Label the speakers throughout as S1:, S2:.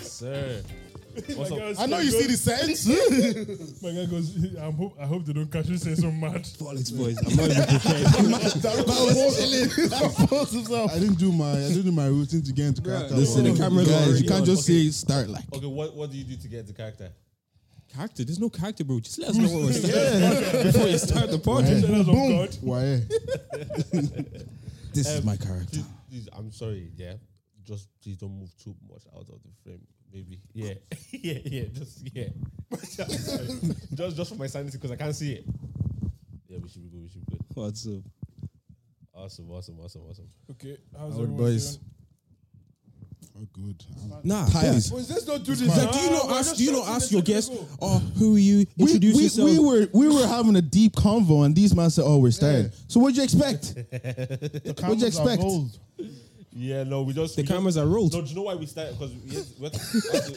S1: sir. What's
S2: My
S1: up?
S2: girl's-
S3: I know you see the sense.
S2: My guy goes, I hope, I hope they don't catch you saying so mad.
S4: Bollocks, boys. I'm not even prepared.
S3: Daruka was chilling.
S5: I didn't do my I didn't do my routine to get into character.
S4: Listen, the cameras are
S3: Guys,
S4: already
S3: you can't
S4: on.
S3: just
S4: Okay.
S3: say start like.
S1: Okay, what, what do you do to get the character?
S4: Character, there's no character, bro. Just let us know what we're saying before you start the podcast.
S2: Tell us of God.
S5: Why?
S4: This is my
S1: Please,
S4: character.
S1: please, I'm sorry, yeah. Just please don't move too much out of the frame, maybe. Yeah, yeah, yeah. Just yeah. just just for my sanity, because I can't see it. Yeah, we should be good. We should be good.
S4: What's up?
S1: Awesome, awesome, awesome, awesome.
S2: Okay, how's
S4: Our
S2: everyone
S4: boys.
S2: doing?
S5: Oh, good.
S4: Nah,
S3: Tired.
S4: please.
S2: Boys, let's not do Oh, this.
S4: Like, do
S3: Oh,
S4: you
S2: Ah,
S4: not
S2: we're
S4: ask?
S2: just
S4: Do you not
S2: shouting
S4: ask
S2: this
S4: your
S2: shit,
S4: guests?
S2: let's go.
S4: Oh, who are you?
S3: We,
S4: Introduce
S3: we,
S4: yourself.
S3: we were we were having a deep convo and these man said, "Oh, we're starting." So what'd you expect? what'd you expect?
S1: Yeah, no, we just
S4: the
S1: we
S4: cameras
S1: Just,
S4: are rolled.
S1: no, do you know why we started? Because we, had- we, had to-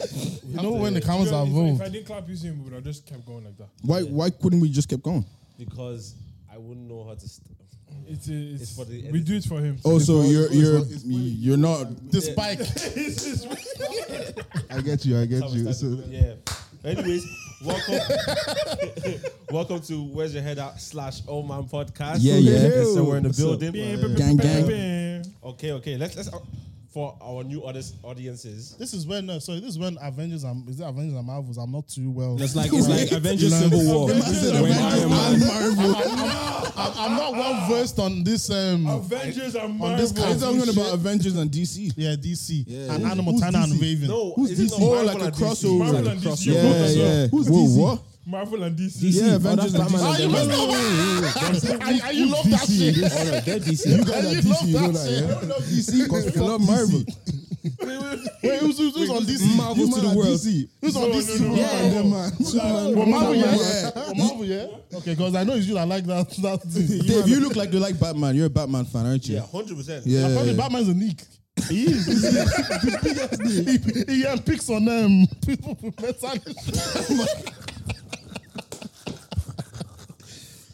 S1: we
S6: You
S1: have
S6: know
S1: to-
S6: when the cameras
S2: Yeah,
S6: are
S2: if- If I
S6: involved.
S2: didn't clap using him, we would have just kept going like that.
S3: Why why couldn't we just keep going?
S1: because I wouldn't know how to. St-
S2: It's, uh, it's,
S1: It's for the
S2: we do it for him.
S3: Oh, so
S5: all-
S3: you're
S5: it's all-
S3: you're
S5: it's all-
S3: you're not.
S5: The spike. I get you. I get you. So,
S1: yeah. Anyways, welcome, welcome to Where's Your Head At slash Old Man Podcast.
S4: Yeah, yeah.
S1: So we're in the
S4: What's up?
S1: building.
S2: Bam, bam,
S4: Gang,
S2: bam,
S4: gang.
S2: bam.
S1: Okay, okay. Let's let's uh, for our new audis- audiences.
S6: This is when, uh, sorry, this is when Avengers and is it Avengers and Marvels? I'm not too well.
S4: It's like it's like Avengers Civil War. When Iron Man-
S6: I'm, I'm not well versed on this. Um,
S2: Avengers are
S6: on
S2: Marvel.
S6: this
S3: He's
S6: cartoon
S3: talking about
S6: shit.
S3: Avengers and DC.
S6: yeah, DC
S4: Yeah,
S6: and
S4: yeah.
S6: Animal
S3: Who's
S6: Tana and
S3: DC?
S6: Raven.
S1: No,
S3: Who's
S1: is it
S3: this?
S1: not
S3: Oh,
S1: Marvel
S3: like a
S1: and DC?
S3: crossover.
S2: Marvel
S4: like
S2: and
S4: cross-
S2: DC.
S4: yeah,
S2: both as well.
S3: Who's
S4: Whoa,
S3: DC?
S4: what?
S2: Marvel and DC.
S4: DC.
S3: Yeah,
S4: Oh,
S3: Avengers
S4: that's
S3: and
S4: Batman
S3: DC.
S4: and Wait, wait,
S6: I, I, you love that shit.
S4: wait. All right, they're DC.
S3: You guys are
S6: You
S3: DC.
S6: love
S3: You know
S6: that shit.
S3: that,
S6: I
S3: yeah? DC because we love
S4: DC.
S3: Marvel.
S6: Wait, who's, who's, who's on DC?
S4: Marvel
S3: You
S4: to
S3: man
S4: the
S3: are
S4: world.
S3: DC.
S6: Who's on
S2: No,
S6: DC?
S2: no, no,
S6: Yeah.
S2: no.
S3: Wonder Man, Superman,
S6: Well, Marvel,
S3: Wonder
S6: yeah.
S3: Man.
S6: yeah. Marvel, yeah. Okay, because I know it's you that like that. that thing.
S3: Dave, you look like you like Batman. You're a Batman fan, aren't you?
S1: Yeah, hundred percent.
S3: Yeah.
S6: Apparently, Batman's a nick. He is. he, he um, picks on um, people with mental issues.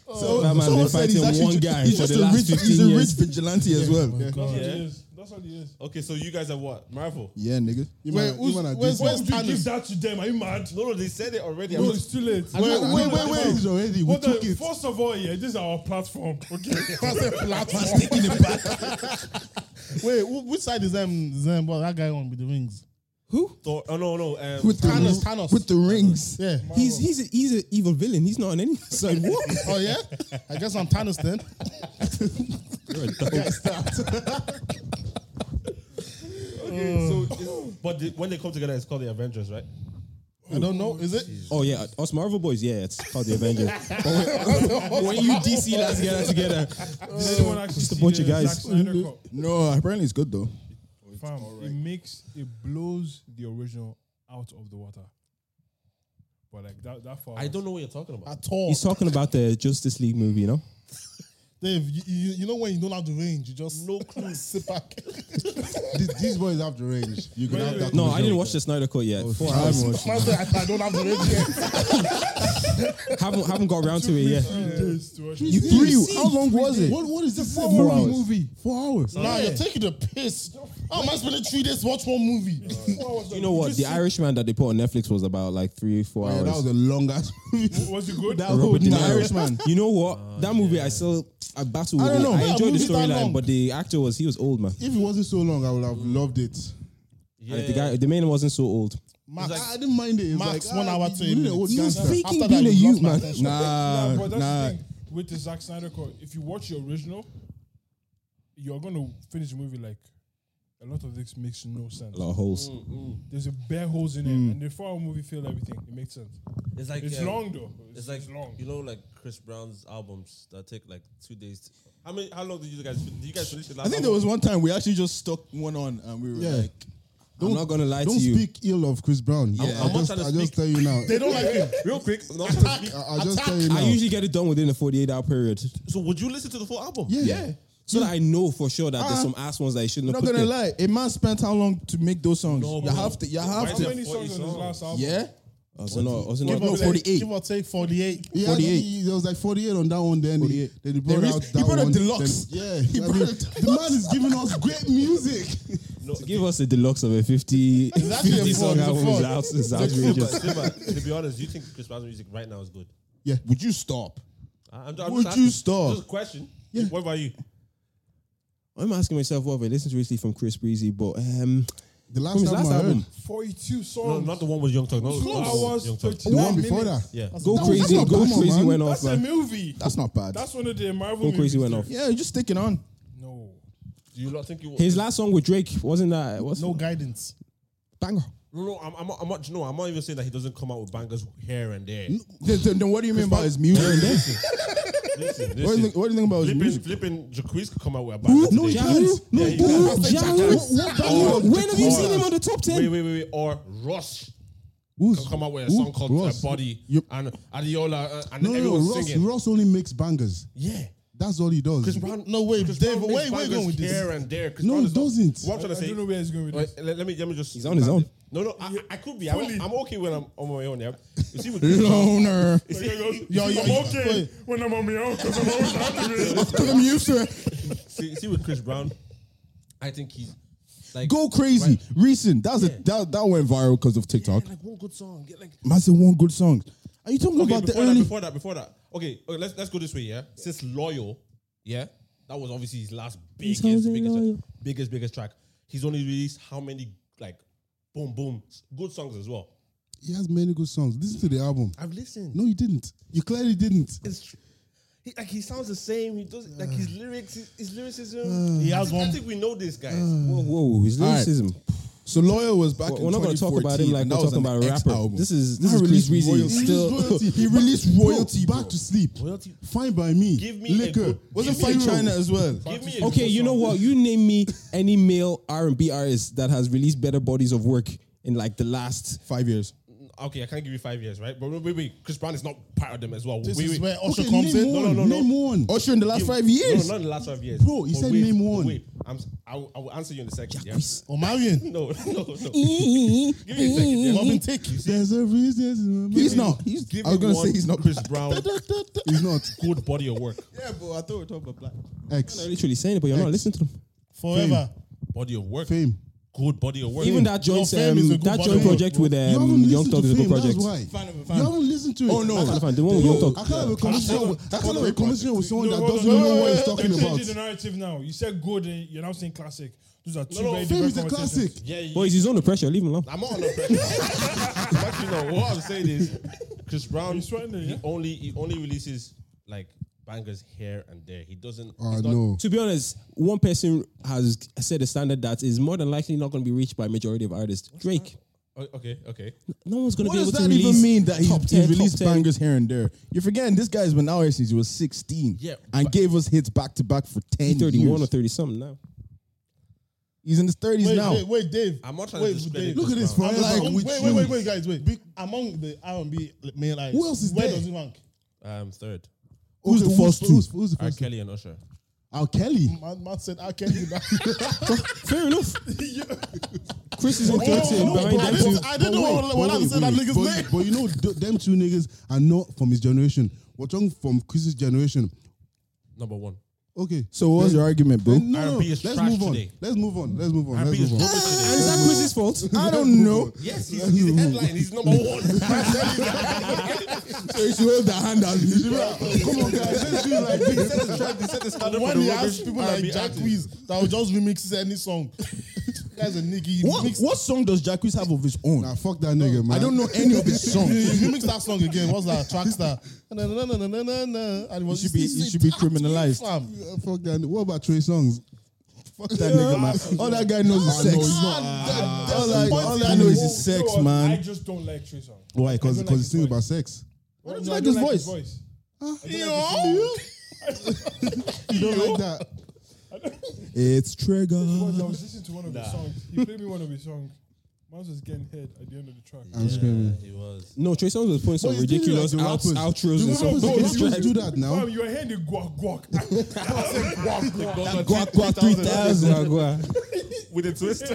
S3: Oh, So,
S4: Batman
S3: someone
S4: been
S3: said he's
S4: fighting
S3: actually
S4: one
S3: ju-
S4: guy
S3: he's
S4: for
S3: just
S4: the
S3: a
S4: last
S3: rich,
S4: 15
S3: He's a
S4: years.
S3: rich vigilante as well. Yeah,
S2: That's what
S1: Yeah.
S2: he is. That's what he is.
S1: Okay, so you guys are what Marvel?
S3: yeah nigga. You
S6: Wait,
S3: man- you
S6: who's-
S3: man are
S6: where's-
S3: DC.
S2: Why would you
S6: Thanos.
S2: give that to them? Are you mad?
S1: No, no, they said it already. I'm
S2: No,
S1: just-
S2: it's too late.
S3: Wait,
S6: I
S3: wait,
S6: know
S3: wait,
S6: that
S3: wait. Already, we
S2: Hold on.
S3: took it.
S2: First of all, yeah, this is our platform. Okay.
S6: Wait, who, which side is um, is um, well, that guy on with the rings?
S1: Thor- oh no, no. Um,
S3: With the
S6: Thanos,
S3: rings-
S6: Thanos.
S3: With the rings.
S6: Yeah.
S4: He's he's a, he's an evil villain. He's not on any side. What?
S6: Oh yeah, I guess I'm Thanos then.
S4: Oh,
S1: okay, so it's- but the, when they come together, it's called the Avengers, right?
S6: I don't know. Is it?
S4: Oh yeah, us Marvel boys. Yeah, it's called the Avengers. But when, when you DC lads get that together,
S2: Did anyone actually
S4: Just a
S2: see
S4: bunch
S2: the
S4: of guys. Mm-hmm.
S2: Zack Snyder cut?
S3: No, apparently it's good though.
S2: Fam, it makes it blows the original out of the water. But like that, that far.
S1: I don't know what you're talking about.
S6: At all,
S4: he's talking about the Justice League movie. You know,
S6: Dave. You, you, you know when you don't have the range, you just
S1: No clue.
S6: sit back.
S5: These, these boys have the range. You can
S2: Wait,
S5: have
S2: wait,
S5: that.
S4: no, I didn't watch the Snyder Cut yet. Four
S3: I
S4: hours.
S3: haven't watched
S6: Man said, I, I don't have the range yet.
S4: haven't haven't got around to it yet.
S2: You
S3: Three. How long was it?
S5: What, what is this?
S3: Four
S5: movie?
S3: hours.
S5: movie. Four hours.
S6: Nah, you're taking the piss. How am I spending three days to watch one movie?
S4: You know what? The Irishman that they put on Netflix was about like three, four
S3: Yeah, that
S4: hours.
S3: was a long ass movie.
S2: Was it good?
S3: That whole
S4: De
S3: the
S4: Niro.
S3: Irishman.
S4: You know what? that movie, I still I battled with.
S3: I don't
S4: it.
S3: know.
S4: I
S3: That
S4: enjoyed the
S6: movie's that long.
S4: storyline, but the actor was he was old man.
S5: If it wasn't so long, I would have loved it.
S1: Yeah.
S4: And the guy, the man wasn't so old.
S6: Max,
S5: I, I didn't mind it. It's
S6: Max,
S5: like,
S6: one
S5: ah,
S6: hour
S5: you
S6: to a
S5: need an
S6: minute.
S5: old
S4: He was
S5: gangster.
S4: faking
S6: After that,
S4: being a
S6: you
S4: youth
S6: lost my
S4: man.
S6: attention.
S3: Nah,
S2: yeah, but that's
S3: nah.
S2: the thing with the Zack Snyder cut. If you watch the original, you're gonna finish the movie like a lot of this makes no sense.
S4: A lot of holes.
S2: There's a bare holes in it, and the final movie filled everything. It makes sense.
S7: It's like
S1: um,
S2: It's
S7: uh,
S2: long though. It's,
S7: It's like
S2: it's long.
S7: you know, like Chris Brown's albums that take like two days. To,
S1: How many? How long did you guys? Did you guys finish it?
S3: I think there was one time we actually just stuck one on and we were
S5: Yeah.
S3: like,
S4: I'm not gonna lie to
S5: Don't
S4: you.
S5: speak ill of Chris Brown.
S4: Yeah.
S5: I,
S4: I'm
S5: I
S1: not
S5: just,
S1: trying to
S5: I just
S1: speak-
S5: tell you now.
S1: They don't like him. Real quick. Not to speak.
S5: I, I'll just tell you now.
S4: I usually get it done within a 48 hour period.
S1: So would you listen to the full album?
S5: yeah.
S4: So that I know for sure that there's
S3: Ah.
S4: some ass ones that I shouldn't
S3: I'm
S4: have
S3: not
S4: put
S3: gonna
S4: there.
S3: lie. A man spent how long to make those songs? you
S1: bro.
S3: have to. You
S1: Why
S3: have
S1: is
S3: to.
S1: it
S2: How many songs on his
S1: 40
S2: last album?
S3: Yeah.
S4: Ozuna, Ozuna,
S6: Give
S4: no,
S6: or take-
S4: 48.
S6: Give or take 48.
S8: Yeah,
S4: 48.
S8: He, there was like 48 on that one. Then he,
S4: 48.
S8: then he brought
S4: Then
S8: out
S4: he
S8: that
S4: brought a
S8: one.
S4: deluxe.
S8: Then- yeah, I mean, the man is giving us great music.
S9: No,
S4: Give us a deluxe of a 50, 50 song album. It's out- It's
S1: Silver,
S4: outrageous.
S1: Silver, to be honest, do you think Chris Brown's music right now is good?
S8: yeah,
S4: Would you stop?
S1: I- I'm, I'm
S8: Would
S1: asking.
S8: you stop?
S1: Just a question. What about you?
S4: I'm asking myself what have I listened to recently from Chris Breezy, but um,
S8: the last
S4: from his
S8: time
S4: last
S8: I heard,
S4: album,
S2: 42
S1: No,
S2: songs.
S1: not the one with Young Thug. Not
S2: Two
S1: not
S2: hours,
S1: Young Thug.
S2: 39
S8: the one before
S2: minutes.
S8: that.
S1: Yeah.
S4: Go
S8: That was
S4: Crazy,
S8: not
S4: Go
S8: bad,
S4: Crazy
S8: man.
S4: went off,
S2: That's a
S4: man.
S2: movie.
S3: That's not bad.
S2: That's one of the Marvel
S4: Go Crazy
S2: movies
S4: went
S2: there.
S4: off.
S3: yeah, you're just sticking on.
S2: No.
S1: Do you not think it was?
S4: His last song with Drake wasn't that? What's
S6: No guidance.
S4: banger?
S1: no, no, I'm, I'm, not, I'm not. No, I'm not even saying that he doesn't come out with bangers here and there.
S3: Then, then- then what do you mean about his music?
S1: Listen,
S3: what, do you
S1: listen.
S3: think, what do you think about his
S1: Flipping,
S3: music?
S1: flipping, Jacquees could come out with a banger.
S4: No,
S1: today.
S4: Ja Rule. No,
S1: Yeah, you
S4: Rule. Ja Rule. When have you seen him on the top
S1: Wait,
S4: ten?
S1: wait, wait, wait. Or Rush
S8: Who's,
S1: can come out with a song called uh,
S8: Ross?
S1: Body
S8: You-
S1: and Adiola uh, and
S8: no, no,
S1: everyone's
S8: no, Ross,
S1: singing.
S8: Ross only makes bangers.
S1: Yeah.
S8: That's all he does.
S1: Chris Brown.
S6: No, wait,
S1: Chris
S6: Dave,
S1: Brown
S6: where-
S1: makes
S6: where you
S1: bangers
S6: going with this?
S1: Here and there. Chris
S8: No,
S1: Brown
S8: he
S1: is not-
S8: doesn't.
S1: What I'm trying to
S2: I
S1: say.
S2: don't know where he's going with
S1: Wait,
S2: this.
S1: let, let me let me just. He's
S4: on his own.
S1: No, no, I, I could be. I'm, I'm okay when I'm on my own. Yeah. You see, with Chris Brown-
S3: Loner.
S1: you see,
S6: Yo, yo, yo,
S2: I'm okay
S6: wait.
S2: when I'm on my own because I'm always happy.
S3: I'm used to it.
S1: see, see with Chris Brown, I think he's like
S3: Go crazy.
S1: Right.
S3: Recent. That was
S1: Yeah.
S3: a, that, that went viral because of
S1: yeah,
S3: TikTok.
S1: like one good song. Get like
S3: Man said one good song. Are you talking
S1: okay
S3: about the
S1: before
S3: early?
S1: that, before that, before that. Okay, okay, let's let's go this way. Yeah, since loyal, yeah, that was obviously his last biggest,
S4: Totally
S1: biggest,
S4: Loyal.
S1: biggest, biggest track. He's only released how many like boom, boom, good songs as well.
S8: he has many good songs. Listen to the album.
S1: I've listened.
S8: No, you didn't. You clearly didn't.
S1: It's tr- he, like he sounds the same. He does like his
S4: Ah.
S1: lyrics, his, his lyricism.
S6: He
S1: I
S6: has
S1: think, I
S6: one-
S1: think we know this, guys.
S4: Whoa, whoa, his
S3: right.
S4: lyricism.
S3: So Loyal was back.
S4: We're-
S3: in
S4: we're not gonna talk about him
S3: 2014,
S4: like
S3: and
S4: we're
S3: that was
S4: talking
S3: an
S4: about a
S3: X
S4: rapper.
S3: album.
S4: This is- this
S3: Man
S4: is Chris
S3: released
S4: Breezy.
S3: royalty.
S8: He
S4: Still-
S8: released royalty. He released
S3: Bro,
S8: royalty. Back to sleep.
S1: Royalty.
S8: Fine by me.
S1: Give me a
S8: liquor.
S1: good-
S8: Wasn't
S1: give me
S8: fine
S1: a-
S8: China as well.
S1: Give me a
S4: Okay,
S1: good
S4: you know
S1: song.
S4: what? You name me any male R and B artist that has released better bodies of work in like the last
S3: Five years.
S1: Okay, I can't give you five years, right? But wait, wait, wait. Chris Brown is not part of them as well.
S6: This
S1: wait,
S6: is
S1: wait.
S6: where Usher
S8: Okay,
S6: comes
S8: name
S6: in.
S8: one.
S1: no, no, no.
S8: Name one.
S3: Usher in the last five years.
S1: No, not in the last five years.
S8: Bro, you
S1: But
S8: said
S1: wait,
S8: name
S1: but
S8: one.
S1: Wait, I'm, s- I, will- I will answer you in a second. Yeah.
S6: Or Marion.
S1: No, no, no. Give me a second. Yeah.
S6: Robin Tick.
S8: There's a reason.
S3: he's not. He's,
S1: Give
S3: I was
S1: me
S3: gonna
S1: one
S3: say he's not.
S1: Chris Brown.
S8: He's not.
S1: good body of work.
S3: Yeah, but I thought we were talking about black.
S8: X.
S4: They're literally saying it, but you're not listening to them.
S6: Forever.
S1: Body of work.
S8: Fame.
S1: Good body of work.
S4: Even that joint,
S6: Fame is a
S4: um,
S6: good
S4: that
S6: body
S4: joint
S6: of work,
S4: project with
S8: You
S4: um,
S8: haven't
S4: Young
S8: listened
S4: Thug
S8: to
S4: is a good
S8: Fame. That's
S4: project.
S8: why.
S6: Fan of a
S8: You
S6: fan.
S8: haven't listened to
S3: Oh,
S8: it.
S3: no.
S8: I
S3: Fan
S8: can't-
S3: of a fan. The one with Young Thug.
S8: I can't have a conversation. with- I can't have a conversation with someone
S2: No,
S8: that
S2: hold
S8: doesn't
S2: on,
S8: know
S2: hold
S8: what
S2: on.
S8: he's talking
S2: You're
S8: about.
S2: changing the narrative now. You said good, and you're now saying classic. Those are two
S1: no,
S2: very
S8: Fame
S2: different
S8: is a classic.
S2: conversations.
S1: yeah, you,
S4: Boys, he's under pressure. Leave him alone.
S1: I'm not under pressure. Actually, no. What I'm saying is, Chris Brown.
S2: You sweating there,
S1: he
S2: yeah?
S1: only he only releases like bangers here and there. He doesn't.
S8: Oh
S3: Ah,
S1: he's not-
S8: no.
S4: To be honest, one person has set a standard that is more than likely not going to be reached by majority of artists. Drake.
S1: O- Oh, Okay, okay.
S4: No one's going
S3: What
S4: to be able
S3: does
S4: to
S3: that
S4: release
S3: even mean that he,
S4: top
S3: he
S4: 10,
S3: released
S4: top 10.
S3: bangers here and there? You're forgetting this guy's been out here since he was 16
S1: Yeah,
S3: and gave us hits back to back for 10
S4: He's 31
S3: years.
S4: or 30 something now.
S3: He's in his 30s
S6: Wait,
S3: now.
S6: wait, wait, Dave.
S1: I'm not trying to
S6: Wait,
S1: discredit
S6: Dave.
S8: Look at this
S6: I'm
S8: forever.
S6: like,
S8: Like,
S6: wait,
S8: with
S6: wait,
S8: you.
S6: wait, wait, guys, wait. Among the R&B male eyes,
S8: Who else is
S6: where
S8: there?
S6: does he rank?
S1: Um, third.
S3: Who's the
S8: Okay,
S3: first two?
S8: Who's, who's the
S1: R.
S8: first?
S1: Kelly and Usher.
S8: Al Kelly.
S6: Man, man said, Oh, I can't do that.
S4: Fair enough. Chris is in
S6: Whoa,
S4: third tier
S6: whoa,
S4: behind
S6: whoa,
S4: them
S6: I
S4: two.
S6: didn't- I didn't know
S8: But
S6: what-
S8: wait,
S6: what
S8: but
S6: I
S8: wait,
S6: said that
S8: wait.
S6: nigga's
S8: But-
S6: name.
S8: But you know, th- them two niggas are not from his generation. We're talking from Chris's generation.
S1: Number one.
S8: Okay.
S3: So what was your argument, bro?
S8: Then- No, no,
S1: R&B is
S8: let's
S1: trash
S8: move on.
S1: today.
S8: Let's move on. Let's move on.
S1: R&B
S8: Let's
S1: is
S8: move on.
S1: rubbish today.
S4: Is that Chris's fault?
S3: I don't know.
S1: Yes, he's, he's the headline. He's number one.
S3: So you should hold the hand out.
S8: Come on, guys. Let's do it like this.
S6: when he has people like Jack Wiz that will just remix any song. That's a nigga. He
S3: What,
S6: remix-
S3: what song does Jacquees have of his own?
S8: Nah, fuck that nigga, man.
S3: I don't know any of his
S6: he
S3: songs.
S6: remixed that song again. What's that? Trackstar. And it was,
S3: You should be,
S6: it's-
S3: you
S6: it's-
S3: should be
S6: it's-
S3: criminalized.
S6: Fam.
S8: Yeah, Fuck that. What about Trey Songs?
S3: Fuck that nigga, man. All that guy knows is sex. All I- all I know is his
S2: You know
S3: sex,
S2: what? I
S3: man.
S2: just don't like Trey Songz.
S8: Why? Because
S2: I don't
S8: he
S2: like his
S8: sings
S2: voice.
S8: about sex.
S2: Why
S3: don't you
S2: don't I
S3: like
S2: don't
S3: his
S2: his
S3: voice?
S2: voice?
S6: Yo.
S8: You don't like that.
S3: It's Trigger.
S2: Because I was listening to one of his songs. He played me one of his songs. Man was getting head at the end of the track.
S8: I'm screaming.
S1: He was.
S4: No, Trey Songz was putting
S3: Oh,
S4: some
S8: But it's really
S4: ridiculous
S8: like the
S4: out, outros
S8: rappers. The
S4: and stuff.
S8: rappers-
S4: Look at
S8: the
S4: this
S8: rappers
S4: track.
S8: do that now.
S2: Fam, you were hearing the guac guac. I was like, guac guac.
S4: Guac, guac, 3000. guac.
S1: With a twist.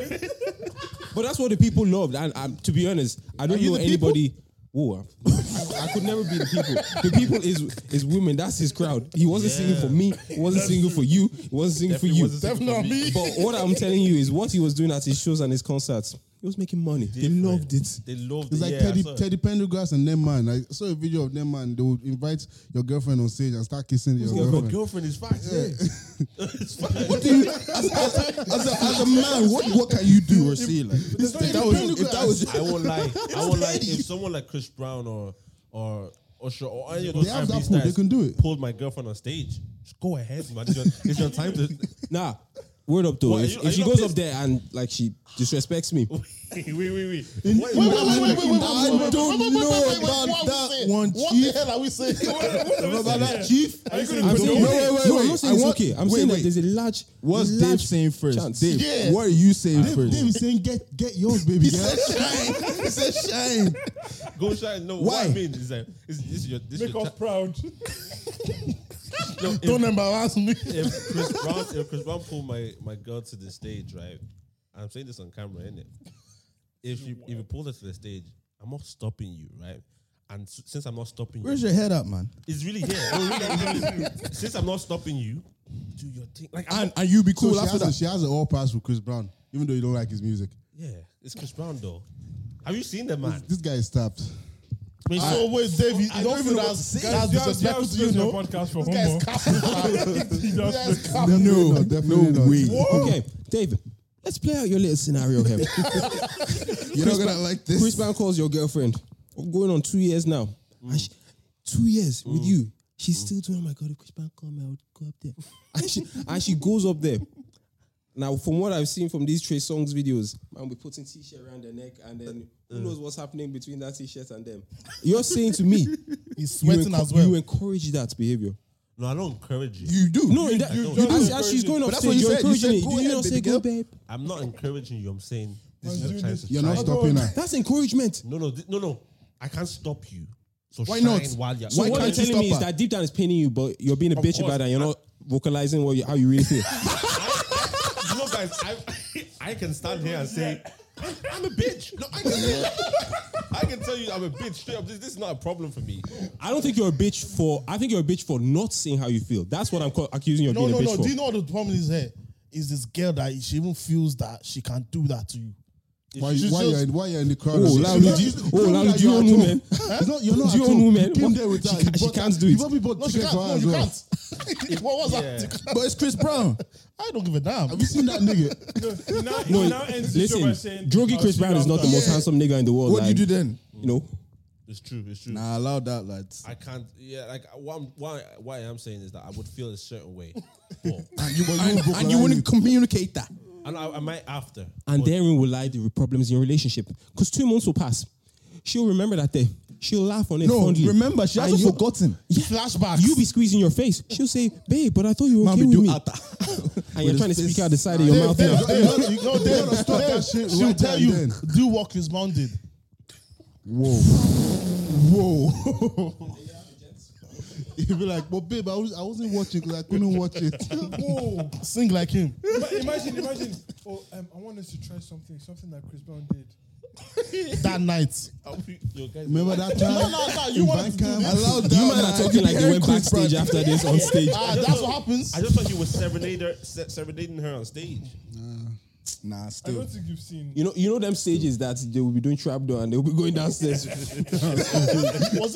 S4: But that's what the people loved. And um, to be honest, I don't know anybody. Whoa, I, I could never be the people. The people is is women. That's his crowd. He wasn't singing for me. He wasn't singing for you. He wasn't singing for you.
S6: Definitely not me.
S4: But what I'm telling you is what he was doing at his shows and his concerts, he was making money. They loved it.
S1: They loved
S8: It's
S1: it.
S8: like
S1: yeah,
S8: Teddy,
S1: I saw it.
S8: Teddy Pendergrass and them man. I saw a video of them man. They would invite your girlfriend on stage and start kissing your
S1: Your
S8: girlfriend.
S1: girlfriend is fat. Yeah. it's fat.
S3: What do you, as, as, as, a, as a man, what, what can you do or say? Like, if that was, if that was
S1: I won't lie. I won't lie. If someone like Chris Brown or or Usher or any of those
S8: They have
S1: R&B
S8: that pool,
S1: stars
S8: they can do it.
S1: pulled my girlfriend on stage. Just go ahead, man. It's your, it's your time to.
S4: Nah, word up though.
S1: What, are
S4: if
S1: you-
S4: if
S1: are
S4: she
S1: you
S4: goes
S1: not
S4: up there and like she disrespects me,
S1: wait, wait, wait. What- what-
S8: Wait, wait, wait, wait, wait, wait, wait,
S3: I
S8: wait, wait,
S3: don't
S8: wait, wait, wait,
S3: know
S8: wait, wait,
S3: about
S8: what are we
S3: that
S8: saying?
S3: one,
S8: What
S3: Chief.
S8: the hell are we saying?
S3: about that chief,
S2: Are you going
S4: I'm
S2: to
S4: saying,
S2: condone
S3: wait,
S2: it?
S3: wait,
S4: no, I'm
S3: wait.
S4: not saying it's
S3: I want-
S4: okay. I'm
S3: wait,
S4: saying
S3: wait.
S4: that there's a large,
S3: What's
S4: large
S3: Dave saying first?
S4: chance.
S3: Dave,
S8: Yeah.
S3: what are you saying first?
S8: Dave is saying get get yours, baby. He said shine. He said shine.
S1: Go shine. No,
S3: Why?
S1: what I mean is that it's, this is your this
S2: Make
S1: your
S2: us
S1: ti-
S2: proud.
S1: No, if-
S6: Don't embarrass me.
S1: if Chris Brown, if Chris Brown pulled my my girl to the stage, right? I'm saying this on camera, innit? If you if you pulled her to the stage, I'm not stopping you, right? And s- since I'm not stopping
S3: Where's
S1: you,
S3: your head up, man?
S1: it's really here. It's really- really- since I'm not stopping you, do your thing. Like I'm,
S3: And and you be
S8: So
S3: cool
S8: she
S3: after
S8: has, a,
S3: that.
S8: she has an all pass with Chris Brown, even though you don't like his music.
S1: yeah, it's Chris Brown though. Have you seen the man?
S8: This guy is tapped.
S6: So wait, Dave, you, you don't feel that's, that's disrespectful to you, no?
S2: podcast for
S6: This guy's
S2: homo.
S6: capping.
S2: He just-
S6: This guy's
S8: No,
S6: capping.
S8: no, definitely not.
S4: Okay, David, let's play out your little scenario here.
S8: You're not gonna like this.
S4: Chris Brown calls your girlfriend. I'm going on two years now.
S8: Mm.
S4: And she- two years with you. She's still doing, oh my God, if Chris Brown called me, I would go up there. And she, and she goes up there. Now, from what I've seen from these Trey Songs videos, man, we're putting t-shirt around their neck and then
S8: Mm.
S4: who knows what's happening between that t-shirt and them. You're saying to me,
S6: He's
S4: you,
S6: sweating
S4: enco-
S6: as well.
S4: you encourage that behavior.
S1: No, I don't encourage you.
S8: You do.
S4: No, that,
S1: you
S4: as-
S1: don't
S4: as,
S2: encourage
S4: she's
S2: it.
S4: going
S8: But
S4: up
S8: that's
S4: stage,
S8: what you
S4: you're
S8: said. You
S4: encouraging
S8: said,
S4: it.
S8: "Go
S4: Do you
S8: ahead,
S4: not say,
S8: baby
S4: go,
S8: girl."
S4: babe?
S1: I'm not encouraging you. I'm saying this is
S2: Let's
S1: your
S2: do
S1: time
S2: this.
S1: to
S8: You're not
S1: shine.
S8: stopping her.
S4: That's encouragement.
S1: No, no, th- no, no. I can't stop you. So
S8: Why
S1: shine
S8: not?
S1: While you're,
S4: So
S8: Why
S4: what
S8: can't
S4: you're telling
S8: you stop
S4: me is
S8: her?
S4: that deep down it's paining you, but you're being a
S1: Of
S4: bitch
S1: course.
S4: about it and you're not vocalizing what you, how you really feel.
S1: you know, guys, I, I can stand here and say, I'm, I'm a bitch. No, I can, say, I can tell you I'm a bitch straight up. This, this is not a problem for me.
S4: I don't think you're a bitch for. I think you're a bitch for not saying how you feel. That's what I'm co- accusing you of
S6: No,
S4: being
S6: no,
S4: a
S6: no.
S4: bitch
S6: Do you
S4: for.
S6: know what the problem is here? Is this girl that she even feels that she can do that to you.
S8: Why,
S6: She's
S8: why,
S6: just-
S8: you're in, why you're in the crowd?
S4: Oh,
S8: She's
S4: Lalu,
S8: not-
S4: do you- oh,
S8: she's- she's
S4: Lalu,
S8: not
S4: do you
S8: at
S4: own
S8: all.
S4: women?
S8: Huh? Not- You're not
S4: Do you
S8: at
S4: own
S8: all.
S4: women?
S8: You came
S4: What?
S8: there with
S4: She
S8: that. You
S4: can't- she
S8: bought
S4: can't
S8: that-
S4: do
S8: you
S4: it.
S8: probably bought
S6: No, she
S8: tickets
S6: can't.
S8: for her
S6: No,
S8: as
S6: you
S8: well.
S6: can't. what was that? You can't.
S3: But it's Chris Brown.
S6: I don't give a damn.
S8: Have you seen that nigga?
S2: He now, he
S4: No,
S2: now ends the show by
S4: listen,
S2: saying,
S4: Drogi
S2: "I'll
S4: Chris
S2: see
S4: Brown
S2: you
S4: is not the
S2: after."
S4: most
S8: Yeah.
S4: handsome nigga in the world.
S3: What do you
S4: like,
S3: do then?
S4: You know,
S1: It's true. It's true.
S3: Nah, allow that, lads.
S1: I can't. Yeah, like what I'm, why why I'm saying is that I would feel a certain way, but,
S8: And you,
S3: And you wouldn't communicate that.
S1: and I, I might after.
S4: and
S1: but
S4: therein will lie the problems in your relationship. Because two months will pass, she'll remember that day. She'll laugh on it
S3: No,
S4: fondly.
S3: remember, she
S4: And
S3: hasn't
S4: you-
S3: forgotten.
S4: Yeah.
S6: Flashbacks.
S4: You'll be squeezing your face. She'll say, "Babe, but I thought you were
S3: Man,
S4: okay
S3: we
S4: with
S3: do
S4: me."
S3: atta.
S4: And you're
S3: With
S4: trying to
S3: his
S4: speak
S3: face.
S4: out the side of your mouth. now.
S8: you
S6: No, Dave,
S8: gotta stop that shit
S6: she'll
S8: right
S6: tell
S8: there
S6: you,
S8: and
S6: do what Chris Brown did.
S8: You'd be like, but babe, I, was, I wasn't watching because I couldn't watch it.
S2: Whoa.
S6: Sing like him.
S2: Ima- Imagine, imagine. Oh, um, I want us to try something, something that Chris Brown did.
S6: That night.
S1: yo, guys,
S8: Remember that time?
S6: No, no, no, you
S8: in
S6: wanted to do
S8: Bandcamp?
S6: this.
S8: Allow that,
S4: You man are
S8: man.
S4: talking like
S8: You
S4: you went
S8: heard Chris
S4: backstage
S8: Brown.
S4: after this on stage.
S6: Ah, that's what happens.
S1: I just thought you were serenader, se- serenading her on stage.
S3: Nah,
S2: I
S3: still.
S2: don't think you've seen.
S4: You know, you know them stages that they will be doing trapdoor and they will be going downstairs.
S6: was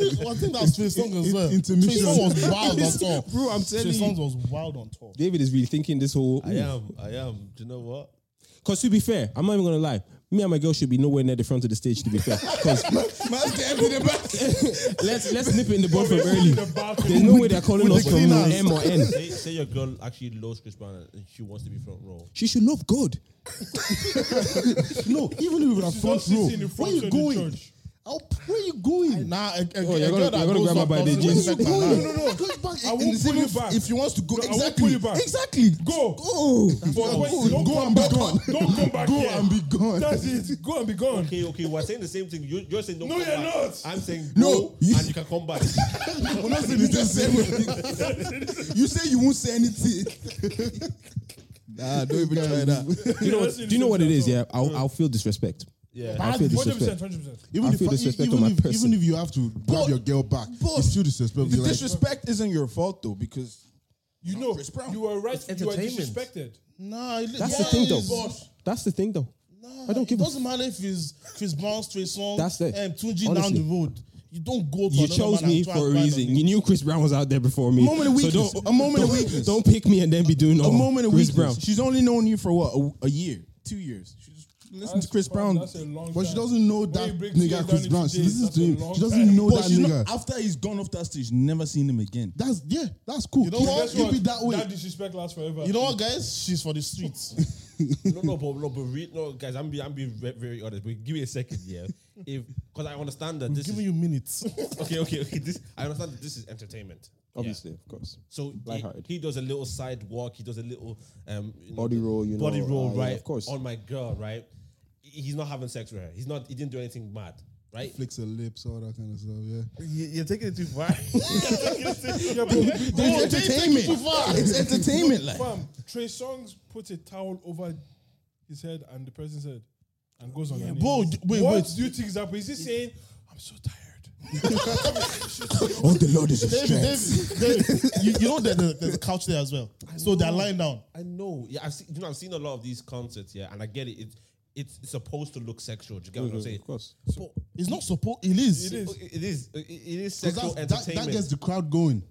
S6: it? Was it that Trey Song as well?
S8: intermission.
S6: Trey Song was wild on tour.
S4: Bro, I'm
S6: Trey
S4: telling
S6: Song
S4: you,
S6: was wild on tour.
S4: David is rethinking this whole.
S1: I am. I am. Do you know what?
S4: Cause to be fair, I'm not even gonna lie. Me and my girl should be nowhere near the front of the stage. To be fair, 'Cause let's let's nip it in the bud from early. There's no way they're calling us from M or N.
S1: Say, say your girl actually loves Chris Brown and she wants to be front row.
S4: She should love God.
S8: No, even if you're
S2: She's
S8: front
S2: not
S8: row,
S2: sitting in
S8: where
S2: front
S8: you
S2: of the
S8: going?
S2: church.
S8: How, where you going?
S6: Nah, a, a,
S4: Oh,
S6: a
S4: you're
S6: girl
S4: gonna-
S6: that
S4: you're gonna
S6: goes
S4: grab her
S6: up
S4: by the
S6: doesn't
S4: jeans.
S6: respect her.
S8: No, no, no. Goes back
S2: I
S8: in
S2: won't
S8: the
S2: pull
S8: same-
S2: you back.
S8: If you want to go,
S2: No, I won't
S8: exactly.
S2: pull you back.
S8: Exactly.
S2: Go.
S8: Go.
S2: For
S8: Go,
S2: when- don't
S8: go
S2: come
S8: and be
S2: back.
S8: gone.
S2: Don't come back
S8: Go
S2: here.
S8: and be gone.
S2: That's it. Go and be gone.
S1: Okay, okay, we're saying the same thing. You, you're saying don't
S2: No,
S1: come
S2: you're
S1: back.
S2: not.
S1: I'm saying
S8: No,
S1: go
S8: you-
S1: and you can come back.
S8: We're not saying it's the same way. You say you won't say anything. nah, don't even try that.
S4: Do you know
S2: Yeah,
S4: what?
S2: that's
S4: Do you know what it is?
S2: insensitive.
S4: Yeah, I'll, I'll feel disrespect.
S1: Yeah.
S8: I
S4: feel
S8: feel
S4: disrespect.
S2: 100%, 100%.
S8: even
S4: I
S8: if
S4: feel
S8: fa-
S4: disrespect
S8: even
S4: on my
S8: if,
S4: person.
S8: even if you have to grab your girl back,
S10: but-
S8: it's still disrespect.
S10: The
S8: You're like,
S10: disrespect isn't your fault though, because
S2: You know,
S10: Chris Brown.
S2: you were right. You were
S1: entertainment.
S2: disrespected.
S6: Nah, it-
S4: That's
S6: yeah,
S4: the thing, though.
S6: but-
S4: That's the thing, though.
S6: Nah,
S4: I don't give
S6: It
S4: a
S6: doesn't matter if it's Chris Brown's Trey Song,
S4: That's it.
S6: and Tunji down
S4: Honestly.
S6: the road. You don't go to
S4: You
S6: another
S4: chose
S6: man
S4: me
S6: and try
S4: for a
S6: and grind on
S4: reason.
S6: him.
S4: You knew Chris Brown was out there before me.
S3: moment of weakness.
S4: don't,
S3: A moment of
S4: don't-
S3: weakness.
S4: Don't pick me and then be doing
S3: a
S4: all
S3: moment of
S4: Chris
S3: weakness.
S4: Brown.
S3: She's only known you for what a, a year, two years. She just listened
S2: That's
S3: to Chris
S2: fine,
S3: Brown.
S2: That's a long
S8: but
S2: time.
S8: she doesn't know
S2: When
S8: that
S2: you break tears
S8: nigga
S2: down
S8: Chris
S2: into
S8: Brown. She
S2: days,
S8: listens
S2: that's
S8: to
S2: a
S8: him.
S2: long
S8: She doesn't
S2: time.
S8: know
S10: but
S8: that
S10: she's not-
S8: nigga.
S10: after he's gone off that stage, never seen him again.
S8: That's yeah, that's cool.
S6: know
S8: keep
S6: what?
S8: it- keep it that way.
S2: That disrespect lasts forever.
S6: You know what, guys? She's for the streets.
S1: no, no, but no, but re- no, guys, I'm be, I'm being ve- very honest. But give me a second, yeah. If because I understand that this
S6: giving
S1: is
S6: you minutes.
S1: okay, okay, okay. This I understand that this is entertainment. Yeah.
S4: Obviously, of course.
S1: So he,
S4: Lighthearted.
S1: he does a little side walk. He does a little um, you know,
S4: Body roll, you
S1: body
S4: know,
S1: roll,
S4: uh, yeah,
S1: right?
S4: of course.
S1: on my girl, right? He- He's not having sex with her. He's not. He didn't do anything mad, right?
S8: Flicks her lips, all that kind of stuff. Yeah.
S1: You're taking it too far.
S3: There's entertainment.
S8: Ah,
S3: It's entertainment. Like
S2: Fam, Trey Songs puts a towel over his head and the person's head and goes on. Yeah,
S6: bro, d- wait,
S2: what
S6: wait.
S2: do you think is happening? Is he saying, I'm so tired?
S3: oh, the Lord is a
S6: David, David, David, you, you know that there's, there's a couch there as well. So they're lying down.
S1: I know. Yeah, I've seen, you know, I've seen a lot of these concerts, yeah, and I get it. It's it's supposed to look sexual. Do you get what I'm saying?
S4: Of course.
S1: But
S6: It's not supposed. It
S1: it
S6: is.
S1: is. It is. It is
S8: 'Cause
S1: sexual
S8: that's- that,
S1: entertainment.
S8: that gets the crowd going.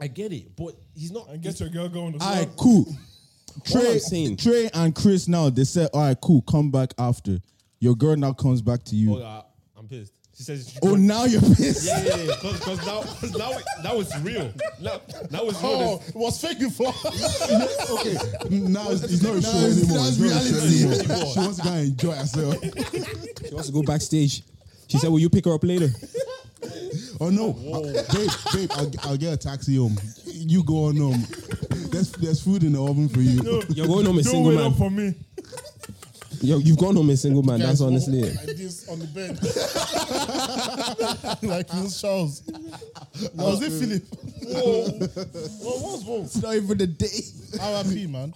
S1: I get it, but he's not.
S2: And get your girl going.
S3: All right, cool.
S4: All
S3: Trey,
S4: I'm saying-
S3: Trey and Chris now they said, all right, cool, come back after. Your girl now comes back to
S1: Oh,
S3: you.
S1: yeah, I'm pissed. She says.
S3: Oh, now you're pissed.
S1: yeah, yeah, yeah. Cause, 'cause now, cause now, it, now it's real. Now, now it's real.
S6: Oh,
S1: There's-
S6: it was fake before.
S8: okay, now it's, it's not a show
S3: it's-
S8: anymore.
S3: that's
S8: It's not a
S3: reality.
S8: show anymore. she wants to go and enjoy herself.
S4: She wants to go backstage. She said, Will you pick her up later?
S8: Oh no, I- babe, babe, I'll, I'll get a taxi home. You go on home. There's there's food in the oven for you.
S4: You're going home a
S2: Don't
S4: single
S2: wait
S4: man.
S2: up for me.
S4: Yo, you've gone home a single man. That's
S6: Guys,
S4: honestly
S6: walk
S4: it.
S6: Like this on the bed. like King Charles. was it Philip? Whoa. Whoa, what's
S3: It's not even the day.
S6: wrong? RIP, man.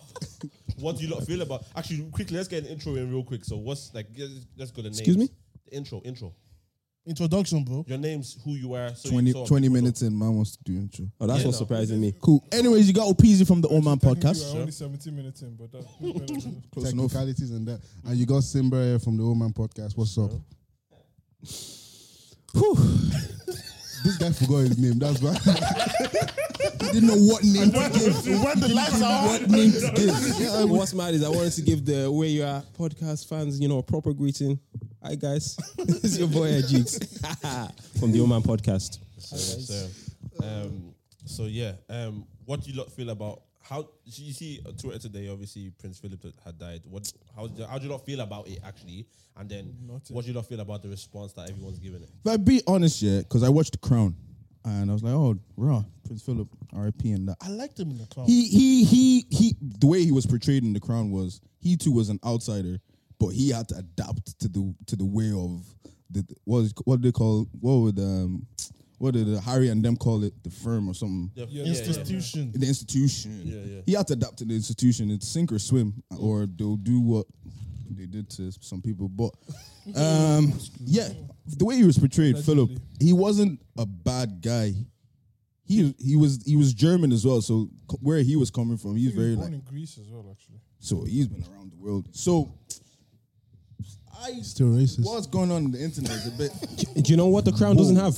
S1: What do you lot feel about? Actually, quickly, let's get an intro in real quick. So, what's like? Let's, let's go to names.
S4: Excuse me?
S1: The intro, intro.
S6: Introduction, bro.
S1: Your names, who you are. So you
S3: 20,
S1: talk.
S3: 20 minutes in, man wants to do intro.
S4: Oh, that's
S1: Yeah,
S4: what's
S1: no.
S4: surprising me.
S3: Cool. Anyways, you got Opeasy from the Old Man
S2: Technically,
S3: Podcast.
S2: we're only 17 minutes in, but that,
S3: Close enough.
S8: Technicalities and that,
S6: Mm.
S8: and you got Simba here from the Old Man Podcast. What's up? this guy forgot his name. That's why.
S3: Didn't know what name to give.
S6: When the lights are
S3: What name to give.
S4: What's mad is I wanted to give the where you are podcast fans, you know, a proper greeting. Hi guys, this is your boy Ajit from the Old Man Podcast.
S1: So, so, um, so yeah. Um, what do you lot feel about? How you see on Twitter today? Obviously, Prince Philip had died. What? How? do- How do you lot feel about it actually? And then, what do you lot feel about the response that everyone's giving it?
S3: But be honest, yeah, because I watched The Crown and I was like, oh, raw, Prince Philip, RIP, and that.
S6: I liked him in the car.
S3: He, he, he, he, the way he was portrayed in The Crown was he too was an outsider, but he had to adapt to the to the way of the what is, what do they call what would um what did uh, Harry and them call it the firm or something
S1: Yeah, yeah, yeah, yeah.
S6: Institution.
S3: the institution.
S1: Yeah, yeah.
S3: He had to adapt to the institution. It's sink or swim, or they'll do what they did to some people. But um, yeah, the way he was portrayed, Philip, he wasn't a bad guy. He he was he was German as well. So c- where he was coming from, he's
S2: he was
S3: very
S2: born
S3: like
S2: in Greece as well, actually.
S3: so he's been around the world. So I
S8: Still racist.
S3: what's going on in the internet is a bit
S4: Do you know what the crown doesn't have?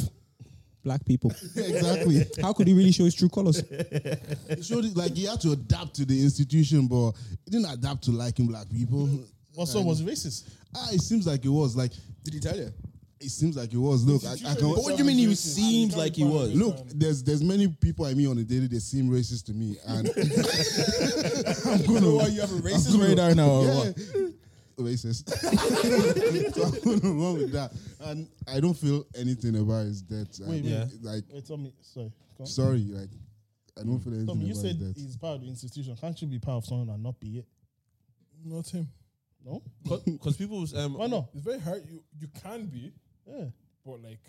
S4: Black people.
S8: exactly.
S4: How could he really show his true colors?
S8: It showed it, like you had to adapt to the institution, but it didn't adapt to liking black people.
S6: Also, was he racist?
S8: Ah, it seems like it was. Like, did he tell you? It seems like it was. Look, I, I can.
S3: What do you mean he seems like he was?
S8: Look, there's there's many people I meet on a daily. They seem racist to me, and I'm gonna.
S3: Why you have a racist radar now? or what?
S8: Yeah. Racist. so I'm gonna run with that, and I don't feel anything about his death. I
S6: Wait,
S8: mean,
S1: wait.
S8: Like,
S6: Wait, tell me. Sorry. Go on.
S8: sorry, like, I don't feel anything
S6: Tommy, you
S8: about
S6: said
S8: his death.
S6: he's part of the institution. Can't you be part of someone and not be it?
S2: Not him.
S6: No?
S1: Because people's um,
S6: Why not?
S2: It's very hard. You, you can be,
S6: Yeah.
S2: but like,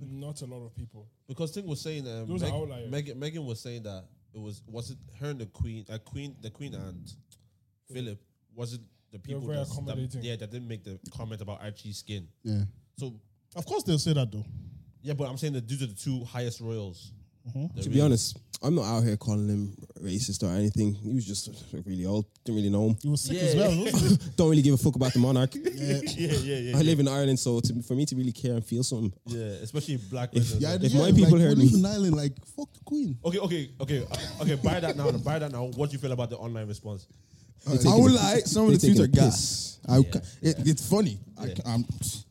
S2: not a lot of people.
S1: because thing was saying um,
S2: Those are
S1: Meg-
S2: outliers.
S1: Megan Megan was saying that it was was it her and the Queen, uh, Queen the Queen and Philip was it the people
S2: very
S1: just- that-
S2: accommodating.
S1: yeah, that didn't make the comment about Archie's skin.
S8: Yeah.
S1: So
S6: Of course, they'll say that though.
S1: yeah, but I'm saying that these are the two highest royals.
S4: To be honest, I'm not out here calling him racist or anything. He was just really old. Didn't really know him.
S6: He was sick as well. wasn't he?
S4: Don't really give a fuck about the monarch.
S1: yeah, yeah, yeah.
S4: I live in Ireland, so to, for me to really care and feel something,
S1: Yeah, especially black.
S4: If-
S1: residents.
S8: Yeah,
S4: If
S8: yeah,
S4: my
S8: like,
S4: people
S8: we
S4: heard
S8: live
S4: me-
S8: in Ireland, like fuck the queen.
S1: Okay, okay, okay, Uh, okay. Buy that now. Buy that now. What do you feel about the online response? Oh,
S3: I would like some of the
S4: They're taking
S3: future
S4: a
S3: gas.
S4: piss.
S3: I, ca- it, it's funny. I,
S1: Yeah.
S3: ca- um, I'm,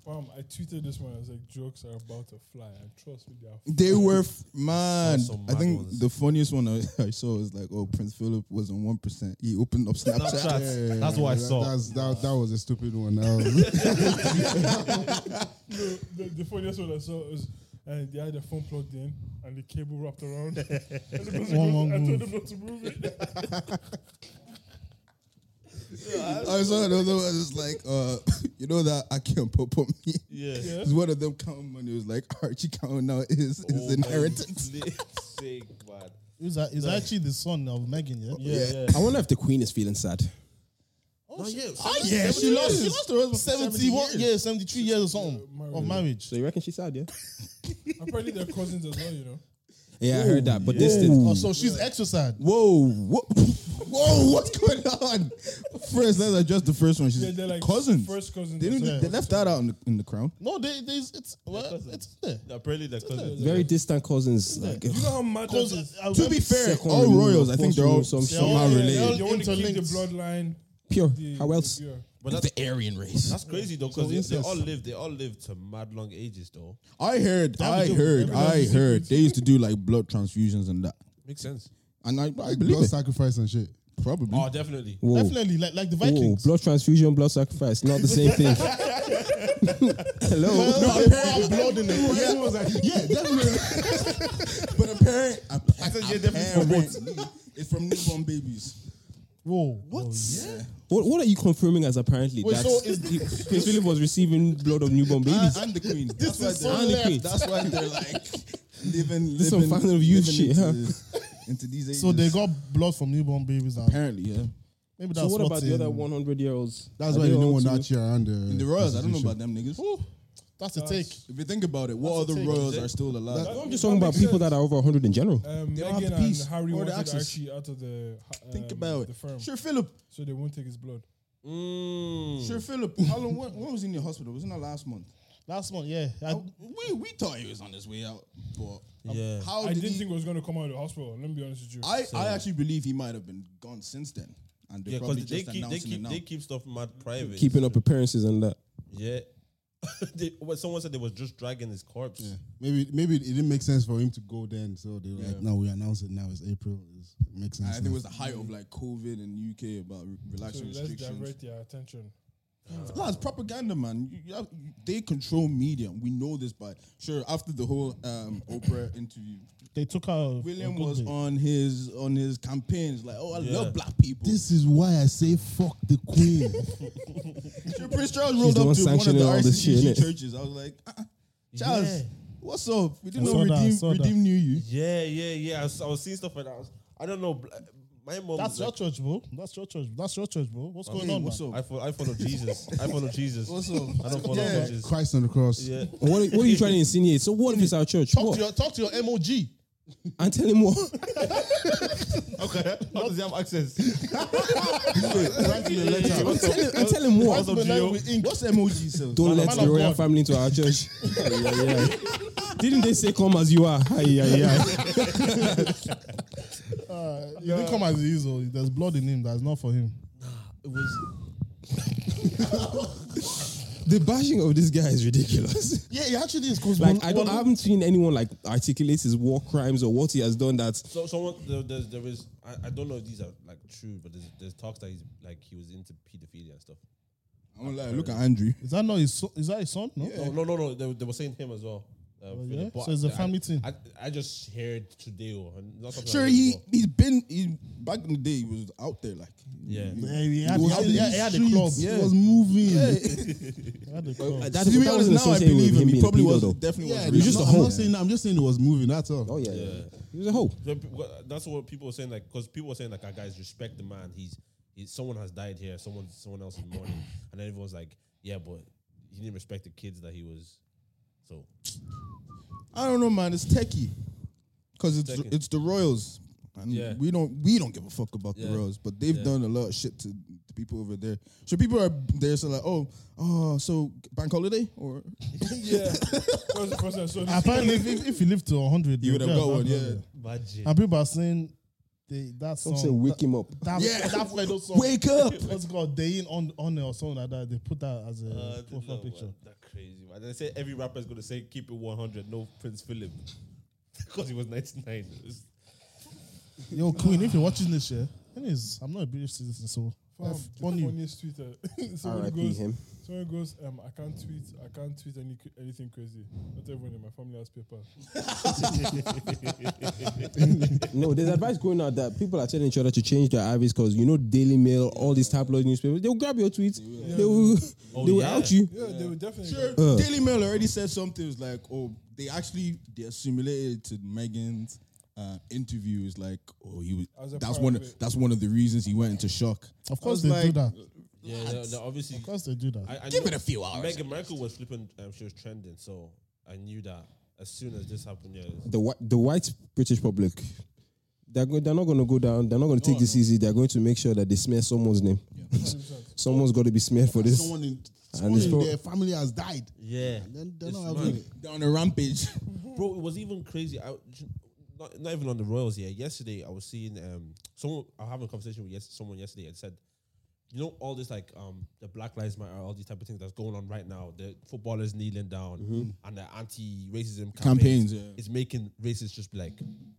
S2: Fam, I tweeted this one. I was like, jokes are about to fly. And trust me, they are.
S3: they were f- mad.
S1: Some
S3: I
S1: mad
S3: think
S1: ones.
S3: the funniest one I, I saw was like, oh, Prince Philip was on one percent. He opened up Snapchat.
S1: Snapchat. That's what I
S8: that-
S1: saw.
S8: That's, that, that was a stupid one. That was-
S2: No, the, the funniest one I saw was uh, they had their phone plugged in and the cable wrapped around. and the person
S6: One
S2: goes-
S6: wrong
S2: I told
S6: move.
S2: them not to move it.
S3: I saw another one. It's like, uh, you know that I can't pop on me.
S1: Yeah.
S3: It's one of them counting money. It was like Archie counting out his, his
S1: Oh,
S3: inheritance.
S1: man. Sick, man.
S6: He's, a- he's actually the son of Megan, yeah?
S1: Yeah, yeah.
S4: I wonder if the Queen is feeling sad.
S1: Oh, yeah.
S6: Ah, yeah, she lost. She lost the husband. 71 years, 73 years or something of marriage.
S3: Mm.
S4: So you reckon she's sad, yeah?
S2: Apparently, they're cousins as well, you know.
S4: Yeah, I heard that, but this did.
S6: Oh, so she's exercised.
S3: Whoa, what, whoa, what's going on? First, let's adjust the first one. She's
S2: They're, they're like
S3: cousins.
S2: First cousins.
S3: they,
S2: or
S3: didn't,
S2: something.
S3: they left that out in the, in the crown.
S6: No, they, they, it's, well, it's there.
S1: Apparently, the cousins.
S4: Very distant cousins. Like,
S2: You know how mad that is?
S6: Because, uh,
S3: To be fair,
S4: second
S3: all
S4: remove,
S3: royals, I
S4: first
S3: think they're all
S4: remove, some shit.
S3: somehow
S6: Yeah, yeah,
S3: related.
S6: all
S2: You want to keep the
S6: interlinked.
S2: bloodline.
S4: pure.
S2: the-
S4: How else?
S2: yeah.
S1: But that's,
S4: The Aryan race.
S1: that's crazy, though, because
S3: it's
S1: they,
S3: this.
S1: all lived. They all lived to mad long ages, though.
S3: I heard, I
S6: do.
S3: heard,
S6: Every
S3: I heard. They used to do like blood transfusions and that,
S1: Makes sense.
S3: and I, I believe
S8: blood
S3: it.
S8: sacrifice and shit.
S3: Probably.
S1: Oh, definitely.
S4: Whoa.
S6: Definitely, like, like the
S4: Whoa,
S6: Vikings.
S4: blood transfusion, blood sacrifice, not the same thing. Hello.
S6: They pour out blood in it.
S8: Yeah, yeah, definitely.
S3: but apparent, apparent, I said,
S1: said, yeah,
S3: yeah,
S1: definitely
S3: It's from newborn babies.
S6: Whoa. What?
S4: What, what are you confirming as apparently?
S6: Wait,
S4: that
S6: so is
S4: he- Prince Philip was receiving blood of newborn babies.
S3: And the queen.
S6: This
S3: why
S6: is
S3: they're-
S6: so
S3: and the
S6: left.
S3: queen. That's why they're like living, living,
S4: is some final of youth
S3: living
S4: shit,
S3: into,
S4: huh?
S3: this- into these ages.
S6: So they got blood from newborn babies. And
S3: apparently, yeah.
S6: maybe that's
S4: So what about the other
S6: in-
S4: 100 year olds?
S8: That's
S4: Are
S8: why they
S4: all
S8: don't want
S4: too-
S8: that chair and the,
S3: In the royals, I don't know about them niggas.
S6: That's a take.
S3: If you think about it, what other
S6: take,
S3: royals are still alive?
S2: That-
S4: I'm just talking about people that are over 100 in general.
S2: Um,
S3: don't have
S2: Meghan
S3: the
S2: and
S3: peace
S2: Harry
S3: or the
S2: wanted
S3: access.
S2: actually out of the um,
S3: Think about
S2: the
S3: it.
S2: firm,
S3: Sure, Philip.
S2: so they won't take his blood.
S1: Mm.
S3: Sure, Philip. How long? When, when was he in the hospital? Wasn't that last month?
S6: Last month, yeah. I,
S3: We we thought he was on his way out, but um,
S1: Yeah.
S3: how
S2: I
S3: did
S2: didn't
S3: he?
S2: think it was going to come out of the hospital. Let me be honest with you.
S3: I, I actually believe he might have been gone since then, and they're
S1: Yeah,
S3: probably
S1: because
S3: just
S1: they keep they
S3: announcing it
S1: keep
S3: now.
S1: they keep stuff mad private.
S4: Keeping up appearances and that.
S1: Yeah. they, well, someone said they was just dragging his corpse.
S8: Yeah. Maybe maybe it didn't make sense for him to go then, so they were like, "No, we announce it now. It's April. It's, it makes sense."
S3: I think
S8: now.
S3: it was the height of like COVID in UK about re-
S2: so
S3: relaxing
S2: let's
S3: restrictions.
S2: divert their attention.
S3: Nah, it's propaganda, man. You- you have- you- they control media. We know this, but sure. After the whole um, Oprah interview,
S6: they took out.
S3: William
S4: Oh,
S3: was on his on his campaigns like, "Oh, I
S1: Yeah.
S3: love black people."
S8: This is why I say fuck the queen.
S3: Sure, Prince Charles
S4: She's
S3: rolled
S4: the
S3: up
S4: one
S3: to one of
S4: sanctioning
S3: the
S4: all this shit,
S3: RCCG
S4: innit?
S3: churches. I was like, uh-uh. Charles, what's up? We didn't know
S6: I saw that, I
S3: Redeem,
S6: saw that.
S3: Redeem knew you.
S1: Yeah, yeah, yeah. I was, I was seeing stuff like that. I, was, I don't know. bl- My mom.
S6: That's
S1: was
S6: your
S1: like,
S6: church, bro. That's your church. That's your church, bro. What's going
S3: Hey,
S6: on,
S3: what's
S6: man?
S3: up?
S1: I follow, I follow Jesus. I follow Jesus.
S3: What's up?
S1: I don't follow
S3: Yeah.
S1: Jesus.
S8: Christ on the cross.
S1: Yeah.
S4: And What, are- what are you trying to insinuate? So what if it's our church?
S6: Talk
S4: What?
S6: to your talk to your MOG.
S4: And tell him what?
S1: Okay. How does he have access?
S4: I'm telling, I'm telling him what?
S1: What's up, Gio?
S3: What's emoji, sir?
S4: Don't
S6: Man of-
S4: let
S6: man
S4: the
S6: of
S4: royal
S6: God.
S4: family into our church. Aye, aye, aye. Didn't they say come as you are? Aye, aye, aye.
S6: Uh, he didn't come as he is. oh. There's blood in him. That's not for him.
S4: The bashing of this guy is ridiculous.
S6: Yeah, he actually is. Cause
S4: Like I don't, I haven't seen anyone like articulate his war crimes or what he has done. That
S1: So someone there, there's, there is I, I don't know if these are like true, but there's, there's talks that he's like he was into pedophilia and stuff.
S3: I'm gonna lie, look at Andrew.
S6: Is that not his? So, is that his son? No.
S1: Oh, No, no, no, no. They, they were saying him as well. Uh,
S6: yeah?
S1: Philip, but
S6: So it's a
S1: I-
S6: family thing.
S1: I, I just heard today, oh, and not something I
S3: Sure,
S1: heard
S3: he
S1: before.
S3: he's been he, back in the day. He was out there like
S1: Yeah.
S6: Yeah, he had, he
S8: He was
S6: had,
S8: out
S6: he
S8: in
S6: had, he
S8: the
S6: had a
S8: streets.
S6: club.
S8: He was moving.
S6: He had a club.
S4: that,
S3: To be honest,
S4: that
S3: now I
S4: wasn't associated with
S3: believe
S4: him
S3: him. He
S4: being a
S3: probably
S4: pedo,
S3: was
S4: though.
S3: definitely was.
S8: Yeah, he
S3: really-
S8: was just
S4: a
S8: I'm
S4: hoe.
S8: not saying that. I'm just saying it was moving. That's all.
S4: Oh yeah, yeah,
S1: Yeah.
S4: he was a hoe.
S1: The peop- what- That's what people were saying, like, because people were saying, like, our guys respect the man. He's it- someone has died here, someone someone else is mourning, and then everyone's like, yeah, but he didn't respect the kids that he was. So
S3: I don't know, man. It's techie because it's
S1: Techie.
S3: it's the Royals, and
S1: Yeah.
S3: we don't we don't give a fuck about
S1: Yeah.
S3: the Royals, but they've
S1: Yeah.
S3: done a lot of shit to the people over there. So people are there, so like, oh, oh, so bank holiday or
S2: yeah. That was the first time I saw this.
S6: Apparently, if, if, if you live to 100,
S3: you would have
S6: get
S3: got
S6: that
S3: one, yeah.
S6: brother.
S9: Imagine.
S6: And people are saying they, that song.
S4: Some say wake
S6: that,
S4: him up.
S6: that,
S3: Yeah.
S6: that Fredo song.
S3: wake up.
S6: What's it called? Day in on on or something like that. They put that as a
S1: Uh,
S6: profile picture.
S1: That crazy. Man. They say every rapper is gonna say keep it 100, no Prince Philip, because he was 99. It's-
S6: Yo, Queen, if you're watching this, yeah, anyways, I'm not a British citizen, so
S2: Fam,
S6: F
S2: the
S6: on you.
S2: funniest Twitter. someone
S4: R.I.P.
S2: goes,
S4: him.
S2: someone goes, um, I can't tweet, I can't tweet any cr- anything crazy. Not everyone in my family has paper.
S4: No, there's advice going out that people are telling each other to change their IVs because you know Daily Mail, all these tabloid newspapers, they'll grab your tweets, they will, they will
S1: yeah.
S4: out you.
S2: Yeah, they would definitely.
S3: Sure,
S4: Uh.
S3: Daily Mail already said something. It was like, oh, they actually they assimilated to Megan's uh, interview. Is like, oh, he
S2: As
S3: was.
S2: a
S3: That's
S2: part
S3: one.
S2: of
S3: Of,
S2: it.
S3: that's one of the reasons he went into shock. I
S6: Of
S3: was
S6: course they do
S3: like,
S6: that.
S1: yeah, they're- they're obviously.
S6: Of course they do that.
S1: I, I
S3: Give
S1: knew-
S3: it a few hours.
S1: Meghan Markle was flipping. Um, she was trending, so I knew that as soon as this happened. Yeah, it's-
S4: The white, the white British public, they're go- they're not going to go down. They're not going to take this easy. They're going to make sure that they smear someone's name. Someone's got to be smeared for this.
S8: Someone in,
S4: And
S8: someone
S4: it's
S8: in
S4: prob-
S8: their family has died.
S1: yeah.
S8: And then they're
S1: It's
S8: not having
S1: mad.
S8: it.
S3: down a rampage.
S1: bro. It was even crazy. I, not, not even on the Royals. Yeah, yesterday I was seeing um someone. I was having a conversation with yes, someone yesterday and said, you know, all this like um the Black Lives Matter, all these type of things that's going on right now. The footballers kneeling down and the anti-racism campaigns,
S3: Mm-hmm. Campaigns, yeah.
S1: is making racists just be like,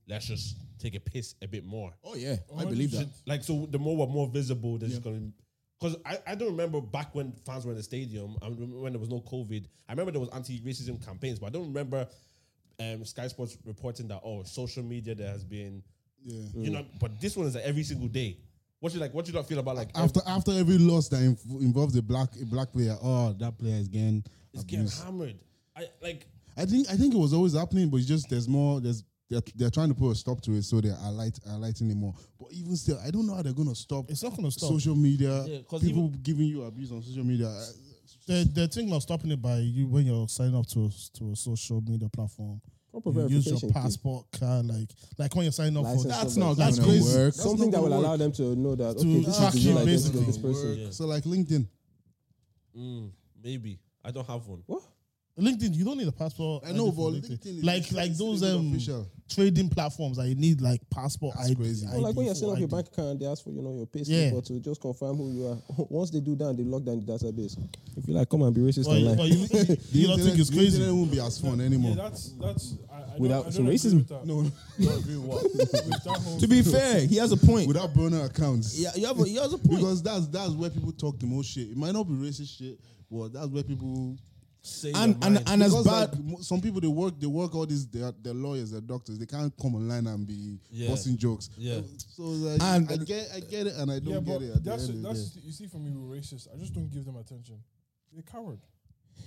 S1: let's just take a piss a bit more.
S3: Oh yeah, I believe that.
S1: Like so, the more we're more visible, they're just going. Because I, I don't remember back when fans were in the stadium. I remember when there was no COVID. I remember there was anti-racism campaigns, but I don't remember um, Sky Sports reporting that oh social media there has been,
S8: Yeah.
S1: you know. But this one is like every single day. What you like? What you not feel about like
S8: After after every loss that inv- involves a black a black player, oh that player is getting
S1: it's getting
S8: abused.
S1: hammered? I like
S8: I think I think it was always happening, but it's just there's more. There's they're, they're trying to put a stop to it, so they're alight, alighting it more. But even still, I don't know how they're gonna stop.
S6: It's not gonna stop.
S8: social media.
S1: Yeah, 'cause
S8: people giving you abuse on social media.
S3: uh,
S6: The the thing of stopping it by you when you're signing up to a, to a social media platform,
S4: Proper
S6: you use your
S4: verification key.
S6: passport card, like like when you're signing up for
S4: License
S6: that.
S4: number.
S8: That's not
S6: That's
S8: gonna
S6: crazy.
S8: work. That's
S4: Something
S8: not
S4: that will
S8: gonna work.
S4: allow them to know that
S6: To
S4: okay, this is
S6: track
S4: the
S6: you,
S4: real identity of this
S6: basically.
S4: person.
S8: So like LinkedIn,
S1: mm, maybe I don't have one.
S4: What?
S6: LinkedIn, you don't need a passport.
S8: I know,
S6: ID for
S8: but LinkedIn is-
S6: like like
S8: it's
S6: those
S8: still
S6: um
S8: official.
S6: trading platforms that you need like passport.
S8: That's
S6: ID,
S8: crazy.
S6: ID
S8: Oh,
S4: Or like when you're
S6: for
S4: setting up your
S6: ID.
S4: bank account, they ask for you know your pay
S6: Yeah.
S4: yeah. to just confirm who you are. Once they do that, they lock down the database. If you like, come and be racist
S6: Well, you,
S4: online.
S6: well, you, you don't think it's
S8: the
S6: crazy?
S8: internet won't be as fun anymore.
S2: Yeah, that's that's. I, I
S4: Without- so
S2: don't, I don't
S4: racism?
S2: No,
S3: To be fair, he has a point.
S8: Without burner accounts.
S3: Yeah, you have a, he has a point.
S8: Because that's that's where people talk the most shit. It might not be racist shit, but that's where people
S1: Say
S3: and
S1: your
S3: and
S1: mind.
S3: and as
S8: Because,
S3: bad.
S8: like, mo- some people they work they work all these their their lawyers their doctors they can't come online and be
S1: Yeah.
S8: busting jokes.
S1: Yeah.
S8: So like,
S3: And-
S8: I get I get it and I don't
S2: yeah,
S8: get
S2: but
S8: it. At
S2: that's
S8: the end of the
S2: that's
S8: day.
S2: you see for me we're racist. I just don't give them attention. They're coward.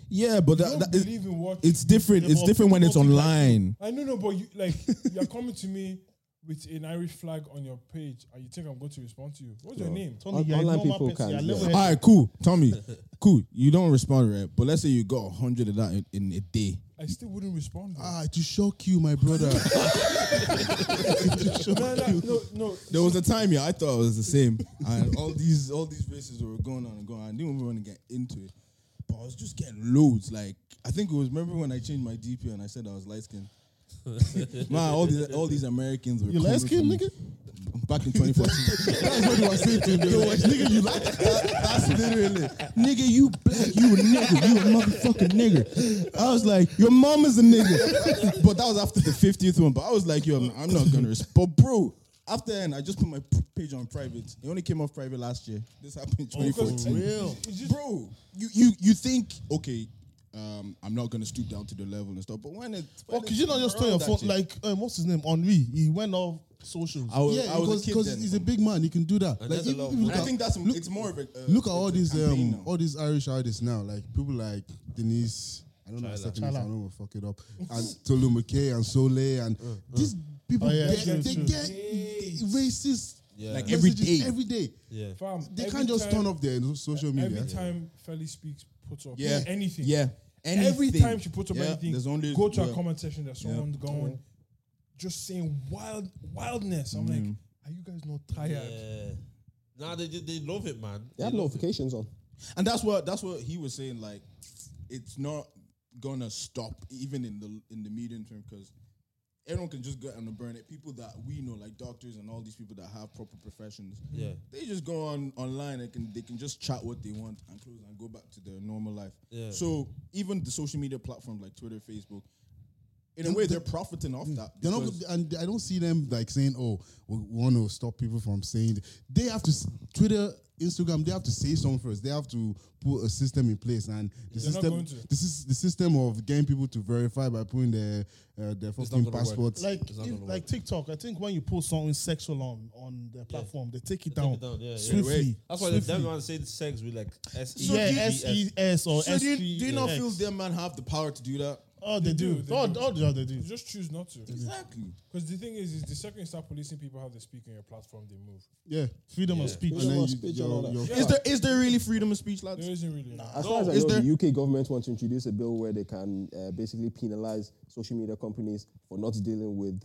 S3: Yeah, but
S2: I
S3: that,
S2: don't
S3: that is,
S2: believe in what.
S3: it's different. It's different when it's online.
S2: I know, no, but you like you're coming to me with an Irish flag on your page, and you think I'm going to respond to you. What's your name?
S6: Tony, you're a
S4: online
S6: normal
S4: people
S6: person,
S4: can,
S6: you're a
S4: yeah.
S6: level-headed
S3: All right, cool. Tommy, cool. You don't respond, right? But let's say you got hundred of that in, in a day.
S2: I still wouldn't respond. though.
S8: ah to shock you, my brother.
S2: no, no, no, no.
S3: There was a time, yeah, I thought it was the same, and all these all these races were going on and going. on. I didn't even want to get into it, but I was just getting loads. Like I think it was remember when I changed my DP and I said I was light skinned. Man, all these all these Americans were
S6: You
S3: coming
S6: light skinned,
S3: for me. Back in 2014, that's what you were saying to me. nigga, you like that's literally, nigga, you black, you a nigga, you a motherfucking nigga. I was like, your mom is a nigga, but that was after the 50th one. But I was like, yo, I'm, I'm not gonna respond, bro. After then, I just put my p- page on private. It only came off private last year. This happened in
S2: Because
S3: 2014.
S2: it's- it's just-
S3: Bro, you you you think okay? Um, I'm not gonna stoop down to the level and stuff. But when it,
S6: Or
S3: when
S6: could you not just throw your phone? Like, um, what's his name? Henri. He went off socials.
S3: I was,
S8: yeah,
S3: I was
S8: because
S3: a kid
S8: because
S3: then.
S8: he's a big man, he can do that. Like,
S1: there's a
S8: if-
S1: lot of-
S8: if you look
S3: And I
S8: at-
S3: think that's it's more of a uh,
S8: look at all
S3: it's a
S8: these
S3: campaign
S8: um,
S3: now.
S8: all these Irish artists now, like people like Denise. I don't know her second name, so I
S6: Chala.
S8: don't want to fuck it up. And
S1: Uh,
S8: Tolu McKay and Sole and these people,
S6: Oh, yeah,
S8: they,
S6: true,
S8: they
S6: true.
S8: get racist
S1: Yeah.
S3: Like every
S8: Messages
S3: day.
S8: Every day.
S1: yeah.
S2: Fam,
S8: They
S2: every
S8: can't just
S2: time-
S8: turn off their social media.
S2: Every time Feli speaks, puts up
S3: Yeah.
S2: anything.
S3: yeah. Anything.
S2: Every time she puts up
S3: Yeah,
S2: anything,
S3: there's only-
S2: go to her
S3: yeah.
S2: comment section. There's someone going, just saying wild wildness. I'm like,
S3: Mm.
S2: are you guys not tired?
S1: Yeah. Nah, they, they love it, man.
S4: They have
S1: love
S4: notifications on.
S3: And that's what that's what he was saying. Like, it's not gonna stop even in the in the medium term because everyone can just go out and burn it. People that we know, like doctors and all these people that have proper professions,
S1: Yeah.
S3: they just go on online and can they can just chat what they want and close and go back to their normal life.
S1: Yeah.
S3: So even the social media platforms like Twitter, Facebook, in a way, they're profiting off that.
S8: They're not,
S3: because-
S8: and I don't see them like saying, "Oh, we want to stop people from saying." They have to s- Twitter, Instagram. They have to say something first. They have to put a system in place, and the
S2: They're not
S8: system.
S2: going to.
S8: This is the system of getting people to verify by putting their uh, their fucking
S1: gonna work.
S8: passports.
S6: Like,
S1: not
S6: if-
S1: gonna
S6: like
S1: work.
S6: TikTok, I think when you post something sexual on on the platform, they take it
S1: They
S6: down,
S1: take it down, yeah, yeah.
S6: swiftly.
S1: That's why them man said sex with like S E
S6: yeah, S E S or
S3: So
S6: S
S3: do you,
S6: P.
S3: do you not feel them man have the power to do that?
S6: Oh, they, do.
S2: do, they
S6: oh,
S2: do.
S6: oh, yeah, they do.
S2: You just choose not to.
S3: Exactly.
S2: Because the thing is, is the second you start policing people how they speak on your platform, they move.
S8: yeah,
S6: Freedom of speech.
S8: and then
S4: of
S8: you-
S4: speech and
S8: your-
S4: all that.
S8: your-
S3: Is there is there really freedom of speech, lads?
S2: There isn't really.
S4: As
S1: No,
S4: far as I
S3: is
S4: know,
S3: there-
S4: the UK government wants to introduce a bill where they can uh, basically penalize social media companies for not dealing with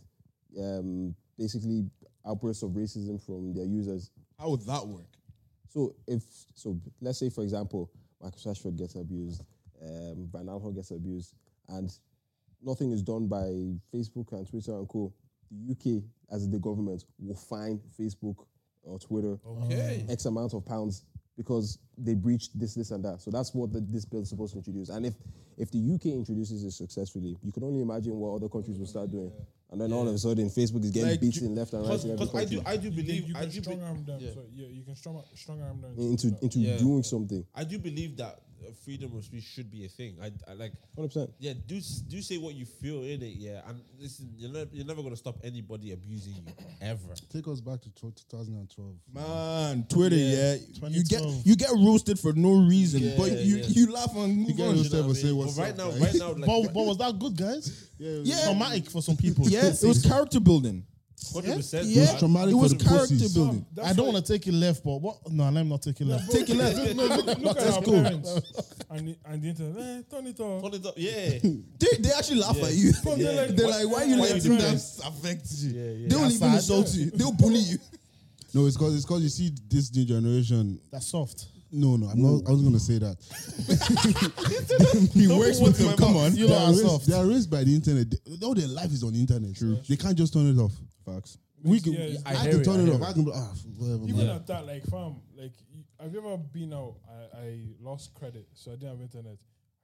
S4: um, basically outbursts of racism from their users.
S3: How would that work?
S4: So if so, let's say for example, Marcus Ashford gets abused, um, Van Aanholt gets abused, and nothing is done by Facebook and Twitter and co. The UK, as the government, will fine Facebook or Twitter
S1: Okay.
S4: X amount of pounds because they breached this, this, and that. So that's what the, this bill is supposed to introduce. And if if the UK introduces it successfully, you can only imagine what other countries will start doing. And then all of a sudden, Facebook is getting
S1: Like,
S4: beaten left and right in every
S1: Because I
S4: country
S1: do, I do
S2: You,
S1: believe, I
S2: can
S1: do,
S2: strong
S1: be-
S2: arm them.
S1: yeah.
S2: So yeah, you can strong strong arm them
S4: into into
S1: Yeah.
S4: doing something.
S1: I do believe that uh, freedom of speech should be a thing. I, I like,
S4: 100%.
S1: yeah, do s- do say what you feel in it, yeah. And listen, you're never you're never gonna stop anybody abusing you ever.
S8: Take us back to tw- 2012.
S3: Man, Twitter, yeah. You get
S6: 2012.
S3: you get roasted for no reason,
S1: Yeah,
S3: but you
S1: yeah.
S3: you laugh and
S8: You
S3: move
S8: get
S3: on.
S8: yourself and say
S1: But
S8: what's
S1: right
S8: up,
S1: now,
S8: guy.
S1: right now, like,
S6: But, but was that good, guys?
S3: Yeah.
S6: Traumatic for some people.
S3: Yeah, it was character building.
S1: hundred percent.
S3: Yeah,
S8: It's traumatic
S3: it was
S8: for the pussies.
S3: character building.
S6: I don't want to take it left, but what? No, let me not take it left.
S3: Take it left.
S2: Look at our parents and the, and the internet. Eh, turn it off.
S1: Turn it up, yeah,
S3: They, they actually laugh at you.
S2: they're like,
S3: They're like, why you
S2: why
S3: letting
S2: you
S3: that affect you? They'll even insult you. They'll bully you.
S8: No, it's because it's because you see this new generation.
S6: That's soft.
S8: No, no, I'm not. I was gonna say that.
S3: He works with them. Come on.
S8: they, are raised, they are raised by the internet. They- all their life is on the internet. True. They can't just turn it off. Facts. We can.
S2: Yeah,
S8: I,
S2: I
S8: can turn it off. I can. Ah, whatever.
S2: Even
S8: man.
S2: at that, like, fam, like, you- have you ever been out? I, I lost credit, so I didn't have internet. I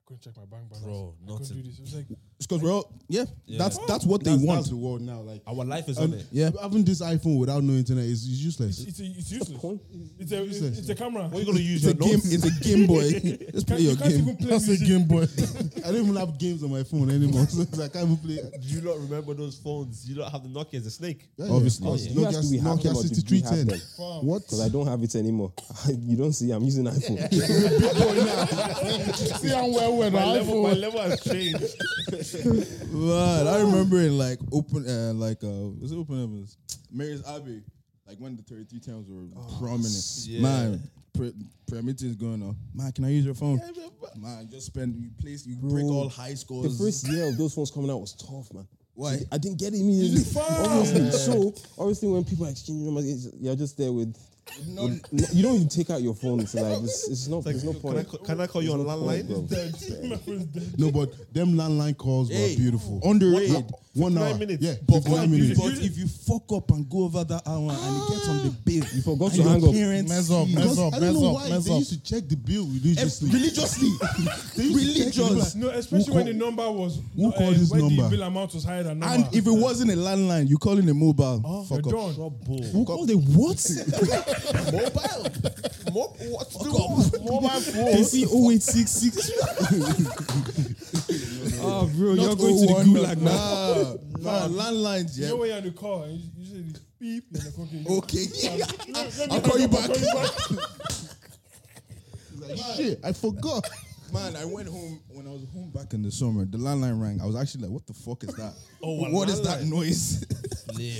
S2: couldn't check my bank balance.
S1: Bro,
S2: I couldn't
S1: nothing.
S2: do this. It's like,
S3: It's because we're all, yeah,
S1: Yeah.
S3: That's that's what they
S8: That's,
S3: want.
S8: that's the world now. Like
S1: Our life is on
S8: and
S1: it.
S3: Yeah.
S8: having this iPhone without no internet is, is useless.
S2: it's, a, it's useless.
S4: point.
S2: It's a, it's, it's a camera.
S1: What are you gonna use
S3: It's a
S1: your
S3: game.
S1: notes?
S3: It's a Game Boy. Just play
S2: you
S3: your
S2: can't even
S3: game.
S2: play
S8: That's a
S2: music.
S8: Game Boy. I don't even have games on my phone anymore, so I can't even play.
S1: Do you not remember those phones? You don't have the Nokia as a snake.
S8: Yeah,
S3: Obviously.
S8: yeah, of course.
S4: You asked, do we
S8: Nokia,
S4: have them
S8: Nokia
S4: or do we have
S8: 6310.
S4: them?
S8: What?
S4: Because I don't have it anymore. you don't see, I'm using iPhone.
S8: See, I'm well, well,
S1: My level, my level has changed.
S3: Man, I remember in like open, uh, like uh, was it open heavens? Mary's Abbey, like when the thirty-three towns were prominent.
S1: yeah.
S3: Man, prayer prayer meeting's going on. Man, can I use your phone? man, just spend you place, you break
S4: Bro,
S3: all high
S4: the
S3: scores.
S4: first year of those phones coming out was tough, man.
S3: Why?
S4: I didn't get it immediately. Obviously. So, obviously, when people are exchanging numbers, it's- you're just there with. with- no, you don't even take out your phone. It's like, it's, it's not, there's no
S1: Can I,
S4: point.
S1: ca- can I call you on
S4: There's no point,
S1: landline?
S4: bro.
S8: No, but them landline calls
S3: Hey,
S8: were beautiful.
S3: underrated.
S8: One- One hour.
S1: minutes.
S8: Yeah,
S3: But, but,
S8: 59 minutes. Ah.
S3: but if you fuck up and go over that hour and it gets on the bill, you
S4: forgot
S3: and
S4: to
S3: your
S4: hang up.
S3: Parents
S6: Mess up,
S3: see-
S6: mess
S8: Because
S6: up,
S8: I don't know
S6: mess up,
S8: why
S6: mess
S8: they
S6: up.
S8: used to check the bill
S3: Ev-
S8: Eh, religiously.
S3: religiously, religious.
S2: No, especially when the number was. uh,
S8: who called this
S2: when
S8: number?
S2: the bill amount was higher than number.
S3: And if it wasn't a landline, you calling a mobile.
S1: Ah,
S2: you're
S3: fuck up.
S2: done.
S3: Who called it what? Mobile. Mo- what the what? Mobile phone. They see 0866. oh, bro, you're going to the gulag now. Nah, nah, landlines,
S2: You know
S3: yeah.
S2: when you're on the call and you, you say this beep, you're like, okay. you-
S3: Okay.
S2: Let me- let me
S3: I'll
S2: call
S3: call you
S2: back.
S3: back.
S8: Shit, I forgot.
S3: Man, I went home when I was home back in the summer. The landline rang. I was actually like, "What the fuck is that? oh, what is that noise?"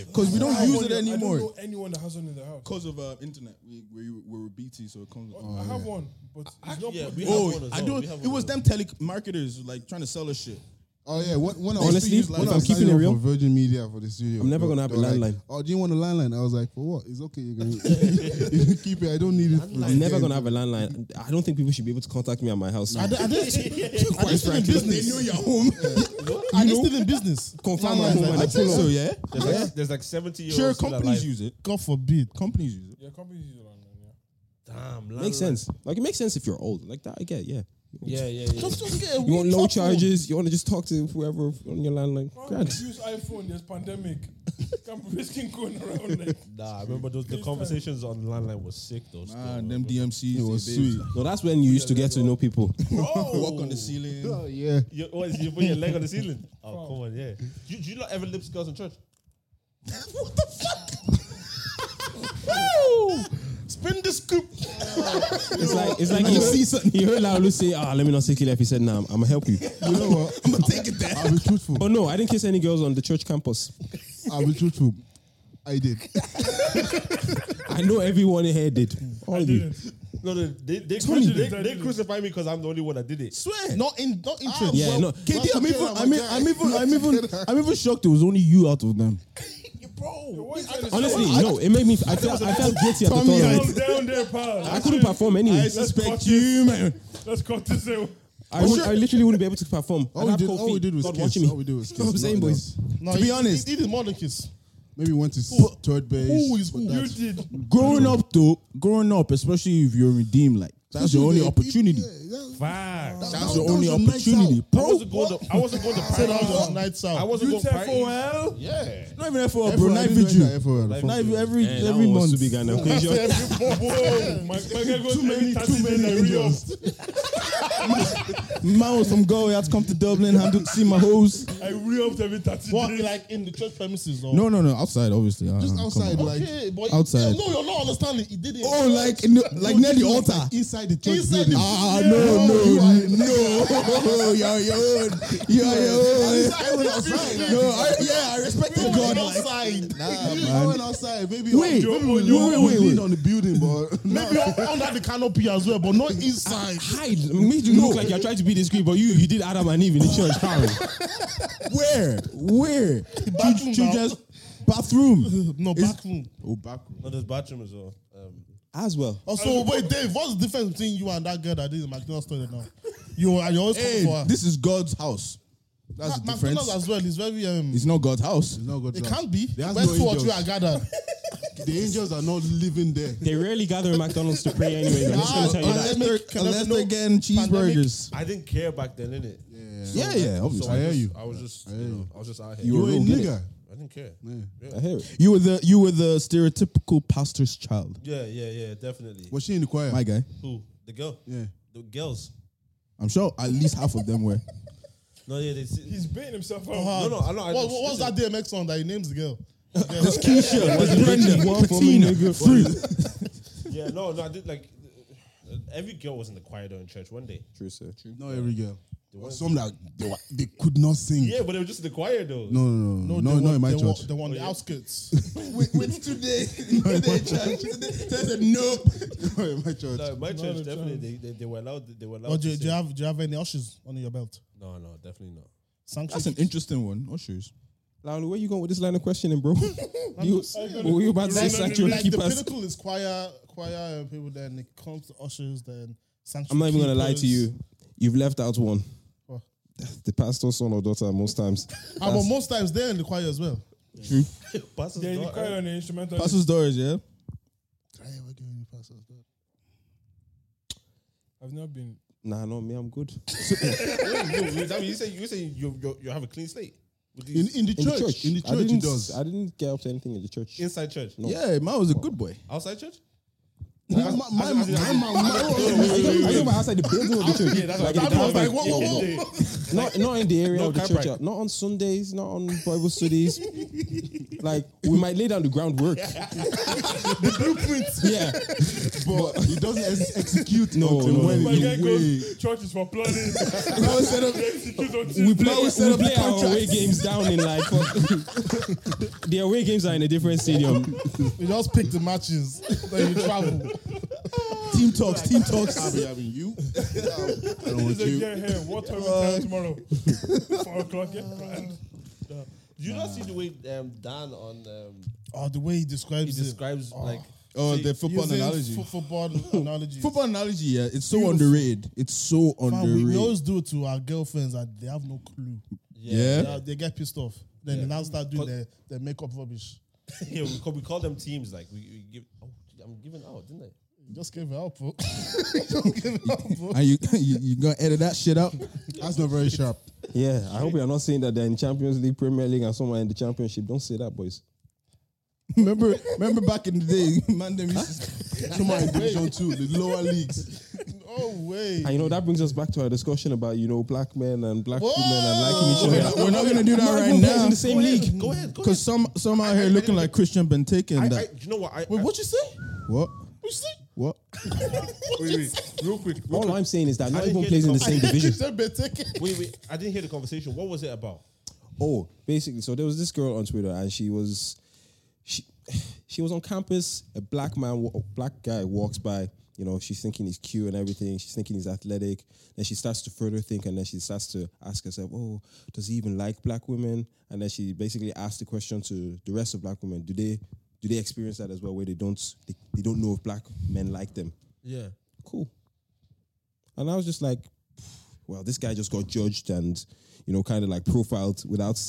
S3: Because we don't use it
S2: I don't
S3: anymore
S2: know anyone that has one in their house.
S3: because of uh, internet. We we we're BT, so it comes.
S6: Oh,
S2: I have one, but it's not.
S1: yeah, we have one
S3: Oh,
S1: as
S3: I
S1: well.
S3: do.
S1: We have
S3: It
S1: one
S3: was
S1: as well.
S3: them telemarketers like trying to sell us shit.
S8: Oh yeah, what, when I
S4: Honestly,
S8: was, when
S4: if
S8: I
S4: I'm
S8: was
S4: keeping
S8: signing
S4: it
S8: up
S4: real-
S8: for Virgin Media for the studio,
S4: I'm never
S8: they-
S4: gonna have
S8: they
S4: a
S8: were like,
S4: landline.
S8: oh, do you want a landline? I was like, for what? It's okay. You can you can keep it. I don't need it. for
S4: I'm never
S8: this
S4: gonna have a landline. I don't think people should be able to contact me at my house.
S6: Are they, are they, are they still in business?
S3: you're home.
S6: Are they still in business?
S4: Confirm my
S6: Landlines,
S4: home
S6: like,
S4: and I
S3: I think
S4: pull
S3: so.
S4: up.
S3: Yeah.
S1: There's like, there's like 70 years.
S3: Sure, companies use it.
S6: God forbid.
S3: Companies use it.
S2: Yeah, companies use landline. Yeah.
S1: Damn,
S4: Makes sense. Like it makes sense if you're old. Like that, I get. Yeah.
S1: Yeah, yeah, yeah.
S6: Just, just get a
S4: You want low
S6: top phone.
S4: charges? You want to just talk to whoever on your landline?
S2: Man,
S4: Grand.
S2: use iPhone. There's pandemic. I'm risking going around like.
S1: Nah, I remember those, the conversations on landline was sick though. still,
S3: Man,
S1: bro.
S3: them DMCs.
S8: It was
S3: they-
S8: sweet.
S4: No, that's when you used to get to know people.
S3: Walk on the ceiling.
S8: Oh yeah.
S1: You, what is you put your leg on the ceiling? Oh, come on, yeah. Do, you- do you not ever lip girls in church?
S6: Spin the scoop.
S4: It's like it's like you see something. You heard Laulu say, "Ah, let me not say kill if He said, "Nah, I'm, gonna help you."
S8: You know what? I'm gonna take it there. I'll be truthful.
S4: oh no, I didn't kiss any girls on the church campus.
S8: I'll be truthful. I did.
S4: I know everyone here did. All of you.
S1: No, no, they they,
S2: Tony,
S1: cruci- they,
S2: they-
S1: they crucify me because I'm the only one that did it.
S3: Swear.
S6: Not in, not in church.
S4: Yeah, no.
S3: KD, I'm even, I'm, even, I'm even, I'm even, I'm even shocked. It was only you out of them.
S4: Honestly, no. It made me. I felt I felt guilty at the
S3: Tommy,
S4: thought.
S2: Calm
S4: of it.
S2: down there, pal.
S4: I couldn't perform anyway.
S3: suspect you, man.
S2: Let's cut this out.
S4: I, would, I literally wouldn't be able to perform.
S8: All we, did, all we did was
S4: God
S8: kiss.
S4: watching me.
S8: All we did was kiss.
S4: You know what I'm saying,
S8: nothing
S4: boys?
S8: else.
S6: No,
S3: To be
S6: he-
S3: honest.
S6: he, he did more than kiss.
S8: Maybe went to s- third base.
S6: who is who?
S8: but
S2: You
S8: that's-
S2: did.
S3: Growing up, though, growing up, especially if you're redeemed, like that's your only
S8: Yeah,
S3: opportunity.
S8: yeah, that-
S1: Facts.
S8: that-
S3: That's
S8: that
S3: your only
S8: was night
S3: opportunity,
S8: out.
S1: I
S3: bro.
S1: wasn't going to. I wasn't going to.
S6: Said that
S1: parties.
S6: was nights out.
S1: I wasn't going to. parties.
S2: well.
S1: Yeah.
S3: Not even FOL,
S8: FOL,
S3: bro.
S8: I
S3: Night
S8: didn't
S3: vigil.
S8: join that FOL, fuck
S3: Night
S8: you.
S3: vi- every
S4: Eh, that
S3: every
S4: one was
S3: month.
S4: to be kind of crazy.
S2: Whoa, my, my guy goes every 30 days I re-up.
S3: Man was from Galway. I had to come to Dublin. Had to see my hoes.
S2: I re-upped every 30
S6: What,
S2: days.
S6: like in the church premises or?
S3: No, no, no. Outside, obviously. Uh,
S8: Just
S3: come
S8: outside,
S3: on.
S8: like
S6: Okay, but
S3: Outside.
S6: No, you're not understanding. He did it.
S3: Oh, like in the, like near the altar.
S8: inside the church
S6: Inside the-
S8: building.
S3: Ah, no, no,
S4: Oh,
S3: no. You're your own. You're your own. No, I, yeah, I respected God. Like,
S6: outside.
S8: I went outside. Maybe
S3: Wait,
S8: on,
S3: wait, wait, wait,
S8: lean
S3: wait.
S8: on the building, but
S6: Maybe under the canopy as well, but not inside.
S4: Ah, Hide. Made you look like you're trying to be discreet, but you you did Adam and Eve in the church. Karen.
S3: where? Where?
S6: Bathroom now.
S3: Children's bathroom.
S6: No, bathroom.
S3: Oh, bathroom.
S1: No, there's bathroom as well. Um,
S4: As well.
S6: Oh, so wait, Dave, what's the difference between you and that girl that did the McDonald's story now? You are you always
S3: Hey,
S6: come for her.
S3: this is God's house. That's
S6: Ma-
S3: the
S6: McDonald's
S3: difference.
S6: as well is very um.
S3: It's not God's house.
S8: no God.
S6: it
S8: knows.
S6: can't be.
S8: There's
S6: When
S8: no
S6: two or three are
S8: angels.
S6: gathered,
S8: The angels are not living there.
S4: They rarely gather in McDonald's to pray anyway. I'm just gonna tell you that.
S3: Unless they're, unless they're
S6: pandemic-
S3: getting cheeseburgers.
S1: I didn't care back then, innit?
S3: Yeah, yeah,
S1: So
S3: obviously.
S1: I,
S8: hear
S1: just,
S8: you.
S1: I was just, you know, I was just out here.
S3: You
S8: You
S3: were
S8: a
S3: wrong, didn't
S8: nigga.
S1: I didn't care.
S4: I hear it.
S3: You were the you were the stereotypical pastor's child.
S1: Yeah, yeah, yeah, definitely.
S8: Was she in the choir?
S3: My guy.
S1: Who? The girl?
S8: Yeah.
S1: The girls?
S3: I'm sure at least half of them were.
S1: No, yeah, they.
S2: He's baiting himself out.
S1: No, no, I know. I
S6: what, what was that DMX song that he names the girl?
S3: Keisha was Brenda, Patina, Free.
S1: Yeah, no, no, I did like. uh, Every girl was in the choir though in church one day.
S4: True, sir. True.
S8: Not every girl. There was some that they, were, they could not sing.
S1: Yeah, but they were just in the choir though.
S8: No, no,
S6: they
S8: no, no, no,
S6: want-
S8: in my
S6: they
S8: church.
S6: Want, they want the outskirts.
S3: With, with today, today church, they said no.
S8: No, in my church.
S1: No, my church definitely they, they, they were allowed. They were allowed.
S6: Or
S1: to
S6: Oh, do, do
S1: sing.
S6: you have do you have any ushers on your belt?
S1: No, no, definitely not.
S6: Sanctuary.
S3: That's an interesting one. Ushers.
S4: Laulu, where you going with this line of questioning, bro? you, were you about to say
S6: like,
S4: sanctuary
S6: like the
S4: keepers?
S6: pinnacle is choir, choir uh, people. Then it comes to ushers. Then sanctuary.
S4: I'm not even gonna lie
S6: keepers.
S4: to you. You've left out one.
S6: What?
S4: The pastor's son or daughter most times.
S6: Ah, but most times they're in the choir as well.
S1: Pastor's
S2: They're in the
S1: daughter-
S2: choir and the instrumental.
S3: Pastor's doors, yeah.
S2: I've not been.
S4: Nah, no, me, I'm good.
S1: Wait, wait, I mean, you say you say you you, you have a clean slate With
S8: In,
S1: these-
S8: in the
S4: In
S8: church.
S4: the church.
S8: In the
S4: I
S8: church,
S4: didn't,
S8: it does.
S4: I didn't get up to anything in the church.
S1: inside church,
S3: Yeah, man was a good boy.
S1: outside church.
S8: My, my, my, my, my,
S4: I talking about outside the building of the church.
S1: that's
S4: like
S1: what
S4: in
S1: I'm
S4: the
S1: talking
S4: downstairs.
S1: about. Yeah, yeah,
S4: Not, not in the area
S1: No
S4: of the
S1: car
S4: church.
S1: park.
S4: Not on Sundays. Not on Bible studies. like we might lay down the groundwork. the blueprint.
S8: but he doesn't ex- execute
S4: No,
S8: until
S4: no,
S8: when
S4: no.
S2: My
S8: it's
S2: guy
S8: the way.
S2: goes, church is for planning.
S8: Now set up-
S2: Execute on
S4: Yeah, we
S2: Tuesday.
S4: play,
S8: Now we
S4: we
S8: set up the
S4: play our away
S8: contracts.
S4: games down in like the away games are in a different stadium.
S6: You just pick the matches that you travel.
S8: team talks, team talks.
S6: you?
S8: And
S2: He's
S8: with
S2: like,
S8: you-
S2: yeah, yeah, what time is time tomorrow? Four o'clock, yeah. planned.
S1: Do you not see the way um, Dan on um,
S6: Oh, the way he
S1: he
S6: describes it.
S1: describes like
S3: Oh,
S1: See,
S3: the football
S6: Using
S3: analogy.
S6: fo- football analogy.
S3: football analogy, yeah, it's so
S6: Beautiful.
S3: underrated. It's so
S6: Man,
S3: underrated.
S6: we, we always do it to our girlfriends and they have no clue.
S3: yeah.
S6: They, are- they get pissed off. Then they now start doing
S1: But-
S6: their, their makeup rubbish.
S1: yeah, we call, we call them teams. Like we, we give. Oh, I'm giving out, didn't I?
S6: Just give it up, bro. Just give it up, bro.
S3: And you, you you gonna edit that shit out?
S8: That's not very sharp.
S4: Yeah, I hope you're not saying that they're in Champions League, Premier League, and somewhere in the Championship. Don't say that, boys.
S3: remember, remember back in the day, man, them used to-
S8: Come on, Division Two, the lower leagues.
S6: No way.
S4: And you know that brings us back to our discussion about you know black men and black women and liking each other.
S3: We're not gonna do that
S4: Man,
S3: right
S4: who plays
S3: now.
S4: in the same league.
S1: Go ahead. Go
S3: Cause some some out here looking like Christian Benteke and
S1: ahead. I, I,
S3: that.
S1: do you know what? I,
S6: Wait,
S1: I-
S6: what you say?
S3: What?
S6: What you say?
S3: What?
S9: wait, wait, real quick. Real
S4: All
S9: quick.
S4: I'm saying is that
S1: I
S4: not
S1: didn't
S4: even
S1: get
S4: plays in the
S1: the
S4: same division.
S1: wait, wait. I didn't hear the conversation. What was it about?
S4: Oh, basically, so there was this girl on Twitter, and she was, she, she was on campus. A black man, wa- black guy walks by. You know, she's thinking he's cute and everything. She's thinking he's athletic. Then she starts to further think, and then she starts to ask herself, "Oh, does he even like black women?" And then she basically asks the question to the rest of black women: Do they, do they experience that as well, where they don't, they, they don't know if black men like them?
S1: Yeah.
S4: cool. And I was just like, well, this guy just got judged and, you know, kind of like profiled without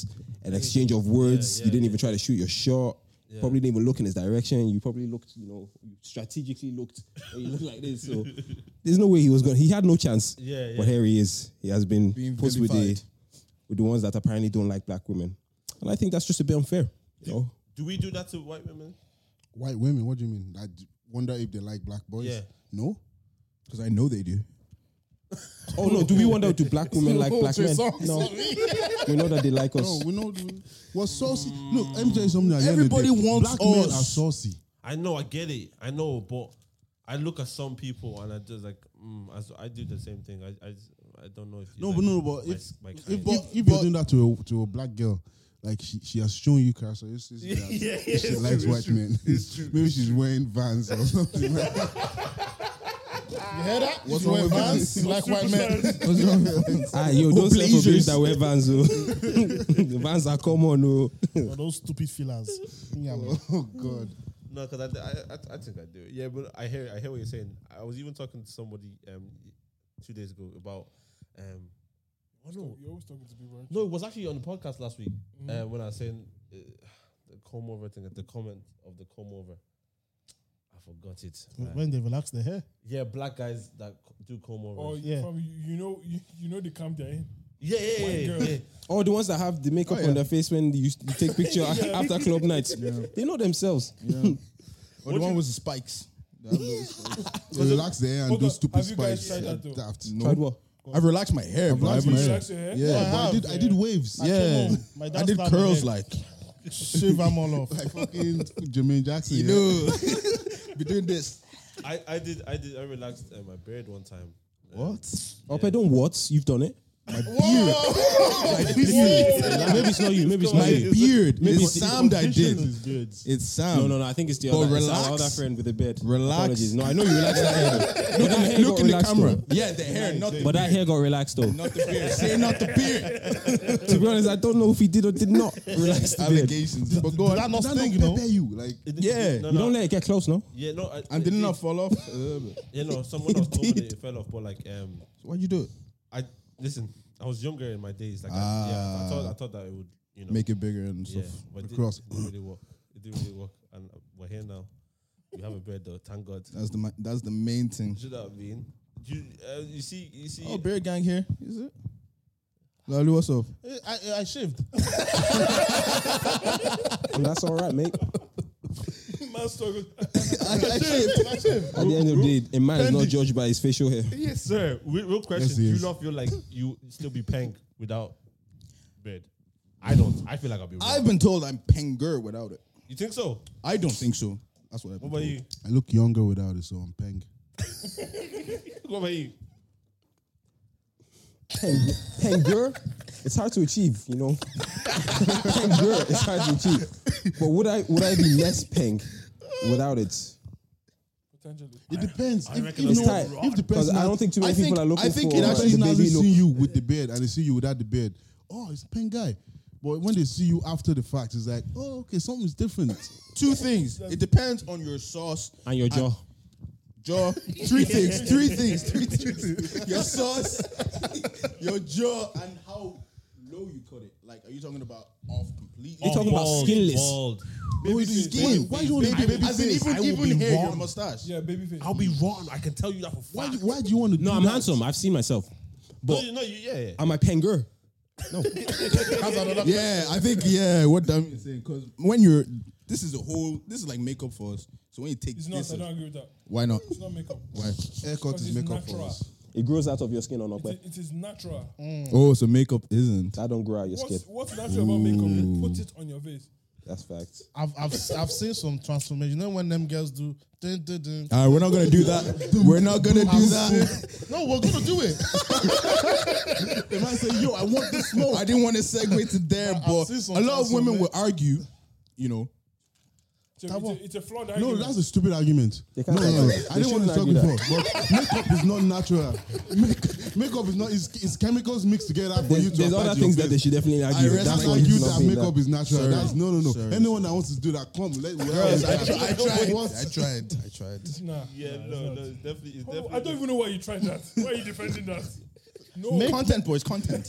S4: an exchange of words.
S1: yeah,
S4: you didn't even try to shoot your shot. Probably didn't even look in his direction. You probably looked, you know, you strategically looked. and you looked like this. So there's no way he was going. He had no chance.
S1: Yeah, yeah.
S4: But here he is. He has been
S3: Being
S4: pushed with the
S3: vilified.
S4: with the ones that apparently don't like black women, and I think that's just a bit unfair. You know?
S1: Do we do that to white women?
S8: White women, what do you mean? I d- wonder if they like black boys.
S1: Yeah.
S8: No.
S3: Because I know they do.
S4: Oh no! Do we wonder do black women like black men? No, we know that they like us.
S8: No, we know. What's saucy? Look, let me tell you something. at the end of the
S3: Everybody
S8: day,
S3: wants
S8: black men
S3: us.
S8: are saucy.
S1: I know. I get it. I know, but I look at some people and I just like. Mm, I s- I, do the same thing. I I, s- I don't know if you
S8: No,
S1: like
S8: but no,
S1: my-
S8: but if,
S1: my
S8: if,
S1: kind.
S8: if, if you're doing that to a, to a black girl, like she, she has shown you characteristics that
S9: Yeah, yeah,
S8: she
S9: it's
S8: likes
S9: true,
S8: white
S9: it's true,
S8: men.
S9: it's true.
S8: Maybe she's wearing Vans or something. like that.
S6: You hear that?
S3: What's
S6: you
S3: wrong
S6: wear
S3: with
S6: Vans, you like white men.
S3: What's wrong with
S4: Ah, yo, those
S3: Go
S4: self abuse
S3: Blazers.
S4: that wear vans, oh. the vans are common, oh.
S6: Or those stupid fillers. Yeah, man.
S8: oh God.
S2: Mm.
S1: No, because I, I, I, I think I do. Yeah, but I hear I hear what you're saying. I was even talking to somebody um two days ago about um
S2: You're always talking to people, right?
S1: no, it was actually on the podcast last week
S3: Mm-hmm.
S1: uh, when I was saying uh, the comb over thing, uh, the comment of the comb over. I forgot it. Uh,
S6: When they relax their hair.
S1: yeah, black guys that c- do comb over.
S3: Oh,
S2: Or
S6: Yeah.
S2: from, Oh, you you know, you, you know the camp they're in.
S1: yeah, yeah, yeah, yeah,
S2: girl.
S1: yeah.
S4: Or the ones that have the makeup on their face when you, you take picture a- after club nights. They know themselves.
S3: Or the one with the spikes. That looks-
S8: They relax their hair and
S2: Hold
S8: do
S2: on,
S8: stupid
S2: have you guys
S8: spikes.
S2: tried that though?
S8: Daft.
S3: No.
S4: Tried what?
S3: I've relaxed my hair, bro. I've
S8: relaxed
S3: my
S8: your
S3: hair.
S2: Relax your hair.
S3: Yeah.
S6: I
S8: But I
S6: have,
S8: did. I did waves.
S6: I
S3: Yeah.
S6: came home, my dad
S3: I did
S6: slapped my
S3: curls
S6: head.
S3: like
S6: Shave them all off.
S8: Like fucking Jermaine Jackson.
S3: you
S8: yeah.
S3: know. be doing this.
S1: I, I did I did I relaxed uh, my beard one time.
S3: What?
S4: Up, I don't what? You've done it.
S3: My beard. my beard.
S4: maybe it's not you. Maybe it's not
S3: My
S4: you.
S3: beard.
S4: Maybe
S3: It's
S4: it's-
S3: Sam that did.
S6: good.
S3: It's Sam.
S4: No, no, no. I think it's the
S3: But
S4: other, it's our
S3: relax.
S4: other friend with the bed.
S3: Relax.
S4: Apologies. No, I know you relaxed that hair. Look,
S3: Look in the camera. Yeah, the hair, not the
S4: But that hair got relaxed though.
S3: not the beard. Say not the beard.
S4: to be honest, I don't know if he did or did not relax the beard.
S3: Allegations. But
S6: Did that not
S8: That
S6: sting,
S8: not
S6: you know?
S8: pepper you like.
S1: It- it-
S3: Yeah.
S1: no,
S4: You
S1: no,
S4: don't let it get close, no?
S1: yeah, no, I,
S3: and
S1: it-
S3: didn't
S1: it-
S3: I fall off? Uh, but-
S1: Yeah, no, someone else told me that it fell off, but like um.
S3: Why'd you do it?
S1: I listen. I was younger in my days. Like, I, yeah, I
S3: Ah.
S1: thought I thought that it would, you know,
S3: Make it bigger and
S1: yeah,
S3: stuff.
S1: but it
S8: across.
S1: didn't, it didn't really work. It didn't really work, and uh, we're here now. We have a beard though. Thank God.
S3: That's the ma- that's the main thing.
S1: Should that have been? Do you, uh, you see, you see.
S3: Oh, beard gang here, is it? Lalu, what's up?
S6: I, I shaved.
S4: And that's all right, mate.
S2: Man struggle.
S4: At the end of the day, a man is not judged by his facial hair.
S1: yes, sir. Real, real question.
S8: he
S1: do you
S8: is.
S1: not feel like you still be paying without bed? I don't. I feel like I'll be. Wrong.
S3: I've been told I'm penger without it.
S1: you think so?
S3: I don't think so. That's what I've
S1: What
S3: been
S1: about
S3: told.
S1: you?
S8: I look younger without it, so I'm peng.
S1: What about you?
S4: Peng- Penger, it's hard to achieve, you know. Penger, it's hard to achieve. But would I would I be less peng without it?
S2: Potentially.
S8: It depends. if, if,
S4: It's
S8: no-
S4: tight.
S8: if the
S4: 'Cause
S8: person,
S4: I don't think too many
S8: I
S4: people
S8: think,
S4: are looking
S8: I think
S4: for
S8: it actually
S4: the
S8: now they
S4: baby look.
S8: see you with the beard and they see you without the beard. Oh, it's a pen guy. But when they see you after the fact, it's like, oh, okay, something's different.
S3: Two things. It depends on your sauce,
S4: And your jaw.
S3: jaw. Three things. Three things. Three things. Your sauce, your jaw, and how low you cut it. Like, are you talking about off completely?
S4: You're talking about skinless.
S1: Bald.
S3: Baby skin. Why you want to baby, baby As in even, even hair, your mustache.
S2: Yeah, baby face.
S1: I'll be wrong. I can tell you that for
S8: Why,
S1: fact.
S8: do- why do you want to
S4: No,
S8: do
S4: I'm
S8: that?
S4: handsome. I've seen myself.
S1: no, you, no, you, yeah, yeah.
S4: Am I penger?
S3: Yeah, I think yeah. What Dami is saying, because when you're, this is a whole. This is like makeup for us. So when you take
S2: It's not.
S3: this,
S2: I don't agree with that.
S3: why not?
S2: It's not makeup.
S3: Why?
S8: Haircut
S2: Because
S8: is
S2: it's
S8: makeup for
S2: natural.
S8: us.
S4: It grows out of your skin or not,
S2: It,
S4: but
S2: i- it is natural.
S3: Oh, so makeup isn't.
S4: that don't grow out your skin.
S2: What's, what's natural about makeup? You put it on your face.
S4: That's fact.
S6: I've, I've, I've seen some transformation. You know when them girls do. Dun, dun, dun.
S3: All right, we're not gonna do that. We're not gonna do that.
S6: No, we're gonna do it.
S3: The man said, "Yo, I want the smoke." I didn't want to segue to there, but
S6: seen some
S3: a lot of women
S6: transformation.
S3: will argue. You know,
S2: So it's, a, it's a flawed
S8: No,
S2: argument.
S8: that's a stupid argument.
S4: They
S8: No,
S4: can't
S8: no, no.
S4: argue.
S8: I
S4: They
S8: didn't want to talk
S4: shouldn't
S8: before.
S4: argue
S8: But makeup is not natural. Make, makeup is not. It's, it's chemicals mixed together for
S4: There's,
S8: you to.
S4: there's
S8: apply
S4: other
S8: to your
S4: things
S8: face.
S4: that they should definitely argue.
S8: I rest
S4: That's
S8: and
S4: why
S8: argue
S4: he's
S8: that
S4: not being
S8: makeup
S4: that.
S8: is natural.
S3: Sorry.
S8: That's no, no, no.
S3: Sorry.
S8: Anyone that wants to do that, come.
S3: I, I
S8: Let,
S3: tried. I tried. I tried.
S2: nah.
S1: Yeah, no, no, it's definitely, it's
S2: Oh,
S1: definitely.
S2: I don't even know why you tried that. Why are you defending that? No.
S3: Content, boys. Content.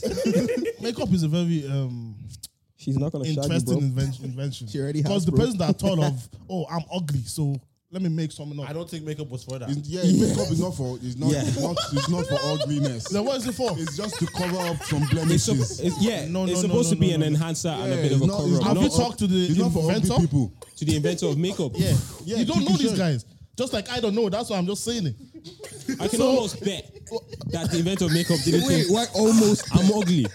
S6: Makeup is a very um,
S4: She's not gonna shag you,
S6: interesting
S4: bro.
S6: invention. invention.
S3: She already has,
S6: Because the
S3: bro.
S6: person that thought of, oh, I'm ugly, so let me make something up.
S1: I don't think makeup was for that.
S8: It's- yeah, makeup is not for. It's not.
S4: Yeah.
S8: It's not, it's not for ugliness.
S6: Then what is it for?
S8: It's just to cover up some
S4: It's, sup-
S8: blemishes.
S4: it's- yeah,
S6: No,
S4: it's
S6: no, no,
S4: supposed
S6: no,
S4: to be
S6: no,
S4: an
S6: no.
S4: enhanced enhancer and
S8: Yeah,
S4: a bit of
S8: it's
S4: a
S8: not-
S4: cover
S8: it's
S4: up.
S8: not
S6: Have
S4: Not
S6: you
S8: for-
S6: talked to the
S8: It's not for ugly
S6: inventor?
S8: people.
S4: to the inventor of makeup.
S6: Yeah.
S8: Yeah,
S6: you don't
S8: keep
S6: know
S8: it
S6: these
S8: short.
S6: guys. Just like I don't know. That's why I'm just saying it.
S4: I can almost bet that the inventor of makeup didn't
S3: Wait,
S4: think
S3: why almost?
S4: I'm ugly.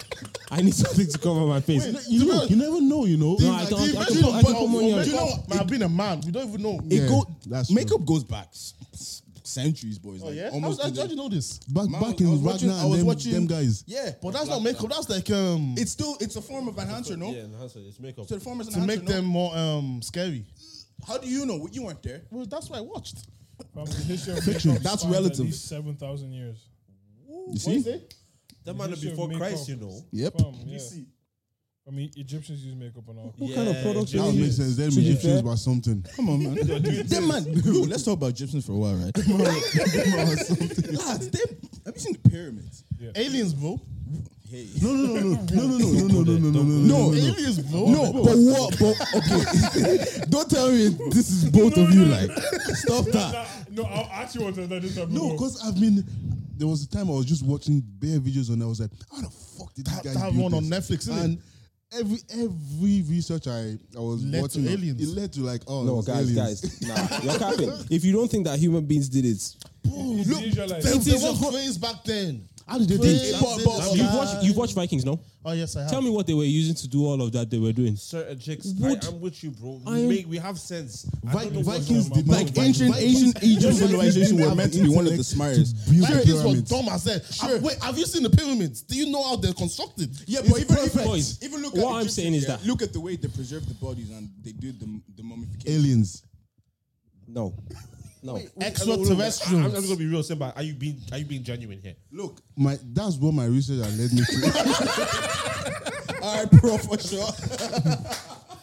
S4: I need something to cover my face.
S8: You, know, you never know. You know.
S4: No, I don't. I can put, I can put money on
S6: you
S4: it.
S6: know, I've been a man. We don't even know.
S3: It
S8: Yeah,
S3: go
S8: that's true.
S3: makeup goes back s- s- centuries, boys.
S6: Oh,
S3: like,
S6: yeah?
S3: almost.
S6: how,
S3: to
S6: how, how
S3: the-
S6: do you know this?
S8: Back,
S3: Man,
S8: back
S3: I
S8: in
S3: was
S8: Wagner
S3: watching- I
S8: and
S3: was
S8: them,
S3: watching-
S8: them guys.
S3: Yeah,
S6: But that's not makeup. That's like um
S3: it's still it's a form of enhancer, no?
S1: Yeah, enhancer. It's makeup.
S3: So the form is
S6: to
S3: enhancer.
S6: make
S3: no?
S6: them more um scary.
S3: How do you know? You weren't there.
S6: Well, that's what I watched.
S2: From the history of
S8: Fiction.
S2: makeup
S3: That's
S2: spans at
S3: relative.
S2: least 7,000 years.
S3: You see?
S1: That man was
S2: The history of
S1: before
S2: makeup
S1: Christ, you know.
S3: Yep.
S2: From, yeah. I mean, Egyptians use makeup and all.
S4: What kind of products
S8: That would
S4: Yeah.
S8: make sense. Them
S4: To be
S8: Egyptians
S4: fair-
S8: were something.
S3: Come on, man. them man. Yo, let's talk about gypsians for a while, right? Them man was something. Lads, them- have you seen the pyramids?
S6: Aliens, bro.
S3: Hey.
S8: No, no, no, no, no, no, no, no, no, no, no, no,
S3: No,
S6: Aliens, bro.
S3: No, but what? But okay, don't tell me this is both of you. Like, stop that.
S2: No, I actually want to know this.
S8: No, because I've been. There was a time I was just watching bare videos and I was like, how the fuck did these
S6: That-
S8: guys
S6: that
S8: build
S6: one on
S8: this?
S6: Netflix, isn't it?
S8: and every every research I I was
S6: Led to
S8: watching,
S6: aliens.
S8: it led to like, oh, it
S4: No,
S8: was
S4: guys,
S8: aliens.
S4: guys, nah, you're capping. If you don't think that human beings did it,
S2: look, Israelites.
S6: It
S4: is
S6: is
S4: a
S6: a phase back then.
S8: How did they do
S6: They-
S8: it?
S3: But, but,
S4: you've watched, you've watched Vikings, no?
S6: Oh yes, I have.
S4: Tell me what they were using to do all of that they were doing.
S1: Certain chicks.
S4: Would-
S1: I, am with you, bro.
S4: I
S1: We,
S4: am-
S1: make, we have sense. I
S8: Vi-
S1: don't know what's
S8: Vikings
S1: wrong
S8: did
S1: with
S8: not-
S1: my-
S3: like ancient ancient Egypt civilization were meant to be one of the smartest.
S8: Build
S6: Vikings were
S8: pyramids.
S6: dumb as hell. Ah, Wait, have you seen the pyramids? Do you know how they're constructed?
S3: Yeah, but even,
S4: perfect.
S3: even,
S4: Boys,
S3: even look
S4: what
S3: at
S4: I'm saying is
S3: Egyptians,
S4: that-
S3: look at the way they preserve the bodies and they do the, the mummification.
S8: Aliens.
S4: No, no.
S6: Extraterrestrials.
S1: I'm, I'm gonna be real simple. Are you being are you being genuine here?
S3: Look,
S8: My that's what my research had led me to.
S3: all right, bro, for sure.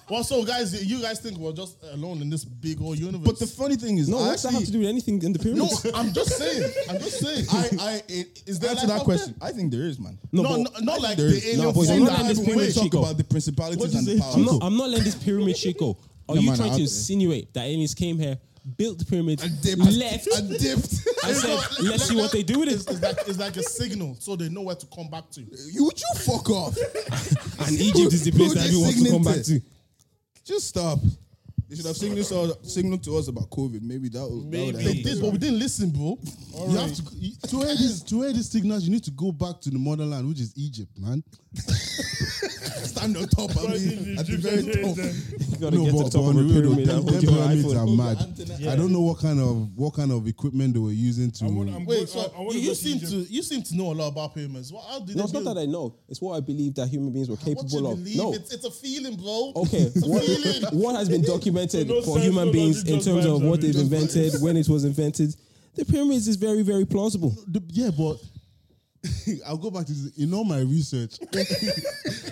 S6: Well, so guys, you guys think we're just alone in this big old universe?
S3: But the funny thing is,
S4: No,
S3: I
S4: what's that have to
S3: actually,
S4: do with anything in the
S6: no,
S4: pyramids?
S6: I'm just saying. I'm just saying.
S3: I, I, it, is there
S6: Answer
S3: like
S6: that
S3: up
S6: question.
S3: there? I think there is, man.
S6: no,
S4: but-
S6: no, not like
S3: there
S6: the
S3: is.
S6: alien
S4: No, boys,
S6: thing
S4: I'm not
S6: that
S4: in this
S6: happened.
S4: pyramid
S6: Wait,
S3: talk
S4: Chico.
S3: about the principalities
S6: What'd
S3: and
S6: you
S3: the
S6: say?
S3: powers.
S4: I'm not, I'm not letting this pyramid shit go. Are you
S3: man,
S4: trying
S3: I-
S4: to insinuate that aliens came here, built the pyramids,
S3: and dipped.
S4: left,
S3: And dipped.
S4: and said, let's see what they do with
S6: It's,
S4: it?
S6: it's like, it's like a signal, so they know where to come back to.
S3: you, would you fuck off?
S4: And Egypt is the place
S3: Who
S4: that everyone wants to come back to.
S3: designated? Just stop. They should have signaled, to us- signaled to us about COVID. Maybe that would. That would
S1: Maybe.
S8: They did, but we didn't listen, bro. you have to to wear these to wear these signals. You need to go back to the motherland, which is Egypt, man. Stand on top. I mean, at the very top.
S4: You gotta
S8: No,
S4: get to the top of
S8: but, but
S4: the
S8: on the
S4: pyramid and
S8: pyramid, them
S4: hold your
S8: pyramids
S4: iPhone.
S8: are mad. I don't know what kind of what kind of equipment they were using to.
S2: I wanna- I'm
S6: Wait,
S2: good-
S6: so
S2: I- I wanna
S6: you,
S2: go
S6: you
S2: to
S6: seem
S2: Egypt.
S6: to you seem to know a lot about pyramids. Well, how did
S4: No,
S6: they
S4: it's not
S6: build-
S4: that I know. It's what I believe that human beings were
S6: What you
S4: capable of.
S6: believe?
S4: No.
S6: It's, it's a feeling, bro.
S4: Okay.
S6: It's a feeling.
S4: What, what has been documented
S2: No
S4: for
S2: science,
S4: human
S2: no
S4: beings
S2: logic,
S4: in
S2: just
S4: terms
S2: vibes,
S4: of
S2: I
S4: what
S2: mean,
S4: they've invented, when it was invented? The pyramids is very, very plausible.
S8: The- yeah, but I'll go back to this. in all my research.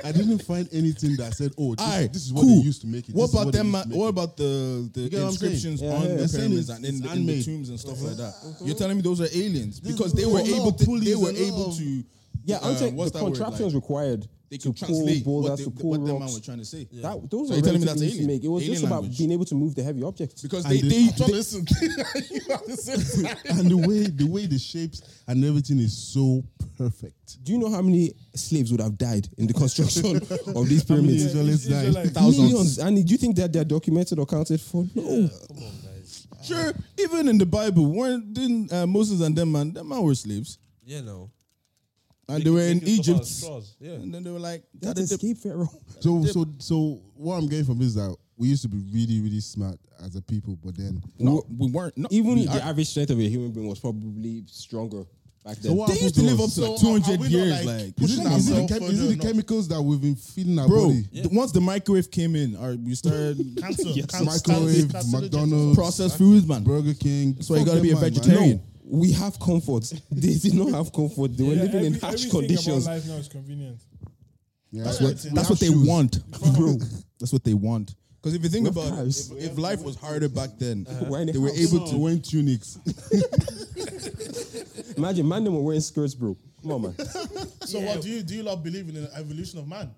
S8: I didn't find anything that said, "Oh, this,
S3: Aye,
S8: this is
S3: cool.
S8: what they used to make it."
S3: What
S8: This is
S3: about
S8: they
S3: them? uh,
S8: used to make
S3: What
S8: it.
S3: about the the
S8: get what I'm saying?
S3: inscriptions
S4: Yeah,
S3: on
S4: yeah.
S3: the
S8: They're saying
S3: pyramids
S8: it's-
S3: and in,
S8: it's
S3: the- in the
S8: handmade.
S3: tombs and stuff like that? You're telling me those are aliens because they
S8: no-
S3: were
S8: a lot
S3: able
S8: of
S3: to. They
S8: pulleys,
S3: were
S8: a lot
S3: able
S8: of-
S3: to.
S4: Yeah, I'm
S3: uh,
S4: saying
S3: what's
S4: the
S3: that word
S4: contraptions
S3: like?
S4: required
S3: They
S4: to
S3: can
S4: pull
S3: translate what,
S4: boulders,
S3: they,
S4: to pull
S3: what that man
S4: rocks.
S3: was trying to say.
S4: That, those
S3: So
S4: are
S3: you're telling me
S4: relatively
S3: that's
S4: easy to
S3: alien?
S4: make. It was
S3: Alien
S4: just about
S3: language.
S4: being able to move the heavy objects.
S3: because
S8: And
S3: uh, they,
S8: they-
S3: they,
S8: I'm
S3: they-
S8: and the way the way the shapes and everything is so perfect.
S4: Do you know how many slaves would have died in the construction of these pyramids?
S8: Israel- Israelites died.
S2: Israelites.
S4: Millions. And do you think that they're documented or counted for? No.
S3: sure, even in the Bible, weren't didn't uh, Moses and them man, them man were slaves,
S1: Yeah, no.
S3: and they were in
S1: Think it's about
S3: Egypt,
S1: straws, Yeah.
S3: and then they were like,
S4: That escape Pharaoh.
S8: So so so what I'm getting from this is that we used to be really really smart as a people, but then
S3: no, we weren't. No,
S4: Even
S3: we
S4: the
S3: are-
S4: average strength of a human being was probably stronger back then.
S8: what
S3: they used to
S8: happened
S3: live
S8: us?
S3: up to
S6: So
S3: like
S6: are- are
S3: 200
S6: we not,
S3: years,
S6: like,
S3: like
S8: Is it,
S6: pushing
S8: is it the,
S6: ourselves
S8: chem- is it
S6: further
S8: the
S6: or not?
S8: chemicals that we've been feeding our
S3: bro.
S8: body?
S3: th- once the microwave came in, or we started
S6: Cancel, cancel,
S8: Microwave,
S6: cancel, cancel,
S8: McDonald's,
S3: processed foods, man.
S8: Burger King.
S3: That's why you
S8: Fuck
S3: gotta be a
S8: them, man, man.
S3: vegetarian.
S4: No, we have comfort. They did not have comfort. They were
S2: Yeah,
S4: living in
S2: every-
S4: harsh
S2: everything
S4: conditions.
S2: About life now is convenient.
S8: Yeah.
S3: That's what
S8: We
S3: that's
S8: have
S3: what they
S8: shoes.
S3: want, bro. That's what they want. Because if you think
S4: We have
S3: about it,
S4: cars.
S3: if, if life was harder back then,
S4: We're in a
S3: they were
S4: house.
S3: able to win tunics.
S4: Imagine, man, them were wearing skirts, bro. Come on, man.
S6: So what do you do? You lot believe in the evolution of man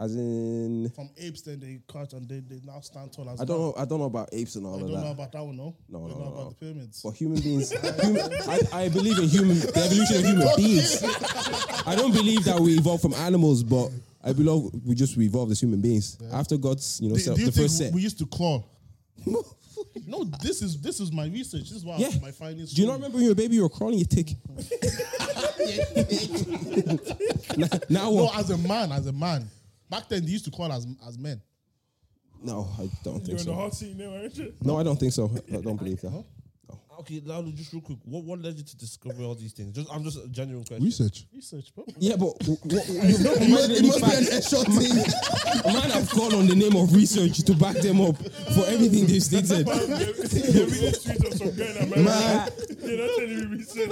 S4: As in,
S6: from apes? Then they cut and they, they now stand tall as.
S4: I don't know. I don't know about apes and all
S6: I
S4: of
S6: don't
S4: that.
S6: know about that one. No.
S4: No,
S6: I
S4: no,
S6: don't know
S4: no,
S6: about
S4: no.
S6: the pyramids.
S4: But human beings, human, I, I believe in human the evolution of human beings. I don't believe that we evolved from animals, but I believe we just we evolved as human beings after God's, you know,
S6: Do,
S4: se-
S6: do you
S4: the
S6: think
S4: first set.
S6: we used to claw? no, this is this is my research. This is why
S4: yeah.
S6: my findings.
S4: Do you not remember when you were a baby, you were crawling your tick? now, now
S6: No,
S4: what?
S6: as a man, as a man. Back then, they used to call as as men.
S4: No, I don't
S2: You're
S4: think
S2: in the
S4: so.
S2: hot seat now, aren't you?
S4: No, I don't think so. I don't believe that.
S1: Okay, Lalo, just real quick. What what led you to discover all these things? Just I'm just a genuine question.
S8: Research.
S6: Research, bro.
S4: Yeah, but w- w- you've not provided
S3: it
S4: any
S3: must be an
S4: facts.
S3: extra thing.
S4: Man have called on the name of research to back them up for everything they've stated.
S2: Every day tweet of some guy in America.
S4: Man.
S2: They're not telling me research.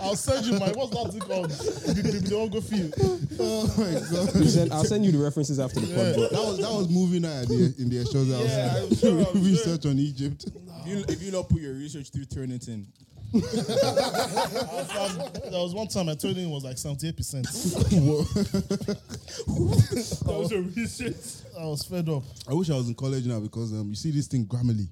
S6: I'll send you my what's that thing called? Bibliography.
S8: Oh my god.
S4: Send- I'll send you the references after the pod.
S8: that was that was movie night at the, in the shows.
S2: Yeah,
S8: I
S2: I'm
S8: was
S2: sure, I'm
S8: research on Egypt.
S3: If you, if you not put your research through Turnitin,
S6: There was one time I told him it was like 78%.
S2: That was your research.
S6: I was fed up.
S8: I wish I was in college now because um, you see this thing Grammarly.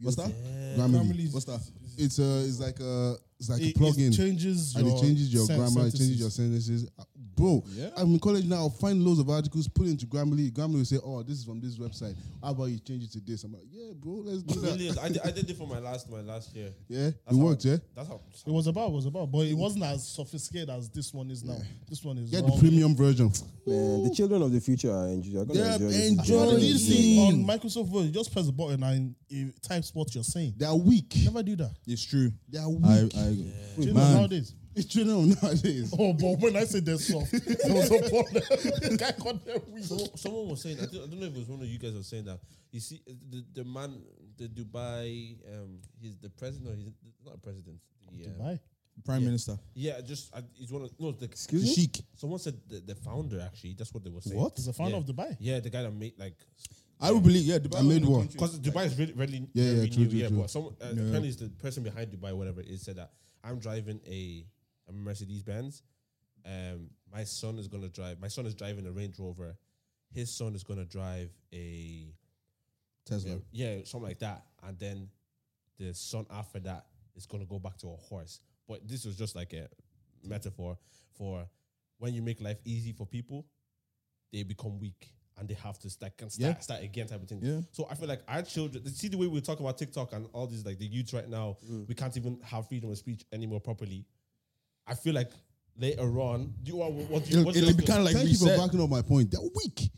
S8: What's that? Grammarly. What's that? It's a it's like a it's like
S6: It,
S8: a plugin.
S6: it changes your
S8: and it changes your
S6: sen-
S8: grammar, it changes
S6: sentences.
S8: your sentences. Uh, Bro, I'm in college now. I'll find loads of articles, put it into Grammarly. Grammarly will say, "Oh, this is from this website. How about you change it to this?" I'm like, "Yeah, bro, let's do that."
S1: Really, I, did, I did it for my last my last year.
S8: Yeah, it
S1: That's how-
S8: worked. Yeah,
S1: That's how.
S6: It was about, it was about, but it wasn't as sophisticated as this one is now. This one is
S8: get the
S6: all-
S8: premium version.
S4: Man, the children of the future are, enjoy, are gonna
S8: They're
S4: enjoy. this.
S8: enjoying
S6: But this thing
S8: Mm.
S6: on Microsoft Word, you just press the button and it types what you're saying.
S8: They are weak.
S6: Never do that.
S3: it's true.
S8: They are weak.
S3: I, I
S6: Children
S3: man.
S6: nowadays.
S8: it's you know nowadays.
S6: Oh, but when I said they're soft, there was a problem. Guy called them weak.
S1: Someone, someone was saying, I, think, I don't know if it was one of you guys was saying that. You see, the, the man, the Dubai, um, he's the president. Or he's not a president. Yeah,
S6: Why?
S3: prime minister.
S1: yeah. Just I, he's one of no. The,
S4: Excuse me?
S3: Sheikh.
S1: Someone said the, the founder. Actually, that's what they were saying.
S3: What?
S6: He's a fan
S1: yeah.
S6: of Dubai.
S1: Yeah, the guy that made like
S3: I would believe. Yeah, Dubai
S8: I made one.
S1: because Dubai is really really
S8: Yeah, yeah,
S1: really
S8: true,
S1: new.
S8: true,
S1: yeah,
S8: true.
S1: but some uh, apparently it's the person behind Dubai, whatever it is, said that I'm driving a, a Mercedes Benz. Um, my son is gonna drive. My son is driving a Range Rover. His son is gonna drive a
S3: Tesla.
S1: yeah, something like that. And then the son after that is gonna go back to a horse. But this was just like a metaphor for when you make life easy for people, they become weak and they have to start, can start,
S3: Yeah.
S1: start again type of thing.
S3: Yeah.
S1: So I feel like our children, see the way we talk about TikTok and all these like the youth right now,
S3: Mm.
S1: we can't even have freedom of speech anymore properly. I feel like later on, do you want what do you
S3: It'll,
S1: what's
S3: it'll
S1: your-
S3: be kind of like
S8: Thank you for
S3: reset.
S8: backing up my point. They're weak.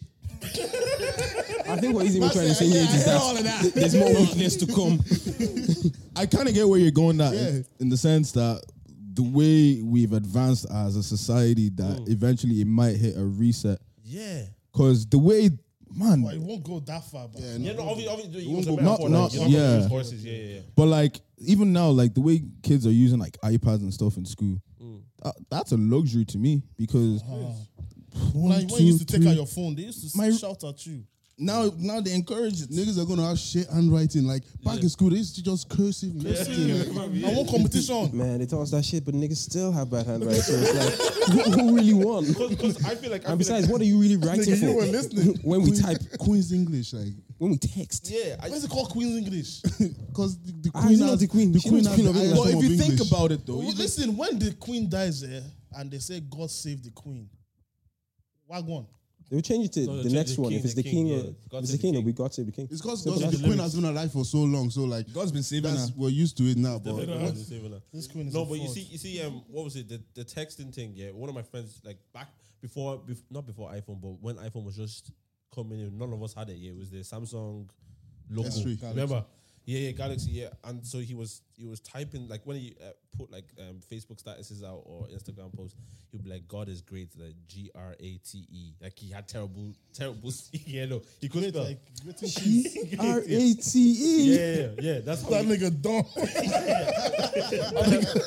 S4: I think what he's even trying to say here is that, there's more weakness to come.
S3: I kind of get where you're going that
S8: Yeah.
S3: in, in the sense that the way we've advanced as a society that
S2: Mm.
S3: eventually it might hit a reset
S1: yeah.
S3: because the way man
S6: It won't go that far, but
S8: Yeah,
S1: Yeah,
S8: no.
S1: no, obviously, obviously you want to
S3: go
S1: make
S3: back.
S1: for
S3: Not-
S1: that. You're
S3: not-
S1: not gonna
S3: yeah.
S1: use horses, yeah, yeah, yeah.
S3: but like even now like the way kids are using like iPads and stuff in school
S4: Mm.
S3: tha- that's a luxury to me because one,
S6: like when
S3: two,
S6: you used to take
S3: three-
S6: out your phone, they used to
S3: My-
S6: shout at you.
S3: now now they encourage it
S8: Niggas are gonna have shit handwriting. Like back in school, they used to just cursive. everything.
S6: I want competition.
S4: Man, they tell us that shit, but niggas still have bad handwriting. So it's like, who, who really won?
S1: Because I feel like I
S4: And
S1: feel like-
S4: besides, what are you really writing
S8: Nigga,
S4: for?
S8: you were listening.
S4: when we type,
S8: Queen's English, like
S4: when we text.
S1: yeah, I,
S6: What's it called, Queen's English?
S8: because the, the
S4: Ah,
S8: queen
S4: is it not
S8: has-
S4: the queen? She was
S8: has
S4: queen of
S8: the
S4: England.
S8: highest
S4: But if
S8: form of
S4: you think
S8: English.
S3: about it though
S6: Well, listen, when the Queen dies there, and they say God save the Queen, wagwan.
S4: They'll change it to
S1: they'll
S4: the
S1: change
S4: next
S1: the
S4: one.
S1: king,
S4: if it's
S1: the
S4: the king,
S1: king,
S4: or,
S1: yeah. God
S4: if it's the
S1: save the
S4: king, it'll
S1: king.
S4: be God save the king.
S8: It's because
S4: So
S8: the
S4: that's-
S8: queen has been alive for so long, so like
S3: God's been saving
S8: that's
S3: us
S8: we're used to it now. But
S6: This Queen is
S1: no,
S6: a
S1: but you
S6: fraud.
S1: see, you see, um, what was it? The, the texting thing. Yeah, one of my friends, like back before, bef- not before iPhone, but when iPhone was just coming in, none of us had it. Yeah, it was the Samsung local.
S8: S3.
S1: Remember? Yeah, yeah, Galaxy. Yeah, and so he was he was typing like when he uh, put like um, Facebook statuses out or Instagram posts, he'd be like, "God is great," like G R A T E. Like he had terrible, terrible. yeah, no, he couldn't spell.
S6: like waiting
S4: R A T E.
S1: yeah, yeah, yeah, that's how he-
S6: nigga dumb.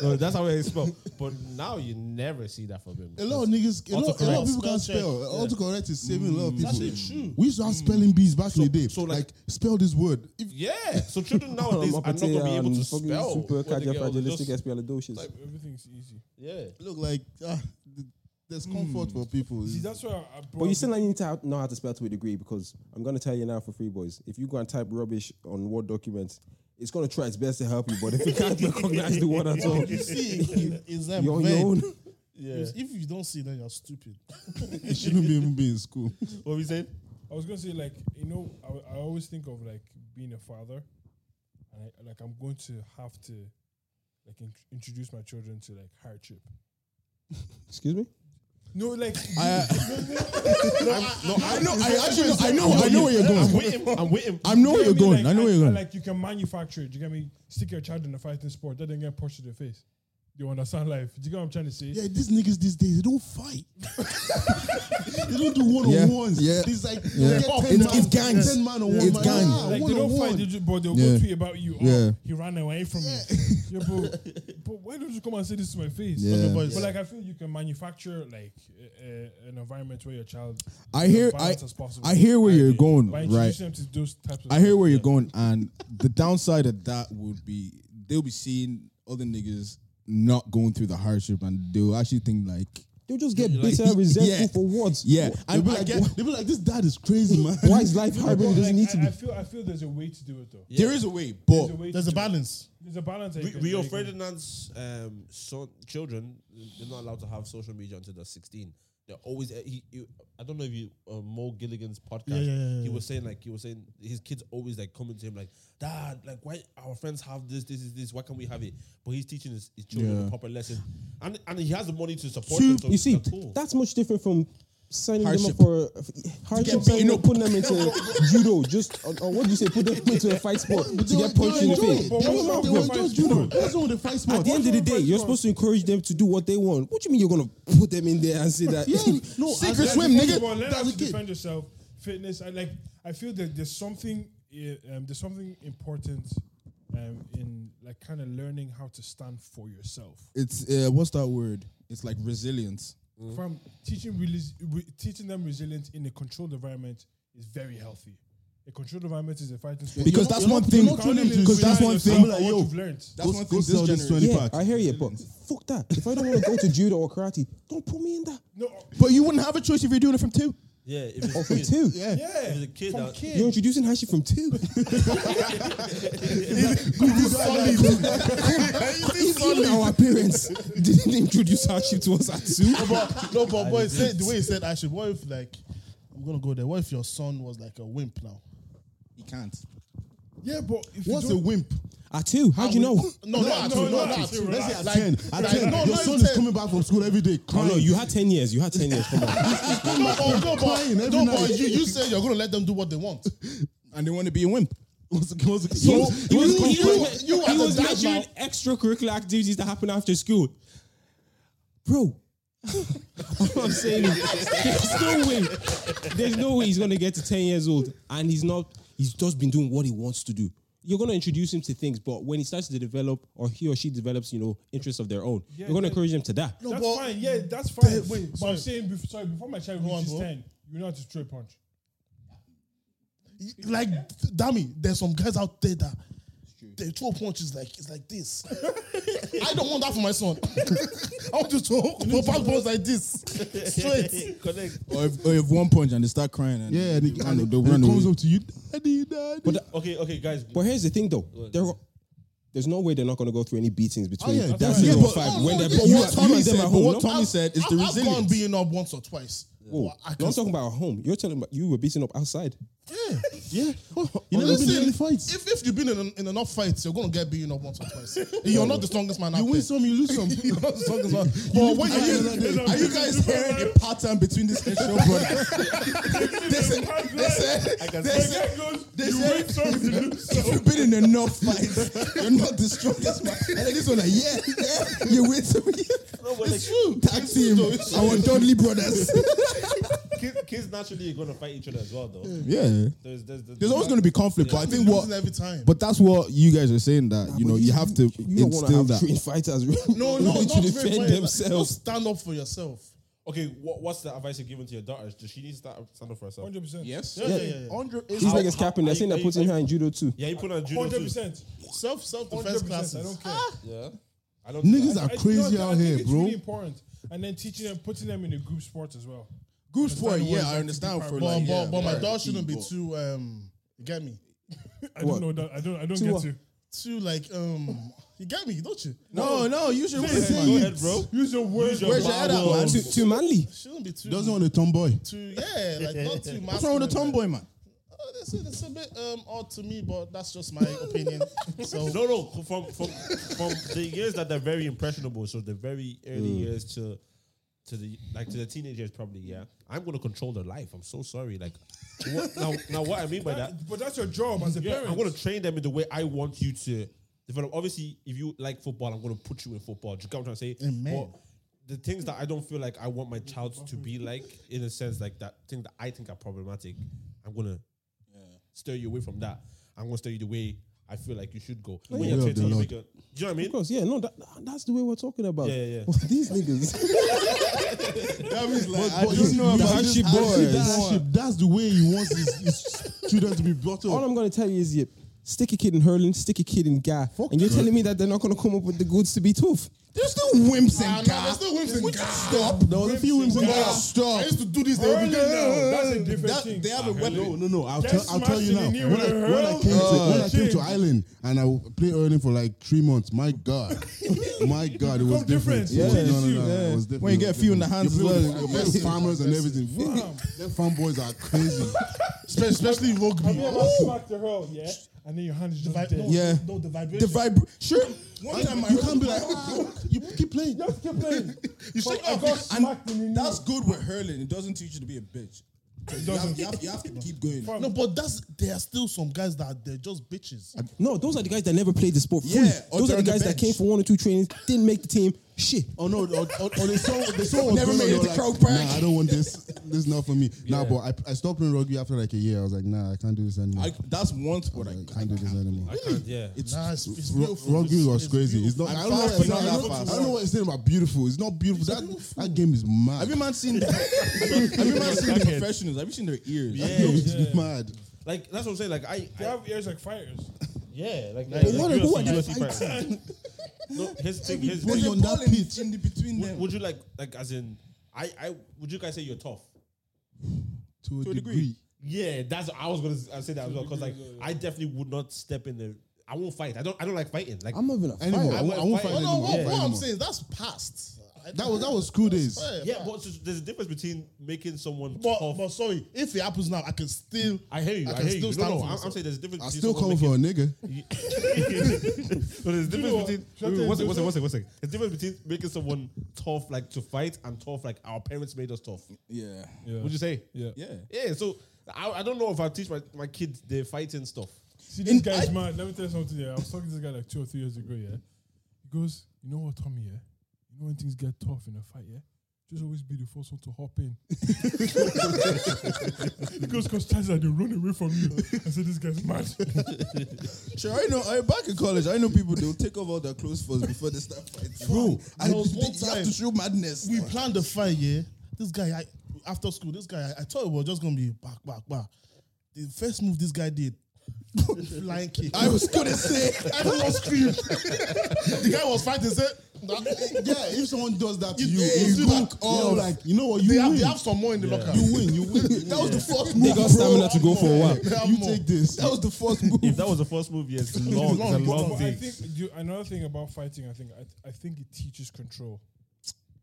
S1: no, that's how it's spelled. But now you never see that from him.
S8: a lot of niggas, a lot, a lot of people can't
S6: Spell check.
S8: spell. Autocorrect is saving a lot of people.
S6: That's it, true.
S8: We used to have spelling bees back in the day.
S1: so,
S8: like,
S1: like-
S8: spell this word. If
S1: Yeah. So children nowadays are not
S4: Omopatia
S1: going to be able to
S4: and um, fucking
S1: spell.
S4: Super
S1: when they get older,
S4: califragilistic
S1: just-
S4: espialidocious.
S2: Everything's easy.
S1: Yeah.
S8: look like ah, th- there's comfort for people.
S2: See, that's why I, I brought.
S4: But you still need to know how to spell to a degree because I'm gonna tell you now for free, boys. If you go and type rubbish on Word documents, it's gonna try its best to help you. But if you can't recognize the word at all,
S6: you see, is that
S4: you're on your own.
S6: If you don't see, then you're stupid.
S8: it shouldn't be even be in school.
S1: What we said?
S2: I was gonna say like you know I, I always think of like being a father, and I, like I'm going to have to like in, introduce my children to like hardship.
S4: Excuse me.
S2: No, like
S3: I know I actually know, I know I know where you're
S1: I'm
S3: going
S1: waiting. I'm waiting.
S3: I know where
S2: you
S3: you're
S2: get me?
S3: going I
S2: Like,
S3: know where you're going
S2: Like you can manufacture it. Do you get me? Stick your child in a fighting sport, that then get punched in the face. You understand life? Do you get what I'm trying to say?
S8: Yeah, these niggas these days they don't fight. they don't do one
S3: Yeah,
S8: on ones.
S3: yeah,
S8: it's like
S3: yeah.
S8: they
S3: It's-
S8: get 10 man-
S3: it's gangs.
S8: Ten man on
S3: Yeah.
S8: one
S3: It's
S8: man.
S3: gangs.
S8: Ah,
S2: Like they
S8: one on
S2: don't
S8: one.
S2: fight, they ju- but they'll
S3: Yeah.
S2: go tweet about you. Oh,
S3: Yeah.
S2: he ran away from me. Yeah, bro. But why don't you come and say this to my face?
S3: Yeah.
S2: But like, I feel you can manufacture like a, a, an environment where your child.
S3: I
S2: is as
S3: hear I
S2: violent as possible.
S3: I hear where you're going right
S2: By introducing them to those types. Of
S3: I hear where you're going, and the downside of that would be they'll be seeing other niggas not going through the hardship, and they'll actually think like,
S4: They'll just get
S3: Like-
S4: bitter, resentful
S3: Yeah.
S4: for words.
S3: yeah,
S8: They'll
S3: and
S8: be
S3: I
S8: like,
S3: get-
S8: they be like, this dad is crazy, man.
S4: Why is life hard when it doesn't need to
S2: I, I
S4: be?
S2: feel I feel there's a way to do it though.
S3: there is a way, but
S2: way
S6: There's
S2: to
S6: a
S2: do it.
S6: balance.
S2: There's a balance. that you
S1: Re-
S2: can
S1: Rio
S2: take.
S1: Ferdinand's um, son, children, they're not allowed to have social media until they're 16. They're always. Uh, he, he- I don't know if you uh, Mo Gilligan's podcast. He was saying like he was saying his kids always like coming to him like, Dad, like why our friends have this, this is this. Why can't we have it? But he's teaching his, his children
S3: Yeah.
S1: a proper lesson, and and he has the money to support
S4: Two-
S1: them. So
S4: you see,
S1: that's cool.
S4: that's much different from signing
S3: Hardship.
S4: them up for f- hardship.
S3: beaten
S4: signing them,
S3: up.
S4: putting them into judo, just or, or what do you say? Put them into a fight sport to
S8: They
S4: get
S8: will-
S4: punched
S8: they
S4: in
S8: will
S4: the
S8: enjoy
S4: face.
S8: it. They will- they will enjoy judo. What's wrong with the fight sport?
S4: At the end of the day, you're supposed to encourage them to do what they want. What do you mean you're gonna put them in there and say that?
S8: Yeah, no,
S3: Secret
S8: as- as
S3: swim,
S8: a
S3: nigga.
S8: kid,
S2: Well, learn how
S8: As a
S2: to
S8: kid,
S2: defend yourself. Fitness. I like. I feel that there's something. uh, Um, there's something important. Um, in like kind of learning how to stand for yourself.
S3: it's uh, what's that word? It's like resilience.
S2: From teaching relis- re- teaching them resilience in a controlled environment is very healthy. A controlled environment is a fighting sport.
S3: Because
S8: not-
S3: that's
S8: you're
S3: one
S8: not-
S3: thing.
S8: you're not training them to
S3: Because that's
S8: rely on
S3: one
S8: yourself.
S3: thing.
S8: Like,
S2: Like, what
S8: yo,
S2: you've learned.
S3: That's
S8: Go-
S3: one
S8: go
S3: thing.
S8: sell this
S3: This
S8: 20
S3: generation.
S4: Yeah,
S8: pack.
S4: I hear you, but fuck that. If I don't want to go to judo or karate, don't put me in that.
S2: No,
S3: But you wouldn't have a choice if you're doing it from two.
S1: yeah, if it's
S4: Or from
S1: kids-
S4: two.
S8: yeah.
S1: If it's a kid, that,
S4: You're introducing Hashi from two. Even our parents didn't introduce hardship to us at two.
S6: no, but boy, say, the way he said, I should. What if like I'm gonna go there. What if your son was like a wimp now?
S10: He can't.
S2: Yeah, but if
S10: What's a
S2: you
S10: wimp?
S4: At two, how do you know?
S6: No, no, no, no, no,
S8: Let's
S6: no,
S8: say at
S6: Like-
S8: 10. At
S6: like-
S8: 10,
S6: no,
S8: your
S6: no,
S8: son
S6: it's
S8: is
S6: a-
S8: coming back from school every day
S4: Oh
S8: crying.
S4: no, you had ten years. You had ten years. Come on.
S6: no, but, no,
S8: Crying
S6: but,
S8: every
S6: no,
S8: night.
S6: but you, you said you're gonna let them do what they want.
S10: And they want to be a wimp.
S8: What's the- what's the-
S4: You-
S8: what's-
S4: you-
S8: what's the-
S4: you-
S6: you
S4: he
S6: as a
S4: was
S6: dad
S4: measuring extracurricular activities that happen after school, bro. All I'm saying is, there's no way, there's no way he's gonna get to ten years old and he's not. He's just been doing what he wants to do. You're gonna introduce him to things, but when he starts to develop, or he or she develops, you know, interests of their own, you're gonna
S2: yeah.
S4: encourage him to that.
S2: that's
S6: but-
S2: fine. Yeah, that's fine. Wait, so I'm
S6: but-
S2: saying, before, sorry, before my child
S6: on,
S2: reaches
S6: bro.
S2: ten, you know how to throw a punch.
S6: Like, damn it, there's some guys out there that they throw punches like it's like this. I don't want that for my son. I want to throw punches like this, straight.
S3: Or if, or if one punch and they start crying and
S8: Yeah, and he,
S3: they,
S8: and he,
S3: they
S8: and he
S3: run
S8: comes
S3: away.
S8: up to you, daddy, daddy.
S1: Okay, okay, guys.
S4: But here's the thing, though. There, there's no way they're not going to go through any beatings between
S8: yeah,
S4: that
S8: that's
S4: zero
S8: right.
S4: and five.
S6: No, no,
S4: when they're
S6: yeah,
S4: you,
S6: yeah,
S4: you
S6: what
S4: and
S6: Tommy
S4: them
S3: said,
S4: at
S3: but
S4: home.
S3: what
S4: no?
S3: Tommy said is the
S6: I've gone
S3: resilience.
S6: being up once or twice.
S4: Whoa,
S6: But I
S4: you're
S6: can
S4: talking about at home. You're telling about you were beating up outside.
S8: You never been in
S6: Listen,
S8: any fights.
S6: if, if you've been in, in enough fights, you're gonna get beaten up once or twice. You're not the strongest man out
S8: You
S6: there.
S8: win some, you lose some.
S6: You're not the strongest man. But when
S10: Are
S6: you,
S10: you, are you guys hearing a pattern between these Christian brothers? they said, they said, they said, they said if you've been in enough fights, you're not the strongest man. And then this one like, yeah, yeah, you win some.
S1: It's
S10: true. Tag team, our Dudley brothers.
S1: Kids, kids naturally are gonna fight each other as well, though.
S3: Yeah.
S1: There's, there's,
S3: There's always going to be conflict, but I think what,
S6: every time.
S3: but that's what you guys are saying that you know you, have to
S4: You don't want to
S3: instill
S4: have
S3: that.
S4: trained fighters
S6: no,
S4: ready
S6: no, not
S4: to
S6: very
S4: defend
S6: much.
S4: themselves.
S6: Just stand up for yourself.
S1: Okay, what, what's the advice you're giving to your daughter? Does she need to start, stand up for herself?
S2: Hundred percent.
S10: Yes.
S6: Yeah, yeah, yeah. yeah.
S4: These niggas capping. They're saying they're
S1: are you-
S4: putting
S1: are
S4: her in judo too.
S1: Yeah, you put on judo
S2: Hundred
S1: too.
S2: percent.
S6: Self self defense
S2: Hundred percent. I
S6: classes.
S2: don't care.
S1: Yeah, I don't.
S8: Niggas
S2: I-
S8: are
S2: I-
S8: crazy
S2: no, I
S8: out
S2: think
S8: here,
S2: it's
S8: bro.
S2: Really important. And then teaching them, putting them in a group sport as well.
S10: Good for
S2: Understand
S10: it.
S2: what
S10: Yeah,
S2: it's
S10: I
S2: like
S10: understand
S2: to be
S10: for
S6: But,
S10: like,
S6: but,
S10: yeah,
S6: but my
S10: right.
S6: daughter shouldn't be
S10: But-
S6: too um you get me?
S2: I
S4: What?
S2: don't know that. I don't. I don't
S4: To
S2: get
S4: what?
S2: to
S6: Too like um you get me, don't you?
S10: No, no, Oh, you should win.
S1: Go ahead, bro.
S2: use your words.
S6: Where's your head at, man?
S4: Too, too manly.
S6: Shouldn't be too
S8: Doesn't want a tomboy.
S6: too yeah, like not too
S10: What's wrong with the
S6: masculine, man.
S10: tomboy, man?
S6: Uh, It's a, it's a bit um odd to me, but that's just my opinion. So
S1: No, no. From from from the years that they're very impressionable, so the very early
S8: Mm.
S1: years to to the like to the teenagers, probably. Yeah, I'm gonna control their life. I'm so sorry. Like, what, now now what I mean by that
S2: But that's your job as a
S1: Yeah,
S2: parent.
S1: I'm gonna train them in the way I want you to develop. Obviously, if you like football, I'm gonna put you in football. Do you get what I'm trying to say?
S6: Amen.
S1: But the things that I don't feel like I want my child to be like, in a sense, like that thing that I think are problematic, I'm gonna steer you away from that. I'm gonna steer you the way I feel like you should go. When
S8: yeah.
S1: you're
S8: Will of the
S1: 20, you
S8: Lord.
S1: make a, do you know what I mean?
S4: Of course, yeah. No, that, that's the way we're talking about.
S1: Yeah, yeah, yeah.
S4: But these niggas.
S10: That means like, I
S8: But
S10: don't
S8: you-
S10: know
S8: you-
S10: about
S8: you-
S10: this
S8: you-
S10: boy.
S8: That's, that's the way he wants his, his children to be brought
S4: all
S8: up.
S4: I'm gonna tell you is, yeah, stick a kid in hurling, stick a kid in guy, and you're telling me that they're not gonna come up with the goods to be tough.
S10: There's still wimps
S6: Ah,
S10: and
S6: no, there's
S10: guys.
S6: still wimps and guys.
S10: Stop. There was a few wimps and guys. Stop.
S6: I used to do this every
S2: Hurling now,
S6: day.
S2: That's a different
S10: That-
S2: thing.
S10: They have a
S8: No,
S10: weapon.
S8: no, no. I'll,
S2: Get
S8: tell, I'll tell you now.
S2: smashed in the
S8: When I,
S2: knee with a
S8: when I
S2: hurl.
S8: came to when I
S2: Uh,
S8: came to
S2: shame.
S8: Ireland and I played hurling for like three months, my God, my God, it was
S2: Become different.
S8: different.
S2: Changes
S8: no, no,
S2: you.
S8: no, no, it was different.
S3: When you
S8: It
S3: get
S8: was
S3: a few in the
S8: different.
S3: hands
S8: You
S3: as
S8: play
S3: well,
S8: with
S3: you
S8: best farmers and everything. Wow, them farm boys are crazy.
S6: Spe- Especially rugby.
S2: You ever smacked the hurl, yeah? And then your hand is just
S6: Vi-
S2: dead.
S6: no,
S3: Yeah.
S6: No, the
S3: The
S6: vibration.
S3: vibra- sure.
S10: One time
S8: You can't be like, "Ah, you keep playing.
S2: Just keep playing.
S10: You shake
S2: But I
S10: off.
S2: got
S10: And
S2: smacked in the knee.
S10: that's good with hurling. It doesn't teach you to be a bitch. You have, you have- you have to keep going.
S6: no, but that's there are still some guys that are- they're just bitches.
S4: No, those are the guys that never played the sport. Fully.
S10: Yeah, or
S4: those
S10: they're
S4: are the
S10: on the
S4: guys that
S10: bench.
S4: came for one or two trainings, didn't make the team. Shit.
S8: Oh no! Or, or, or they saw they saw what's
S10: Never
S8: going
S10: made it
S8: on, they were
S10: to
S8: like,
S10: Croke Park.
S8: Nah, I don't want this. This is not for me. Nah, but I, I stopped playing rugby after like a year. I was like, nah, I can't do this anymore. I,
S10: I, that's one sport I, I
S8: can't,
S10: can't
S8: do this anymore.
S1: I can't, yeah.
S6: Nah, it's, it's
S8: Ru-
S6: beautiful.
S8: Rugby
S6: It's-
S8: was
S6: it's
S8: crazy. It's
S6: beautiful.
S8: not. I
S6: And
S8: don't, know,
S6: fast,
S8: it's
S6: not
S8: not
S6: that
S8: I
S6: fast.
S8: don't know what it's saying about beautiful. It's not beautiful. That, that game is mad.
S10: Have you man seen the, have you man seen the professionals? Have you seen their ears?
S8: That game is mad.
S1: Like that's what I'm saying. Like I,
S2: They
S1: I-
S2: have ears like fighters.
S1: yeah. Like,
S6: But
S1: like
S6: what
S1: UFC,
S6: are- who are
S1: UFC fighter. No, here's the thing. Here's the
S10: There's
S1: thing.
S10: a
S8: on
S10: ball
S8: that
S10: in,
S8: pitch.
S10: in the between
S1: Would,
S10: them.
S1: would you like like as in I I would you guys say you're tough?
S8: To a
S10: a degree.
S8: degree.
S1: Yeah, that's I was gonna s- uh, say that as well because like I definitely would not step in the. I won't fight. I don't. I don't like fighting. Like
S4: I'm not even a
S8: Anymore.
S4: fighter.
S8: I won't- I won't fight
S6: Well, no,
S8: anymore.
S6: what,
S8: Yeah.
S6: what I'm saying is that's past. I
S8: That was that was school days.
S6: swear,
S1: Yeah,
S6: bruh.
S1: but there's- there's a difference between making someone
S6: But,
S1: tough-
S6: but sorry, if it happens now, I can still.
S1: I hear you. I,
S6: I can
S1: hear
S6: still
S1: you. No,
S6: stand
S1: no,
S6: for
S1: I'm, I'm
S6: myself.
S1: saying there's a difference.
S8: I
S1: between
S8: still
S1: someone
S8: come for a nigga.
S1: so there's a difference
S2: what?
S1: between.
S2: Shut
S1: wait,
S2: it,
S1: wait, One second,
S2: do
S1: one second,
S2: it.
S1: one second, one second. There's a difference between making someone tough, like to fight, and tough, like our parents made us tough.
S3: Yeah.
S2: Yeah.
S1: Would you say?
S2: Yeah.
S3: Yeah.
S1: Yeah. So I, I don't know if I teach my my kids the fighting stuff.
S2: See, this guy's mad. Let me tell you something. Yeah, I was talking to this guy like two or three years ago. Yeah, he goes, "You know what, Tommy? Yeah, you know when things get tough in a fight, yeah." Just always be the first one to hop in. Because cause chances are they run away from you. I said this guy's mad.
S3: Sure, I know. I back in college. I know people. They'll take off all their clothes first before they start fighting. Bro, I
S6: there was
S3: they-
S6: one
S3: you have
S6: time
S3: to show madness.
S6: We planned the fight, yeah. This guy, I, after school, this guy, I, I thought it was just gonna be back, back, back. The first move this guy did, flying kick.
S3: I was gonna say.
S6: Everyone screamed. the guy was fighting. Said, that-
S8: Yeah, if someone does that to
S6: did,
S8: you, you,
S6: you
S8: you
S6: did
S8: back
S6: that.
S8: all like you know what you
S6: they, have,
S8: win.
S6: they have some more in the locker.
S8: you win, you win. That was the first move.
S4: They got stamina to go for a while.
S6: They have
S8: You
S6: more.
S8: take this. That was the first move.
S1: If that was the first move, yes, it's long, it's a
S6: long,
S1: long
S2: But I
S1: day.
S2: think you, another thing about fighting, I think, I, I think it teaches control.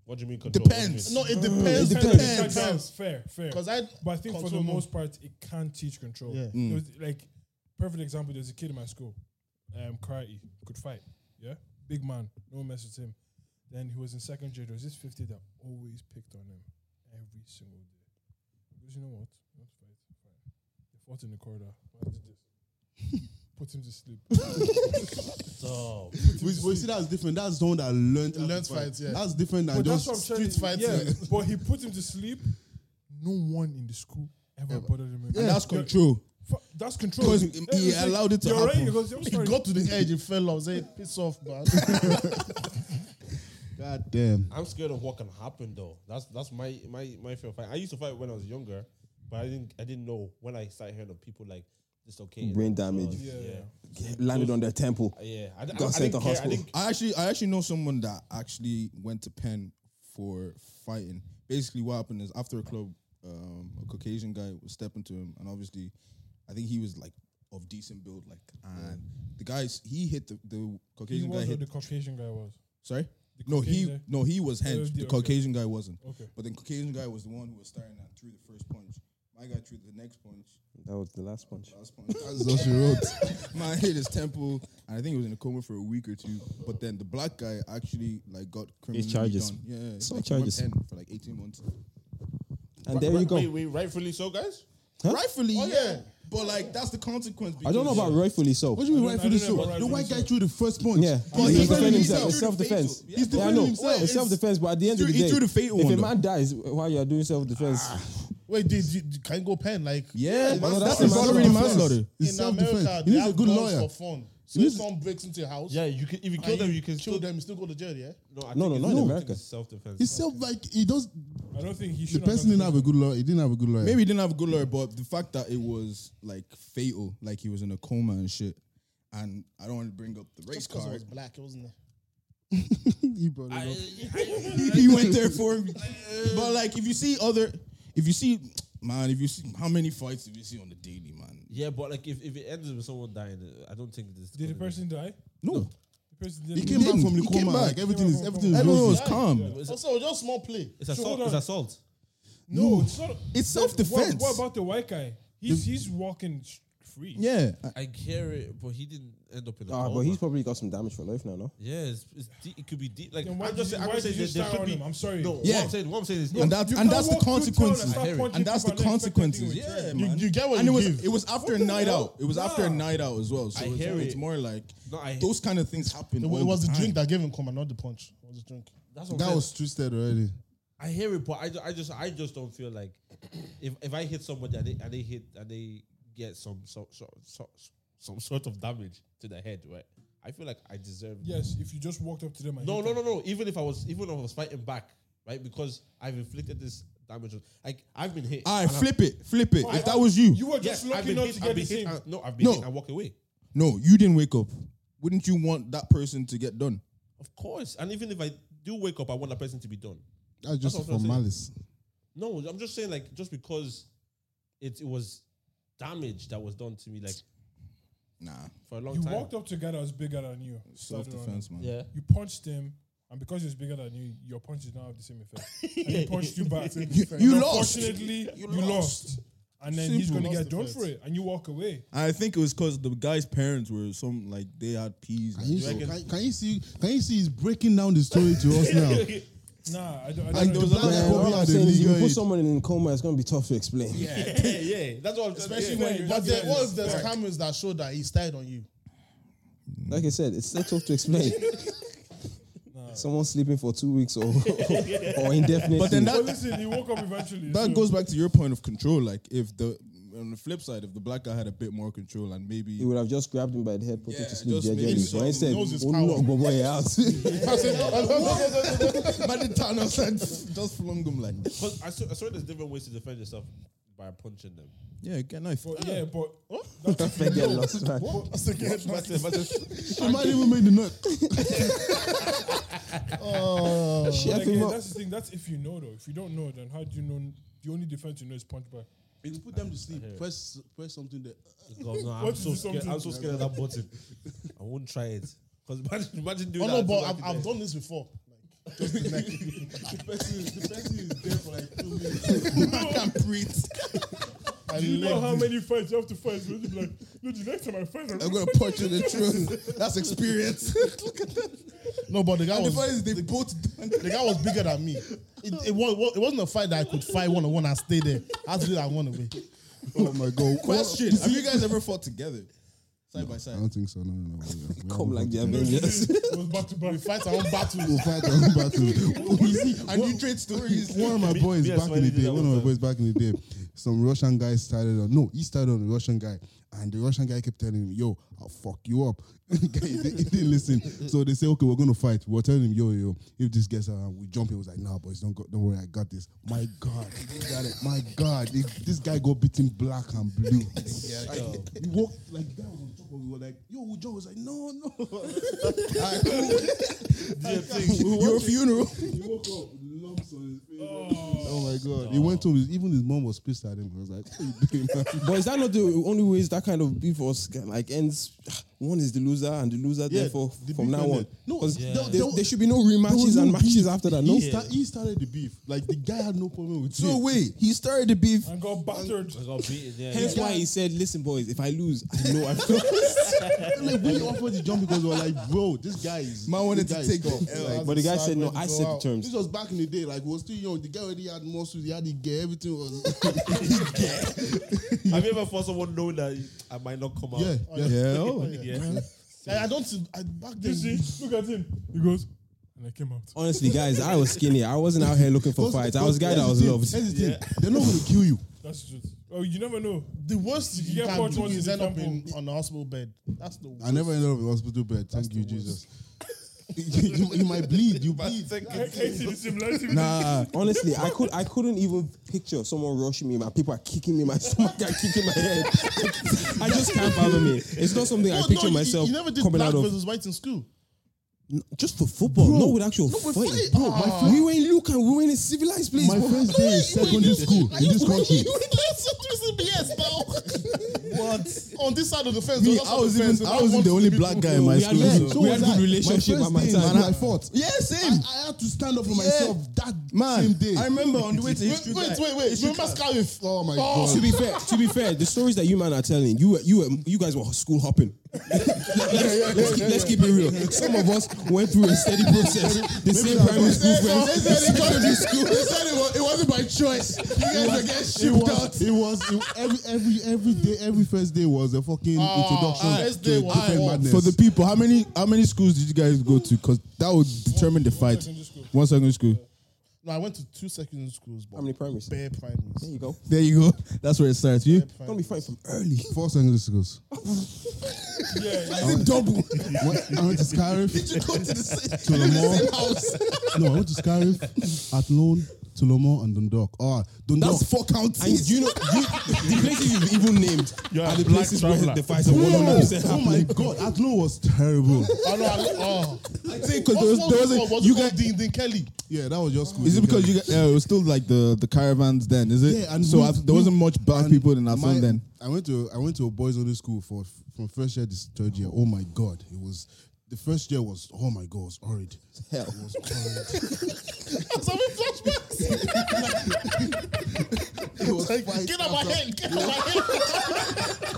S1: What do you mean? Control?
S3: Depends.
S6: No, it depends.
S3: It
S2: Fair,
S3: depends.
S2: fair, fair, fair.
S6: Because I,
S2: But I think for the
S6: Control more.
S2: most part, it can teach control.
S6: Yeah.
S2: There was, like, perfect example, there's a kid in my school, um, karate, could fight. Yeah? Big man, no one messed with him. Then he was in second grade, there was this 50 that always picked on him every single day. Because you know what? Let's fight. Fine. They fought in the corridor. Why did this? Put him to sleep.
S8: We, we see that's different. That's the one that learned how to
S6: Learned
S8: fight.
S6: fight, yeah.
S8: That's different than
S2: But that's what
S8: just
S2: I'm trying
S8: street
S2: to-
S8: fighting.
S2: Yeah, but he put him to sleep. No one in the school ever bothered him. again.
S3: And that's
S2: Yeah.
S3: control.
S2: Fu- That's control.
S3: Because he-
S2: Yeah,
S3: he
S2: it's
S3: allowed it to
S2: you're right,
S3: happen.
S2: because you're
S6: he
S2: sorry.
S6: got to the edge. He fell off. Say, piss off, man.
S8: God damn.
S1: I'm scared of what can happen though. That's that's my my my fear of fight. I used to fight when I was younger, but I didn't I didn't know when I started hearing of people like dislocating
S4: Brain
S1: their
S4: damage.
S1: jaws.
S2: Yeah, yeah.
S4: Landed on their temple.
S1: Yeah, yeah. I, I, I,
S4: Got sent
S1: didn't
S4: to
S1: care. I
S4: hospital.
S1: didn't
S3: I actually, I actually know someone that actually went to Penn for fighting. Basically, what happened is after a club, um, a Caucasian guy was stepping to him, and obviously, I think he was like of decent build, like, and the guys he hit the, the
S2: He
S3: Caucasian guy
S2: was or
S3: hit.
S2: the Caucasian guy was.
S3: sorry, no, he
S2: Caucasian guy?
S3: no, he was
S2: it was
S3: hench.
S2: the-
S3: The
S2: okay.
S3: Caucasian guy wasn't.
S2: Okay.
S3: But the Caucasian guy was the one who was starting and threw the first punch. My guy threw the next punch.
S4: That was the last punch.
S3: Last punch. That's what she wrote. Man hit his temple, and I think he was in a coma for a week or two. But then the black guy actually like got criminally
S4: charges.
S3: Done. Yeah, yeah, he
S4: So
S3: went
S4: charges.
S3: pen for like eighteen months.
S4: And there you
S1: Wait,
S4: go.
S1: wait, rightfully so, guys.
S3: Rightfully,
S6: Oh,
S3: yeah.
S6: yeah.
S3: But like that's the consequence.
S4: I don't know about rightfully so.
S8: What do you mean
S2: I don't-
S8: rightfully
S2: I don't know
S8: so?
S2: about
S8: The white
S2: rightfully
S8: guy
S2: so.
S8: threw the first punch.
S4: Yeah, he
S8: But he
S4: was
S8: threw-
S4: defending
S8: he
S4: himself. It's
S8: threw-
S4: self defense.
S8: He's
S4: Yeah, I
S8: defending
S4: know.
S8: himself.
S4: It's self defense, but at the end
S3: He
S4: of the
S3: threw-
S4: day,
S3: he threw the fatal
S4: if
S3: one,
S4: a
S3: though.
S4: man dies while you're doing self defense,
S6: Wait, did, did can you go pen? Like,
S3: Yeah,
S4: no,
S3: that's,
S4: that's
S3: that's already
S4: self-defense.
S3: manslaughter.
S8: It's
S6: in
S8: self
S6: America,
S8: defense. He
S6: they
S8: needs a
S6: have
S8: good
S6: guns
S8: lawyer.
S6: for fun. So if someone breaks into your house,
S1: Yeah, you can. If you
S6: and
S1: kill them, you can
S6: kill
S1: still.
S6: them. You still go to jail, yeah.
S4: No,
S1: No, I think
S4: no,
S1: it's-
S4: not
S1: I
S4: in
S1: think
S4: America.
S1: it's self-defense.
S8: He's self like he does.
S2: I don't think he
S8: The
S2: should.
S8: person didn't have a good lawyer. He didn't have a good lawyer.
S3: Maybe he didn't have a good lawyer, but the fact that it was like fatal, like he was in a coma and shit. And I don't want to bring up the race
S6: Because it
S3: card.
S6: was black, it wasn't.
S8: he brought it up.
S3: he went there for me. But like, if you see other, if you see, man, if you see how many fights have you see on the daily, man?
S1: Yeah, but like if, if it ends with someone dying, I don't think this.
S2: Did the person die?
S3: No,
S2: The person
S8: He
S2: didn't.
S8: came
S3: didn't.
S8: back from the
S3: He came
S8: coma.
S3: back.
S8: Like everything is everything is
S3: everyone
S8: rosy.
S3: was calm.
S6: Also, it was just small play.
S1: It's
S2: So
S1: assault.
S2: hold
S1: It's
S2: on.
S1: assault.
S2: No, it's not.
S3: It's self
S2: What,
S3: defense.
S2: what about the white guy? He's he's walking s- free.
S3: Yeah, I-
S1: I hear it, but he didn't end up in a
S4: Uh, ah,
S1: coma.
S4: but he's probably got some damage for life now, no?
S1: yeah, it's, it's deep, it could be deep. Like
S2: Then why
S1: I'm just
S2: did
S1: saying,
S2: you-
S1: I'm
S2: why
S1: just
S2: did
S1: saying
S2: you
S1: there, there
S2: start
S1: could
S2: on
S1: be.
S2: him? I'm sorry.
S1: No,
S3: Yeah.
S1: what I'm saying, what I'm saying is,
S3: and that's
S2: You
S3: and
S2: can't
S3: that's the
S2: walk through town and
S3: consequences.
S2: start punching
S3: And that's the
S2: people and expecting
S3: consequences.
S2: you to
S3: Yeah,
S2: change.
S3: man.
S6: You get what
S3: and it
S6: you
S3: was
S6: give.
S3: it was after a
S2: the
S3: night
S2: hell?
S3: out. It was after a
S2: Nah.
S3: night out as well. So
S1: I
S3: it's,
S1: hear
S3: it's
S1: it.
S3: more like
S1: No, I-
S3: those kind of things happen.
S6: It,
S3: all
S6: wa- it was the
S3: time.
S6: drink that gave him coma, not the punch. It was the drink.
S1: that's what I'm
S8: That
S1: saying.
S8: was twisted already.
S1: I hear it, but I, ju- I just I just don't feel like if if I hit somebody and they, and they hit and they get some some some, some some sort of damage to the head, right? I feel like I deserve.
S2: Yes, if you just walked up to them. And
S1: No,
S2: hit
S1: no,
S2: them.
S1: no, no. Even if I was even if I was fighting back, right? Because I've inflicted this damage. Like I've been hit.
S3: All
S1: and
S3: right,
S1: I've-
S3: flip it, flip it.
S2: Why-
S3: If that was you,
S2: You were
S1: Yes,
S2: just
S1: I've
S2: lucky
S1: been
S2: not
S1: hit.
S2: to
S1: I've
S2: get
S1: been
S2: the
S1: hit.
S2: same.
S1: and- No, I've been
S3: No.
S1: hit and walk away.
S3: no, you didn't wake up. Wouldn't you want that person to get done?
S1: Of course. And even if I do wake up, I want that person to be done.
S8: That's just
S1: what I
S8: for
S1: was saying.
S8: malice.
S1: No, I'm just saying like just because it it was damage that was done to me like
S3: Nah,
S1: for a long
S2: You
S1: time.
S2: walked up to a guy that was bigger than you.
S3: self
S2: started on him.
S3: defense, man.
S1: yeah.
S2: You punched him. And because he's bigger than you, your punch did not have the same effect. And he punched you back.
S3: you
S2: And
S3: lost.
S2: Unfortunately, you, lost. And then he's
S3: Simple.
S2: gonna
S3: Lost
S2: get done
S3: the
S2: for it, and you walk away.
S3: I think it was because the guy's parents were some like they had peas.
S8: Can you,
S3: Like,
S8: see, can, can you see? Can you see? He's breaking down the story to us now.
S2: Nah, I don't. I don't
S8: Like
S2: know.
S8: the black
S2: Like,
S4: Man,
S8: Kobe
S4: all I'm
S8: had a
S4: saying is you
S8: legal
S4: put
S8: aid.
S4: someone in coma, it's gonna be tough to explain.
S9: yeah, yeah. That's what I'm
S6: Especially
S9: saying.
S6: when,
S2: yeah,
S6: but
S2: yeah,
S6: there
S2: yeah.
S6: was there's cameras that showed that he stared on you.
S4: Like I said, it's still tough to explain. Someone sleeping for two weeks or or indefinitely.
S3: But then
S2: well,
S3: that
S2: listen, he woke up eventually.
S3: that
S2: so-
S3: goes back to your point of control. Like if the on the flip side, if the black guy had a bit more control and maybe
S4: he would have just grabbed him by the head, put him
S3: Yeah,
S4: to sleep
S3: just maybe
S4: jejely.
S3: so
S4: But
S3: he
S4: instead,
S6: knows his
S4: oh,
S6: power.
S4: knock my boy out.
S3: but the Thanos had just flung him like
S1: Because I saw, I saw there's different ways to defend yourself by punching them.
S3: yeah, get a knife.
S2: But yeah,
S3: Oh,
S2: but
S4: Perfect, get lost, man.
S8: She might even make the note.
S4: Shut
S2: like,
S4: him
S2: yeah,
S4: up.
S2: that's the thing. That's if you know though. If you don't know, then how do you know? The only defense you know is punch back.
S8: It's put them to sleep. Press, press something there.
S1: God, no, I'm
S2: What
S1: so
S2: is
S1: scared. I'm so
S2: something-
S1: scared of that button. I won't try it. Because imagine, imagine doing
S6: Oh
S1: that.
S6: no,
S1: to
S6: but
S1: like
S6: I've,
S1: the
S6: I've
S1: next-
S6: done this before. Like,
S8: The person, the person is there for like two minutes.
S6: I
S2: Do you know
S6: lived
S2: how
S6: it.
S2: many fights you have to fight? So you'll be like, no, the next time I fight, I'm
S10: I'm gonna punch you in the truth. That's experience.
S6: no, but the guy
S10: and the
S6: was
S10: funny is they both
S6: the guy was bigger than me. It, it, was, it wasn't a fight that I could fight one on one and stay there. I had to do that one away.
S10: Oh my god.
S3: Question: Have you guys ever fought together, side by
S8: I
S3: side?
S8: don't think so. No, no, no. We are-
S4: Come
S8: we are-
S4: like the Avengers.
S2: It was back to back.
S6: We fight our own battles.
S8: We'll fight our own battle. You see,
S3: And you trade stories.
S8: One of my boys
S1: me and
S8: back in
S1: Smiley
S8: the
S1: did
S8: day,
S1: that
S8: one
S1: one
S8: of my
S1: time.
S8: boys back in the day, some Russian guy started on, no, he started on a Russian guy. And the Russian guy kept telling him, yo, I'll fuck you up. The guy, he, didn't, he didn't listen. So they say, okay, we're going to fight. We're telling him, yo, yo, if this gets around, we jump. He was like, nah, boys, don't, go, don't worry, I got this. My God, he got it. My God, he- this guy got beaten black and blue. Like, he walked like, the guy was on top of me, we were like, yo, John was like, no, no.
S10: Your funeral.
S8: He woke up with lumps on his face. Oh, my god. He went home. Even his mom was pissed at him. I was like, what you doing, man?
S4: But is that not the only ways that kind of beef was like ends? One is the loser, and the loser therefore
S8: the
S4: from
S8: beef
S4: now on.
S8: ended. No,
S4: 'Cause
S8: yeah.
S4: there,
S8: there
S4: there,
S8: was-
S4: should be no
S8: There was
S4: rematches
S8: no
S4: and matches
S8: beef.
S4: after that.
S8: He,
S4: No,
S8: sta- he started the beef. Like the guy had no problem with
S10: No
S8: him.
S10: way. He started the beef.
S2: and got battered.
S1: I got beaten, yeah.
S4: Hence why he said, "Listen, boys, if I lose, I know I've
S8: like we offered to jump because we were like, bro, this guy is.
S10: Man wanted
S8: this
S10: to
S8: guy
S10: take
S8: is tough.
S10: the L.
S8: Like,
S4: But the guy
S6: Sad
S4: said, "No,
S6: way to
S4: I
S6: go
S4: said the
S6: out.
S8: this
S4: terms."
S8: was back in the day. Like we were still young. The guy already had muscles. He had the gear. Everything was.
S1: Have you ever fought someone knowing that I might not come out?
S8: yeah, Oh, yeah.
S4: oh.
S1: Yeah.
S6: I, I don't. I, back
S2: You
S6: then,
S2: see, look at him. He goes, and I came out.
S4: Honestly, guys, I was skinny. I wasn't out here looking for fights. I was a guy that was loved.
S8: That's the thing. They're not going to kill you.
S2: That's the truth. Oh, you never know.
S6: the worst
S2: You
S6: you
S2: get
S6: can
S2: punched
S6: do
S2: once
S6: is
S2: in
S6: end
S2: the
S6: up in,
S2: temple.
S6: on a hospital bed. That's the worst.
S8: I never ended up in hospital bed. Thank you, Jesus. you, you might bleed. You bleed.
S2: I, I see the similarity.
S4: Nah, honestly, I could I couldn't even picture someone rushing me. My people are kicking me. My stomach are kicking my head. I just can't fathom it. It's not something I
S6: No,
S4: picture
S6: no, you-
S4: myself
S6: You, never did
S4: coming
S6: black
S4: out of.
S6: versus white in school.
S4: Just for football, not with actual fighting. Bro, we were in Lucan, we were in a civilized place.
S8: My
S4: bro.
S8: first day in secondary school in this country.
S6: You would listen to CBS now. what? On this side of the fence.
S3: Me,
S6: on that side
S3: I
S6: of
S3: was
S6: the fence,
S3: even
S6: and
S3: I
S6: I
S3: wasn't
S6: walked
S3: the
S6: to
S3: only
S6: the
S3: black
S6: people.
S3: guy in my
S4: we had
S3: school.
S4: men.
S3: so-
S4: So was I. My
S8: my
S4: first day,
S8: And
S4: man,
S8: I fought.
S10: Yeah, same.
S8: I had to stand up for
S10: myself
S8: that
S10: Man, I remember on the way to
S6: Wait,
S10: history.
S6: wait,
S10: class-
S6: wait, wait. Remember Scarif?
S8: oh my
S6: Oh,
S4: to be fair, to be fair, the stories that you man are telling, you were- you were, you guys were school hopping. let's, let's keep, let's keep it real. Some of us went through a steady process. The same primary school friends.
S8: it was, it was it- every every every day, every first day was a fucking introduction
S6: first
S8: to
S6: day
S8: a
S6: was
S8: different
S6: war.
S8: madness.
S3: For the people, how many how many schools did you guys go to? Because that would determine the fight. One secondary school.
S6: No, I went to two secondary schools. But
S4: How many primaries? There
S6: Bare primaries.
S4: you go.
S3: There you go. That's where it starts. You
S4: Don't be fighting from early.
S8: four secondary schools.
S2: Yeah,
S10: double.
S8: What- I went to Scarif,
S10: You go to the same
S8: to Lamont. no, I went to Scarif, Athlone, to Lamont, and Dundalk. Oh, Dundalk.
S10: That's four
S4: And
S10: counties.
S4: you know, you, the places you've even named are the places where the fights are
S8: No,
S4: 100%
S8: oh my god, Athlone was terrible.
S6: Oh, no, I, oh.
S3: because there was, there was a, you guys.
S6: Dean, Dean Kelly.
S8: yeah, that was just cool.
S3: Is it because you got, uh, it was still like the, the caravans then? Is it?
S8: Yeah, and
S3: so
S8: we-
S3: I- there wasn't much black
S8: And
S3: people in our
S8: my-
S3: film then.
S8: I went to I went to a boys' only school for from first year to third year. Oh my god, it was The first year was, oh my God, it was horrid.
S4: Hell.
S8: It was horrid.
S6: I'm having flashbacks.
S8: It was
S6: Like,
S8: fight
S6: get out my
S8: after-
S6: head. Get out my head.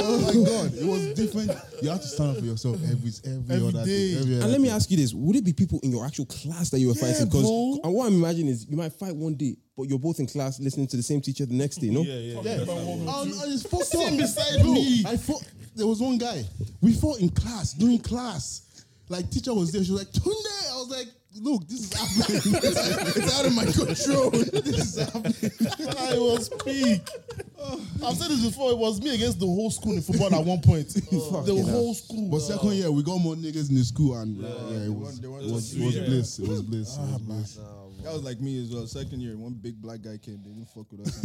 S8: Oh my God, it was different. You have to stand up for yourself every, every,
S6: Every
S8: other
S6: day.
S8: day. Every other
S4: And let me
S8: day.
S4: ask you this: Would it be people in your actual class that you were
S6: Yeah,
S4: fighting? Because
S6: bro.
S4: and what I'm imagining is you might fight one day, but you're both in class listening to the same teacher the next day. No,
S1: yeah,
S8: Yeah, and, and it's fucked
S6: Sitting
S8: up.
S6: beside
S8: Bro,
S6: me.
S8: I fought. There was one guy. We fought in class during class. Like teacher was there. She was like, "Tunde." I was like, "Look, this is happening. it's, it's out of my control. this is happening."
S6: I was big. I've said this before. It was me against the whole school in football at one point. the whole school.
S8: But second year, we got more niggas in the school, and uh, yeah, it was,
S3: they
S8: it
S3: want to
S8: was,
S3: see
S8: it was
S3: you.
S8: bliss. It was bliss. It was bliss.
S3: That was like me as well. Second year, one big black guy came. They didn't fuck with us.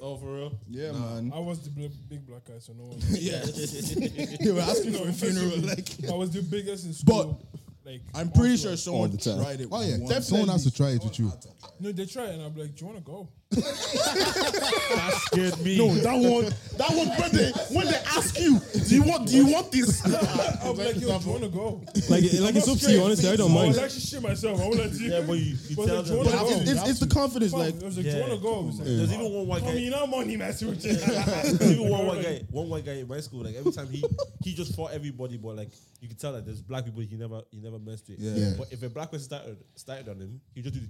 S1: Oh, for real?
S3: yeah, man.
S2: I was the bl- big black guy, so no one.
S3: They were asking for a funeral. Like,
S2: I was the biggest in school. like
S3: I'm pretty sure
S4: All
S3: someone
S4: the time.
S3: tried it.
S8: Oh yeah,
S3: once.
S8: someone has to try it with you.
S2: no, they try and I'm like, do you want to go?
S1: Scared me.
S6: No, that one, that one. When they when they ask you, do you want do you want this?
S2: I'm like, yo, do you want to go?
S4: like like it's up to you. Honestly, I don't
S2: I was
S4: mind.
S2: actually shit myself. I won't let you.
S1: Yeah, but you, you
S2: But
S1: tell
S2: the
S1: them.
S2: Jordan-
S6: It's- it's, it's the confidence.
S2: Fuck,
S6: Like
S2: I was like, do
S1: Yeah,
S2: you want to go? He's like,
S1: There's even one white
S2: I
S1: guy.
S2: mean, not money, man. see what you-
S1: There's even one white guy. One white guy in my school. Like every time he he just fought everybody, but like you could tell that there's black people he never he never messed with.
S3: Yeah.
S1: But if a black person started started on him, he just do.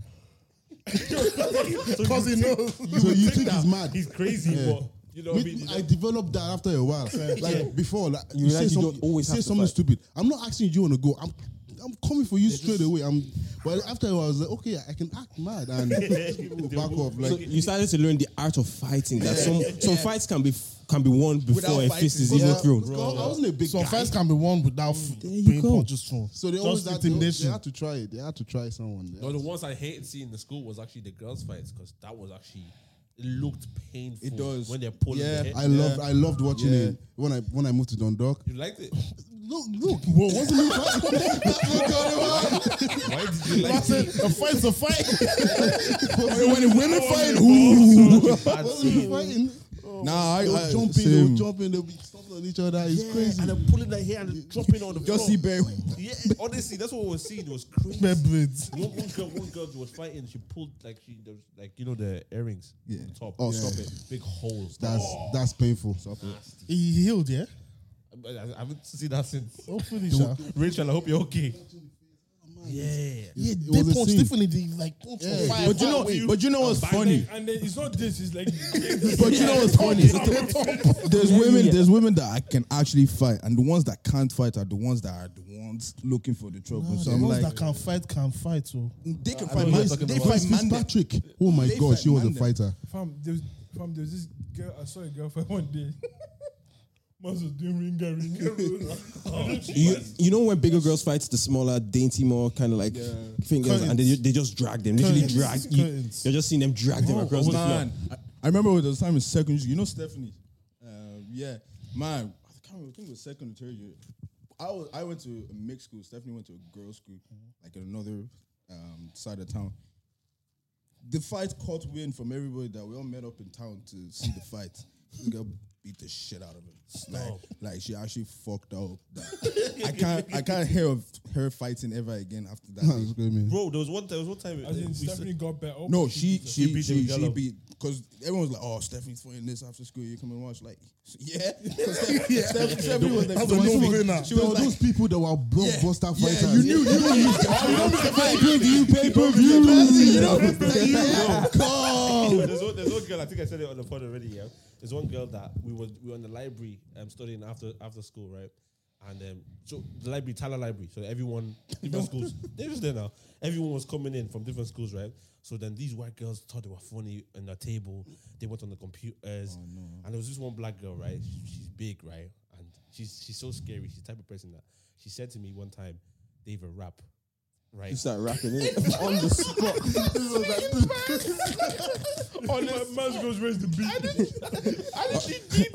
S6: because he knows.
S8: So you think he's mad?
S1: He's crazy,
S8: Yeah.
S1: but you know what I
S8: Me-
S1: mean.
S8: I developed that after a while. Like before, like you, say,
S4: realize you
S8: some-
S4: don't always
S8: you
S4: have
S8: say
S4: to
S8: something
S4: fight.
S8: stupid. I'm not asking you, do you want to go. I'm I'm coming for you straight away. I'm but after a while, I was like, okay, I can act mad and back off. Like
S4: So you started to learn the art of fighting. That some some fights can be f- can be won before a fist is even
S8: yeah,
S4: thrown.
S8: because I wasn't a big
S6: So
S8: guy.
S6: offense can be won without f-
S4: you
S6: being
S4: go.
S6: punches thrown.
S8: so they always had, they, they
S6: intimidation.
S8: had to try it. They had to try someone. They
S1: No,
S8: had
S1: the
S8: to-
S1: ones I hated seeing in the school was actually the girls' fights because that was actually it looked painful.
S3: It does.
S1: when they're pulling.
S3: Yeah,
S1: the head.
S8: I loved I loved watching
S3: Yeah.
S8: it when I when I moved to Dundalk.
S1: you liked it.
S8: Look, look, whoa, wasn't it?
S1: Why did you
S6: I
S1: like
S6: said, a fight's a fight.
S3: when the women fight, ooh.
S8: Wasn't it fighting?
S3: Nah, I,
S8: They
S3: I
S8: were jumping, they were
S3: same.
S8: jumping, they were stomping on each other. It's
S1: Yeah,
S8: crazy.
S1: And they're pulling their hair and they're dropping on the
S3: Just
S1: floor.
S3: see Barry.
S1: Yeah, honestly, that's what we were seeing. It was crazy.
S6: Blades.
S1: One, one girl, one girl was fighting. She pulled like she, there was, like you know, the earrings.
S3: Yeah.
S1: on the top.
S8: Oh,
S1: Yeah.
S8: stop it.
S1: Big holes.
S8: That's that's painful.
S6: He healed, yeah.
S1: I, I haven't seen that since.
S6: Hopefully, sha.
S1: Rachel, I hope you're okay. Yeah.
S6: Yeah,
S8: it
S6: they
S8: was a
S6: punch
S8: scene.
S6: definitely. They like punch for five.
S3: But you know, but you know what's funny?
S2: And then it's not this. It's like,
S3: But you know what's funny? There's women, there's women that I can actually fight, and the ones that can't fight are the ones that are the ones looking for the trouble. so
S6: the
S3: I'm
S6: ones
S3: like,
S6: that can fight can fight. oh. So
S3: they can
S8: But
S3: fight.
S8: my-
S3: Man, they
S8: my
S3: fight man. that-
S8: Fitzpatrick. Oh my
S3: They
S8: God,
S3: fight
S8: she was a
S3: Mandem.
S8: fighter.
S2: fam, there was, fam, there was this girl. I saw a girl for one day. Man was doing ringa, ringa, roll.
S4: You, you know when bigger girls fight the smaller, dainty, more kind of like fingers, and they, ju- they just drag them, literally
S6: Curtains.
S4: drag you.
S6: Curtains.
S4: You're just seeing them drag them across the floor.
S3: Oh, man. I, I remember there was a time in secondary school. You know Stephanie? Uh, yeah, man. I can't remember. I think it was second or third year. I was, I went to a mixed school. Stephanie went to a girls' school, like in another um, side of town. The fight caught wind from everybody that we all met up in town to see the fight. This girl beat the shit out of him. Like, like she actually fucked up. Like, I can't I can't hear of her fighting ever again after that.
S8: That
S3: day.
S8: was screaming.
S1: Bro, there was one. There was one time.
S2: As
S1: uh,
S2: in,
S1: we
S2: Stephanie got better.
S3: No, she she
S1: beat
S3: she
S1: him
S3: she,
S1: yellow.
S3: beat because everyone was like, "Oh, Stephanie's fighting this after school. You come and watch." Like, yeah, 'Cause Steph- Steph- Stephanie was like,
S6: That's
S3: so
S6: a
S3: much-
S6: no-brainer.
S3: She
S8: There
S3: was
S8: were
S3: like,
S8: those people that were blockbuster
S3: yeah,
S8: fighters.
S3: you knew, you knew, you pay per view, pay per view, you know, come.
S1: there's, one, there's one girl. I think I said it on the pod already. Yeah, there's one girl that we were we were in the library um, studying after after school, right? And um, so the library, Tyler Library. So everyone, different schools. They're just there now. Everyone was coming in from different schools, right? So then these white girls thought they were funny on the table. They went on the computers, and there was this one black girl, right? She- She's big, right? And she's she's so scary. She's the type of person that she said to me one time, "They've a rap." Right.
S4: You start rapping it on the spot.
S2: Oh, that man goes raise the beat.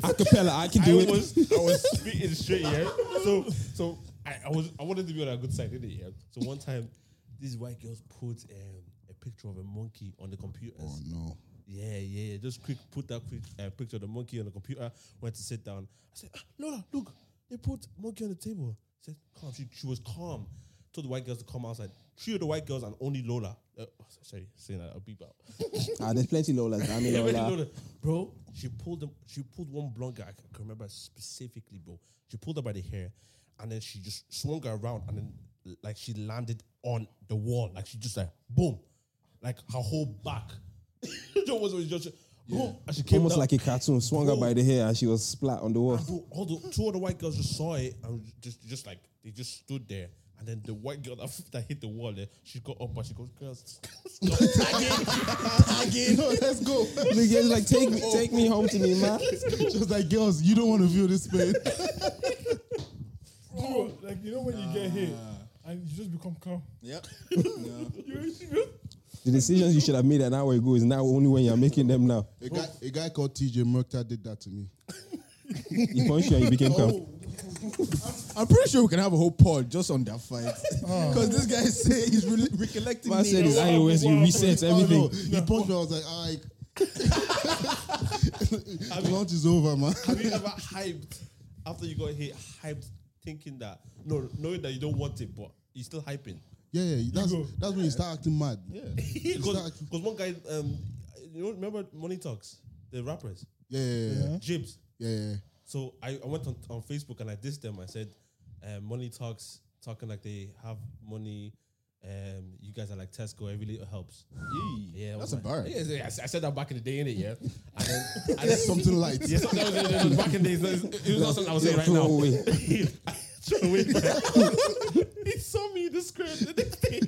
S4: Acapella, I can
S1: I
S4: do it.
S1: was I was spitting straight, yeah. So so I, I was I wanted to be on a good side, didn't it? Yeah. So one time these white girls put um, a picture of a monkey on the computers.
S8: Oh no.
S1: Yeah, yeah, yeah. Just quick put that quick uh, picture of the monkey on the computer, went to sit down. I said, ah, Laura, look, They put monkey on the table. Said calm. She, she was calm. Told the white girls to come outside. Three of the white girls and only Lola. Uh, sorry, saying that I'll beep out.
S4: Ah, there's plenty Lolas. I mean,
S1: Yeah, but
S4: Lola.
S1: you know that- bro, she pulled them. She pulled one blonde guy. I can remember specifically, bro. She pulled her by the hair, and then she just swung her around, and then like she landed on the wall. Like she just like boom, like her whole back. it was was just boom, and she came
S4: Almost
S1: down.
S4: like a cartoon, swung her
S1: Bro.
S4: by the hair and she was splat on the wall.
S1: And bro, all the two other white girls just saw it and just just like they just stood there. And then the white girl that, that hit the wall, eh, she got up and she goes, "Girls, stop tagging, tagging."
S8: No, let's go.
S4: Nigga's like, take, take me home to me, man.
S8: Just like girls, you don't want to feel this pain.
S2: Bro, like you know when you get hit and you just become calm.
S3: Yep.
S4: The decisions you should have made an hour ago is now only when you're making them now.
S8: A guy, a guy called TJ Murkta did that to me.
S4: He punched you and you became calm.
S3: I'm pretty sure we can have a whole pod just on that fight. Because this guy say he's re- recollecting
S4: Man
S3: names.
S4: said his iOS, he resets everything.
S8: Oh, no. He punched me. I was like, all right. Lunch is over, man.
S1: Have you ever hyped after you got hit? Hyped thinking that no, knowing that you don't want it, but you're still hyping.
S8: Yeah, yeah. That's that's when you start acting mad. Yeah,
S1: Because
S8: start,
S1: one guy, um, you know, remember Money Talks, the rappers,
S8: yeah, yeah,
S3: Mm-hmm.
S8: yeah,
S1: Jibs.
S8: yeah, yeah.
S1: So I, I went on, on Facebook and I dissed them. I said, um, Money Talks talking like they have money. Um, you guys are like Tesco. Every little helps. Yeah, I was
S3: that's a bar.
S1: Yeah, yeah, I s- I said that back in the day, innit? Yeah, and then, and then
S8: Something light.
S1: Yes, that was, it was back in days. It was not something I was saying right
S4: throw
S1: now.
S4: away.
S1: Throw away. he saw me in the script the next day.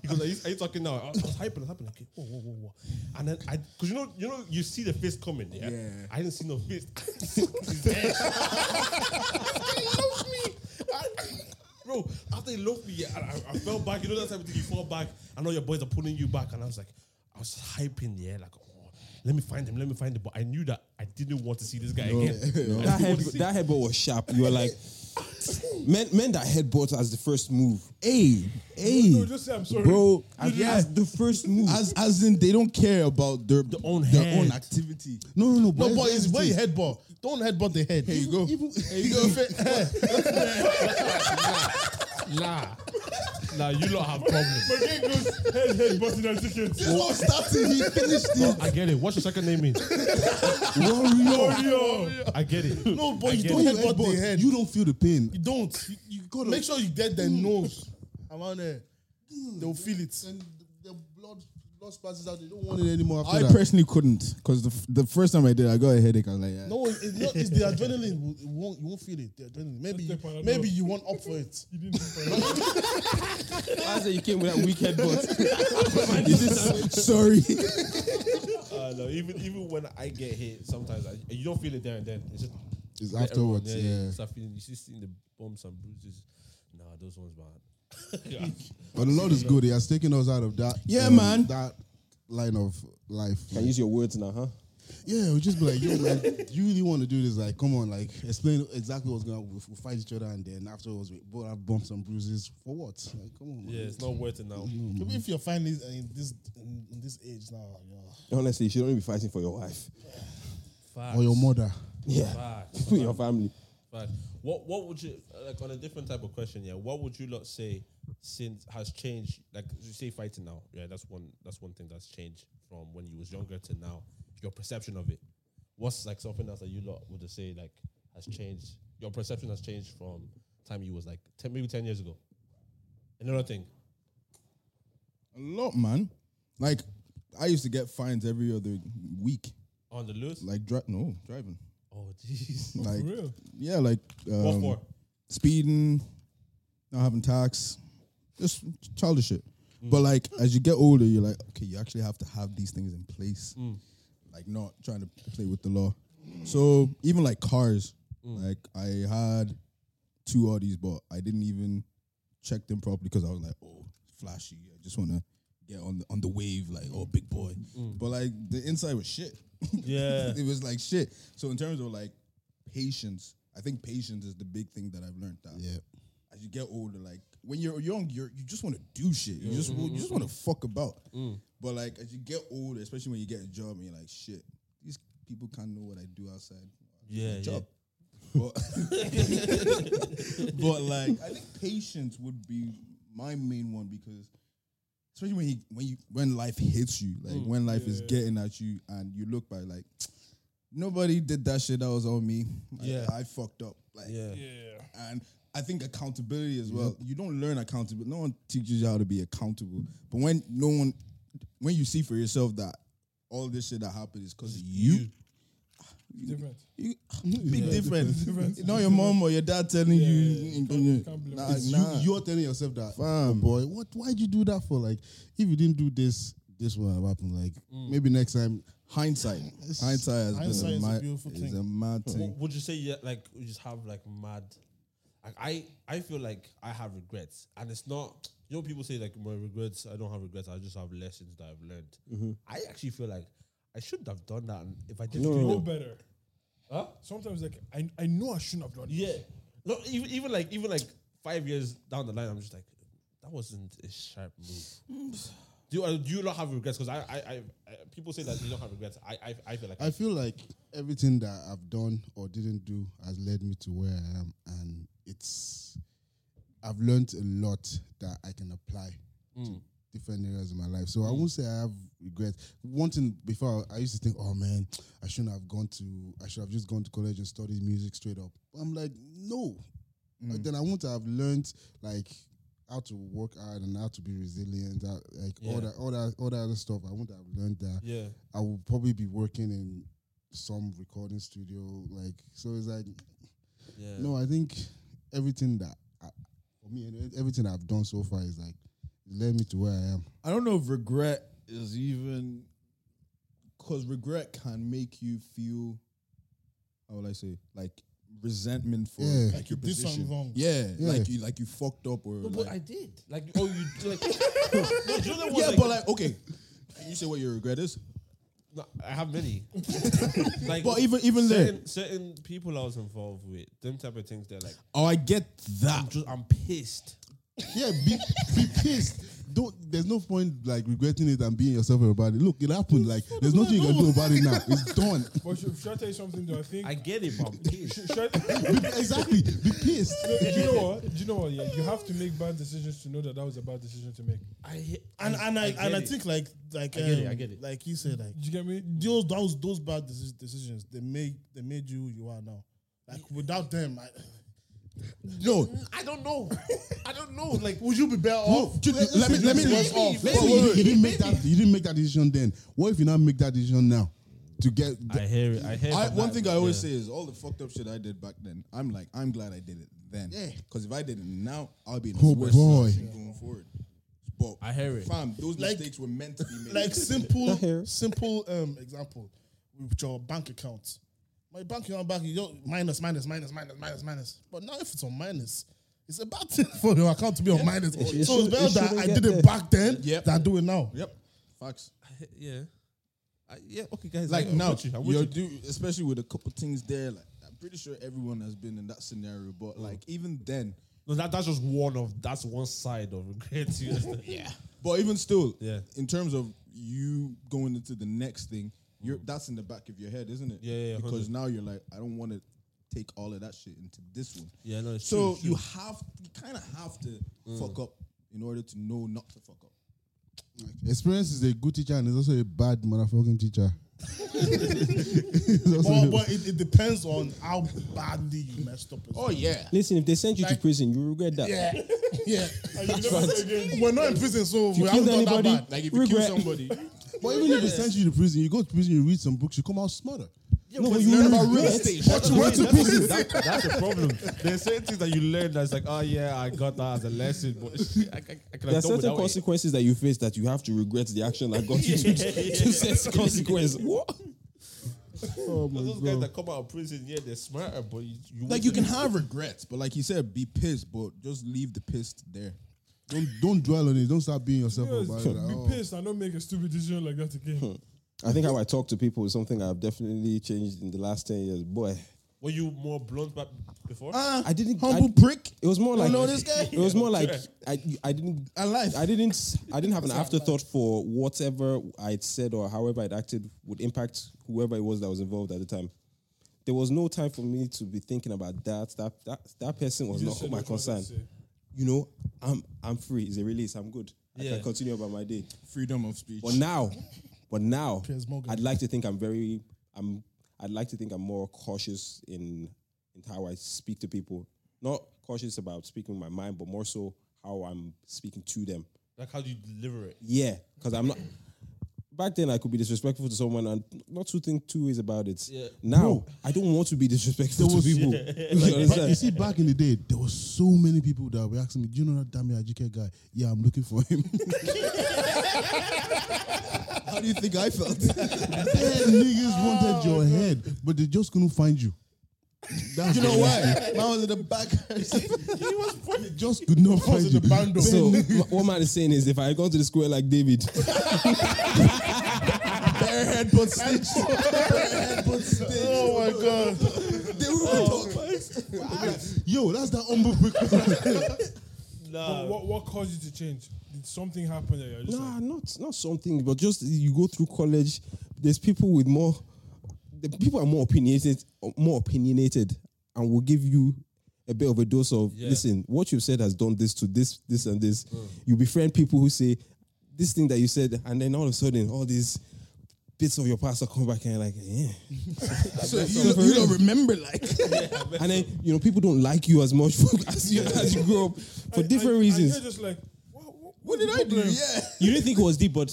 S1: He goes, are you, are you talking now? I was, I was hyping, I was hyping. Okay, whoa, whoa, whoa, whoa. And then I, because you know, you know, you see the fist coming. Yeah.
S3: Yeah.
S1: I didn't see no fist. He's dead. he loafed me. I, bro, after he loafed me, I, I, I fell back. You know that type of thing. You fall back, and all your boys are pulling you back. And I was like, I was hyping, yeah, like, oh, let me find him, let me find him. But I knew that I didn't want to see this guy again. I didn't
S4: That, head,
S1: want to see-
S4: that headbutt was sharp. You were like, men, men that headbutt as the first move. Hey, hey.
S2: No, just say I'm sorry.
S4: Bro, as, as the first move.
S3: As, as in, they don't care about their,
S1: own
S3: their
S1: head.
S3: own activity.
S8: No, no, no.
S6: No, but
S8: let's-
S6: it's where you headbutt. Don't headbutt the head. Here you go. you go.
S1: Nah. nah, you lot have problems.
S2: Again goes head head butting and chickens.
S3: This was starting, he finished it.
S1: I get it. What's your second name mean?
S2: Yo,
S1: I get it.
S6: No, but you
S1: get
S6: don't
S8: When you
S6: headbutt the
S8: headbutt,
S6: head.
S8: You don't feel the pain.
S6: You don't. You, you gotta make sure you get their nose around there. They'll feel it.
S8: And the blood, blood spasms out. They don't want it anymore after
S3: I
S8: that.
S3: personally couldn't because the, f- the first time I did, I got a headache. I was like, yeah.
S6: No, it's, it's not. It's the adrenaline. You won't. You won't feel it. The adrenaline. Maybe.
S2: Let's take Panadol.
S6: Maybe you won't up for it.
S2: you didn't do it.
S4: I said you came with that weak headbutt.
S3: sorry.
S1: Uh, no, even even when I get hit, sometimes I, you don't feel it there and then. It's just
S8: It's
S1: Everyone,
S8: afterwards. yeah.
S1: You start feeling. You see, seeing the bumps and bruises. Nah, those ones bad. Yeah.
S8: But the Lord is good. He has taken us out of that. um,
S3: Yeah, man.
S8: That line of life.
S4: Can use your words now, huh?
S8: Yeah, we just be like, yo, man, do you really want to do this? Like, come on, like, explain exactly what's going on. We'll, we'll fight each other, and then afterwards, we both have bumps and bruises. For what? Like, come on, man.
S1: yeah, it's Mm. not worth it now.
S6: Maybe if you're finally in this in, in this age now, you know,
S4: Honestly, you should only be fighting for your wife.
S1: Facts.
S8: Or your mother.
S4: Yeah.
S1: Facts.
S4: your family.
S1: Facts. What what would you uh, like on a different type of question? Yeah, what would you lot say since has changed? Like you say, fighting now. Yeah, that's one that's one thing that's changed from when you was younger to now. Your perception of it. What's like something else that you lot would say like has changed? Your perception has changed from time you was like ten, maybe ten years ago. Another thing.
S3: A lot, man. Like, I used to get fines every other week.
S1: On the loose.
S3: Like, dri- no, driving.
S1: Oh jeez.
S3: Like,
S2: real.
S3: yeah, like um,
S1: What for?
S3: speeding, not having tax, just childish shit. But like, as you get older, you're like, okay, you actually have to have these things in place. Like, not trying to play with the law. So even like cars, like I had two Audis, but I didn't even check them properly because I was like, oh, flashy. I just want to get on the, on the wave, like, oh, big boy. But like, the inside was shit.
S1: Yeah.
S3: it was like shit. So in terms of like patience, I think patience is the big thing that I've learned. That
S8: Yeah.
S3: as you get older, like when you're young, you're you just want to do shit. You just you just want to fuck about. But like as you get older, especially when you get a job and you're like shit, these people can't know what I do outside.
S1: Yeah.
S3: Job. But, but like, I think patience would be my main one because, especially when he, when you when life hits you, like when life is getting at you, and you look back like, nobody did that shit. That was on me. I-
S1: Yeah.
S3: I, fucked up. Like,
S1: Yeah.
S2: Yeah.
S3: and I think accountability as well. You don't learn accountability. No one teaches you how to be accountable. But when no one, when you see for yourself that all this shit that happened is because of you,
S2: It's different.
S3: you big difference. Not your mom or your dad telling
S2: Yeah,
S3: you.
S2: yeah, yeah. Can't- can't blame
S3: nah,
S2: it.
S8: It's
S3: nah.
S8: You, you're telling yourself that, oh
S3: Fam.
S8: boy, what? Why'd you do that for? Like, if you didn't do this, this would have happened. Like, maybe next time.
S3: hindsight. Hindsight has
S6: Mm. hindsight
S3: been
S6: is a
S3: ma-
S6: beautiful
S3: is
S6: thing.
S3: a mad
S1: Wou-
S3: thing.
S1: Would you say you like you just have like mad? Like I I feel like I have regrets, and it's not. You know, people say like my regrets. I don't have regrets. I just have lessons that I've learned.
S8: Mm-hmm.
S1: I actually feel like I should have done that, and if I didn't,
S2: You
S1: do
S2: know
S1: it-
S2: better.
S1: Huh?
S2: Sometimes like I, I know I shouldn't have done it.
S1: yeah. No, even even like even like five years down the line, I'm just like that wasn't a sharp move. Do you, uh, do you not have regrets? Because I, I, I, I, people say that you don't have regrets. I, I, I feel like
S8: I feel like everything that I've done or didn't do has led me to where I am, and it's. I've learned a lot that I can apply
S1: Hmm.
S8: to different areas of my life. So I won't say I have regrets. One thing before I used to think, oh man, I shouldn't have gone to. I should have just gone to college and studied music straight up. I'm like, no.
S1: Hmm.
S8: Like, then I wouldn't have learned like how to work hard and how to be resilient. That, like all
S1: Yeah.
S8: that, all that, all that other stuff. I wouldn't have learned that.
S1: yeah.
S8: I will probably be working in some recording studio. Like, so it's like,
S1: Yeah.
S8: no, I think everything that, I, for me, and everything I've done so far is like, led me to where I am.
S3: I don't know if regret is even because regret can make you feel how would I say like resentment for
S8: Yeah.
S3: like,
S6: Like
S3: your
S6: you did something
S3: position.
S6: wrong.
S3: Yeah,
S8: Yeah.
S3: like you like you fucked up or
S1: But
S3: like-
S1: I did. Like oh, you like. no, do you know what,
S3: yeah,
S1: like-
S3: but like okay, Can you say what your regret is.
S1: No, I have many. like,
S3: But even even then,
S1: certain, certain people I was involved with, them type of things, they're like,
S3: oh, I get that.
S1: I'm just, I'm pissed.
S8: Yeah, be, be pissed. Don't, there's no point like regretting it and beating yourself about it. Look, it happened. Like, there's nothing you can do about it now. It's done.
S2: But should, should I tell you something though? I think
S1: I get it, but I'm pissed.
S2: should, should I,
S8: exactly. Be pissed.
S2: do you know what? Do you know what? Yeah, you have to make bad decisions to know that that was a bad decision to make.
S1: I
S6: And and I,
S1: get
S6: and I
S1: it.
S6: think like like
S1: get it,
S6: um,
S1: I get it.
S6: like you said like
S2: Do you get me?
S6: those those those bad deci- decisions they made they made you who you are now. Like without them, I,
S3: No,
S1: I don't know. I don't know. Like,
S6: would you be better off?
S8: Dude, let, me let me
S1: maybe,
S8: off.
S1: maybe,
S8: Wait, wait, wait. You didn't make that. You didn't make that decision then. What if you now make that decision now? To get
S1: I hear it. I hear.
S3: I, one thing I always say is all the fucked up shit I did back then. I'm like, I'm glad I did it then. Yeah. Because if I did it now, I'll be in a
S8: Oh,
S3: worse
S8: boy.
S3: position going forward. But
S1: I hear it.
S3: Fam, those
S6: Like-
S3: mistakes were meant to be made.
S6: like simple simple um example with your bank account. My bank account back you go minus minus minus minus minus minus. But now if it's on minus, it's a bad thing for your account to be on minus. so it's
S4: should-
S6: better
S4: it
S6: that
S4: shouldn't
S6: I
S4: get
S6: did it
S4: there.
S6: back then
S3: Yep.
S6: than do it now.
S3: yep, facts.
S1: yeah, I, yeah. Okay, guys.
S3: Like
S1: I'm
S3: now,
S1: with you. I'm with
S3: you. are
S1: you.
S3: do especially with a couple things there. Like I'm pretty sure everyone has been in that scenario. But
S1: Mm.
S3: like even then,
S1: No, that, that's just one of that's one side of regret. You understand? yeah.
S3: But even still,
S1: Yeah.
S3: in terms of you going into the next thing, you're that's in the back of your head, isn't it?
S1: Mm. Yeah, yeah, yeah,
S3: Because now you're like, I don't want to take all of that shit into this one.
S1: Yeah, no, it's
S3: so
S1: true, Mm. it's
S3: you have you kind of have to fuck up in order to know not to fuck up.
S8: experience is a good teacher and is also a bad motherfucking teacher. It's also
S6: Or,
S8: a-
S6: but it, it depends on how badly you messed up. as well.
S3: Oh, yeah,
S4: Listen, if they sent you to prison, you regret that.
S6: yeah, yeah.
S2: You never say again.
S6: We're not in prison, so
S4: you
S6: we haven't
S4: killed
S6: done that
S4: anybody-
S6: bad.
S3: like if you
S4: Regret.
S3: kill somebody,
S8: but even if they send you to prison, you go to prison, you read some books, you come out smarter.
S4: No, but you
S3: about real
S4: regret.
S3: estate. What you
S1: That's, that, that's the problem. There's certain things that you learn that's like, oh yeah, I got that as a lesson, but shit, I, I, I could
S4: There are
S1: have done
S4: certain
S1: without it.
S4: consequences that you face that you have to regret the action that got you to, to such consequence. What?
S1: Those guys that come out of prison, yeah, they're smarter, but you, you
S3: like you can have regrets, but like you said, be pissed, but just leave the pissed there.
S8: Don't don't dwell on it. Don't start beating yourself up
S2: Yes,
S8: about it.
S2: be
S8: Oh,
S2: pissed and don't make a stupid decision like that again.
S4: I think how I talk to people is something I've definitely changed in the last 10 years. Boy,
S1: Were you more blunt back before?
S4: I didn't.
S3: Humble
S4: I,
S3: prick.
S4: it was more like
S3: know this guy?
S4: It was more like I, I didn't
S3: I life.
S4: I didn't I didn't have an afterthought for whatever I'd said or however I'd acted would impact whoever it was that was involved at the time. There was no time for me to be thinking about that. That that that person was
S2: You
S4: not
S2: said
S4: my
S2: what you wanted
S4: concern.
S2: to say.
S4: You know, I'm I'm free. It's a release. I'm good. I
S1: Yeah.
S4: can continue about my day.
S3: Freedom of speech.
S4: But now, but now,
S6: Piers Morgan.
S4: I'd like to think I'm very, I'm, I'd like to think I'm more cautious in, in how I speak to people. Not cautious about speaking my mind, but more so how I'm speaking to them.
S1: Like, how do you deliver it?
S4: Yeah, because I'm not. Back then, I could be disrespectful to someone and not to think two ways about it.
S1: Yeah.
S4: Now, I don't want to be disrespectful to people. you
S8: But you
S4: understand?
S8: see, back in the day, there were so many people that were asking me, "Do you know that Dami Ajike guy? Yeah, I'm looking for him."
S10: How do you think I felt? Oh,
S8: Dead niggas wanted your head, but they just couldn't find you. That's
S10: you know why? I was in the back.
S8: They just could not find you.
S4: So, wh- what man is saying is, if I had gone to the square like David,
S10: Bare head but stitch. Bare head but stitch. Oh my god. They were
S3: Oh.
S10: talking.
S8: Yo, that's that humble quick.
S2: But what, what caused you to change? Did something happen that you're just
S4: Nah,
S2: like,
S4: not not something, but just you go through college. There's people with more. The people are more opinionated, more opinionated, and will give you a bit of a dose of listen. What you've said has done this to this, this, and this. You befriend people who say this thing that you said, and then all of a sudden, all these bits of your past are come back and you're like, yeah.
S10: So you, don't- you don't remember like
S4: and then you know people don't like you as much as you as you grow up for
S2: and-
S4: different
S2: and-
S4: reasons.
S2: And you're just like, what, what,
S10: what did I do? Yeah.
S4: you didn't think it was deep, but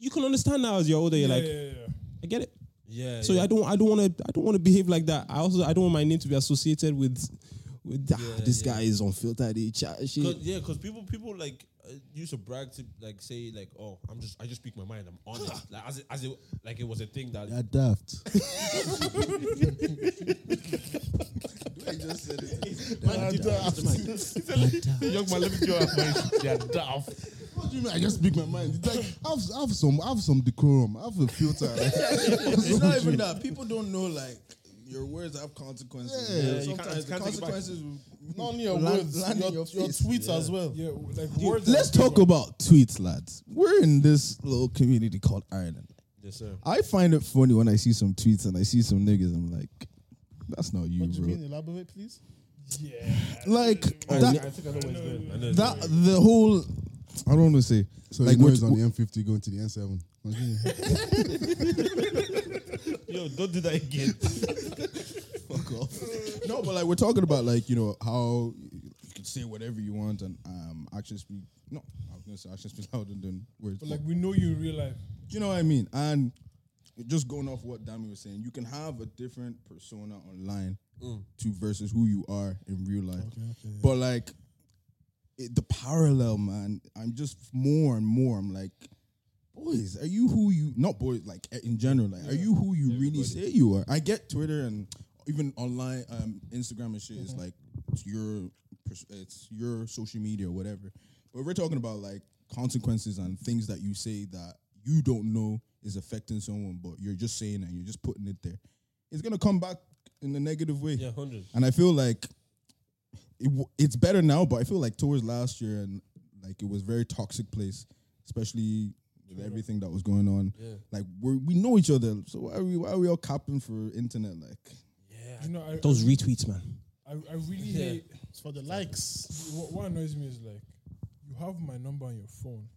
S4: you can understand now as you're older. You're
S2: Yeah,
S4: like,
S2: yeah, yeah, yeah.
S4: I get it.
S1: Yeah.
S4: So
S1: yeah.
S4: I don't I don't want to I don't want to behave like that. I also I don't want my name to be associated with with "Ah,
S1: Yeah,
S4: this
S1: yeah.
S4: guy is unfiltered. He chat
S1: Cause,
S4: shit.
S1: yeah, because people people like uh, used to brag to like say like, oh, I'm just I just speak my mind. I'm honest. like as it, as it like it was a thing that
S8: They're daft.
S1: young man. Let me go Yeah, daft.
S8: What do you mean? I just speak my mind. It's like have have some have some decorum. Have a filter.
S10: It's not even that. People don't know like your words have consequences.
S8: Yeah,
S10: you know?
S8: you
S1: can't-
S10: Sometimes
S1: you can't
S10: the
S1: take it back.
S10: consequences will
S6: Not only your
S10: Land-
S6: words,
S10: land in
S6: your,
S10: your
S6: your,
S10: face.
S6: tweets as well.
S2: Yeah, w- like words.
S10: let's
S2: are
S10: talk
S2: different.
S10: about tweets, lads.
S3: We're in this little community called Ireland.
S1: Yes, sir.
S3: I find it funny when I see some tweets and I see some niggas. I'm like, that's not you,
S6: What do you
S3: bro.
S6: mean? Elaborate, please.
S2: Yeah.
S3: Like
S1: I
S3: that,
S1: think I know where it's going. I know.
S3: that the whole. I don't want to say.
S8: So
S3: Like
S8: you know
S3: what-
S8: he's on the M50 going to the M7. Continue.
S1: Yo, don't do that again.
S3: No, but like we're talking about like you know how you can say whatever you want and um actions speak. No, I was gonna say actions speak louder than words.
S2: But like we know you in real life.
S3: Do you know what I mean? And just going off what Dami was saying, you can have a different persona online to versus who you are in real life. But like it, the parallel, man, I'm just more and more. I'm like, boys, are you who you? Not boys, like eh, in general. Like, are you who you really say you are? I get Twitter and even online, um, Instagram and shit is like it's your pers- it's your social media or whatever. But we're talking about like consequences and things that you say that you don't know is affecting someone, but you're just saying and you're just putting it there. It's gonna come back in a negative way.
S1: Yeah, hundred.
S3: And I feel like it, w- it's better now, but I feel like towards last year and like it was very toxic place, especially with everything that was going on. Like we we know each other, so why are we why are we all capping for internet? Like
S2: You know, I,
S4: Those retweets, man.
S2: I, I really hate.
S6: It's for the likes.
S2: What, what annoys me is like, you have my number on your phone,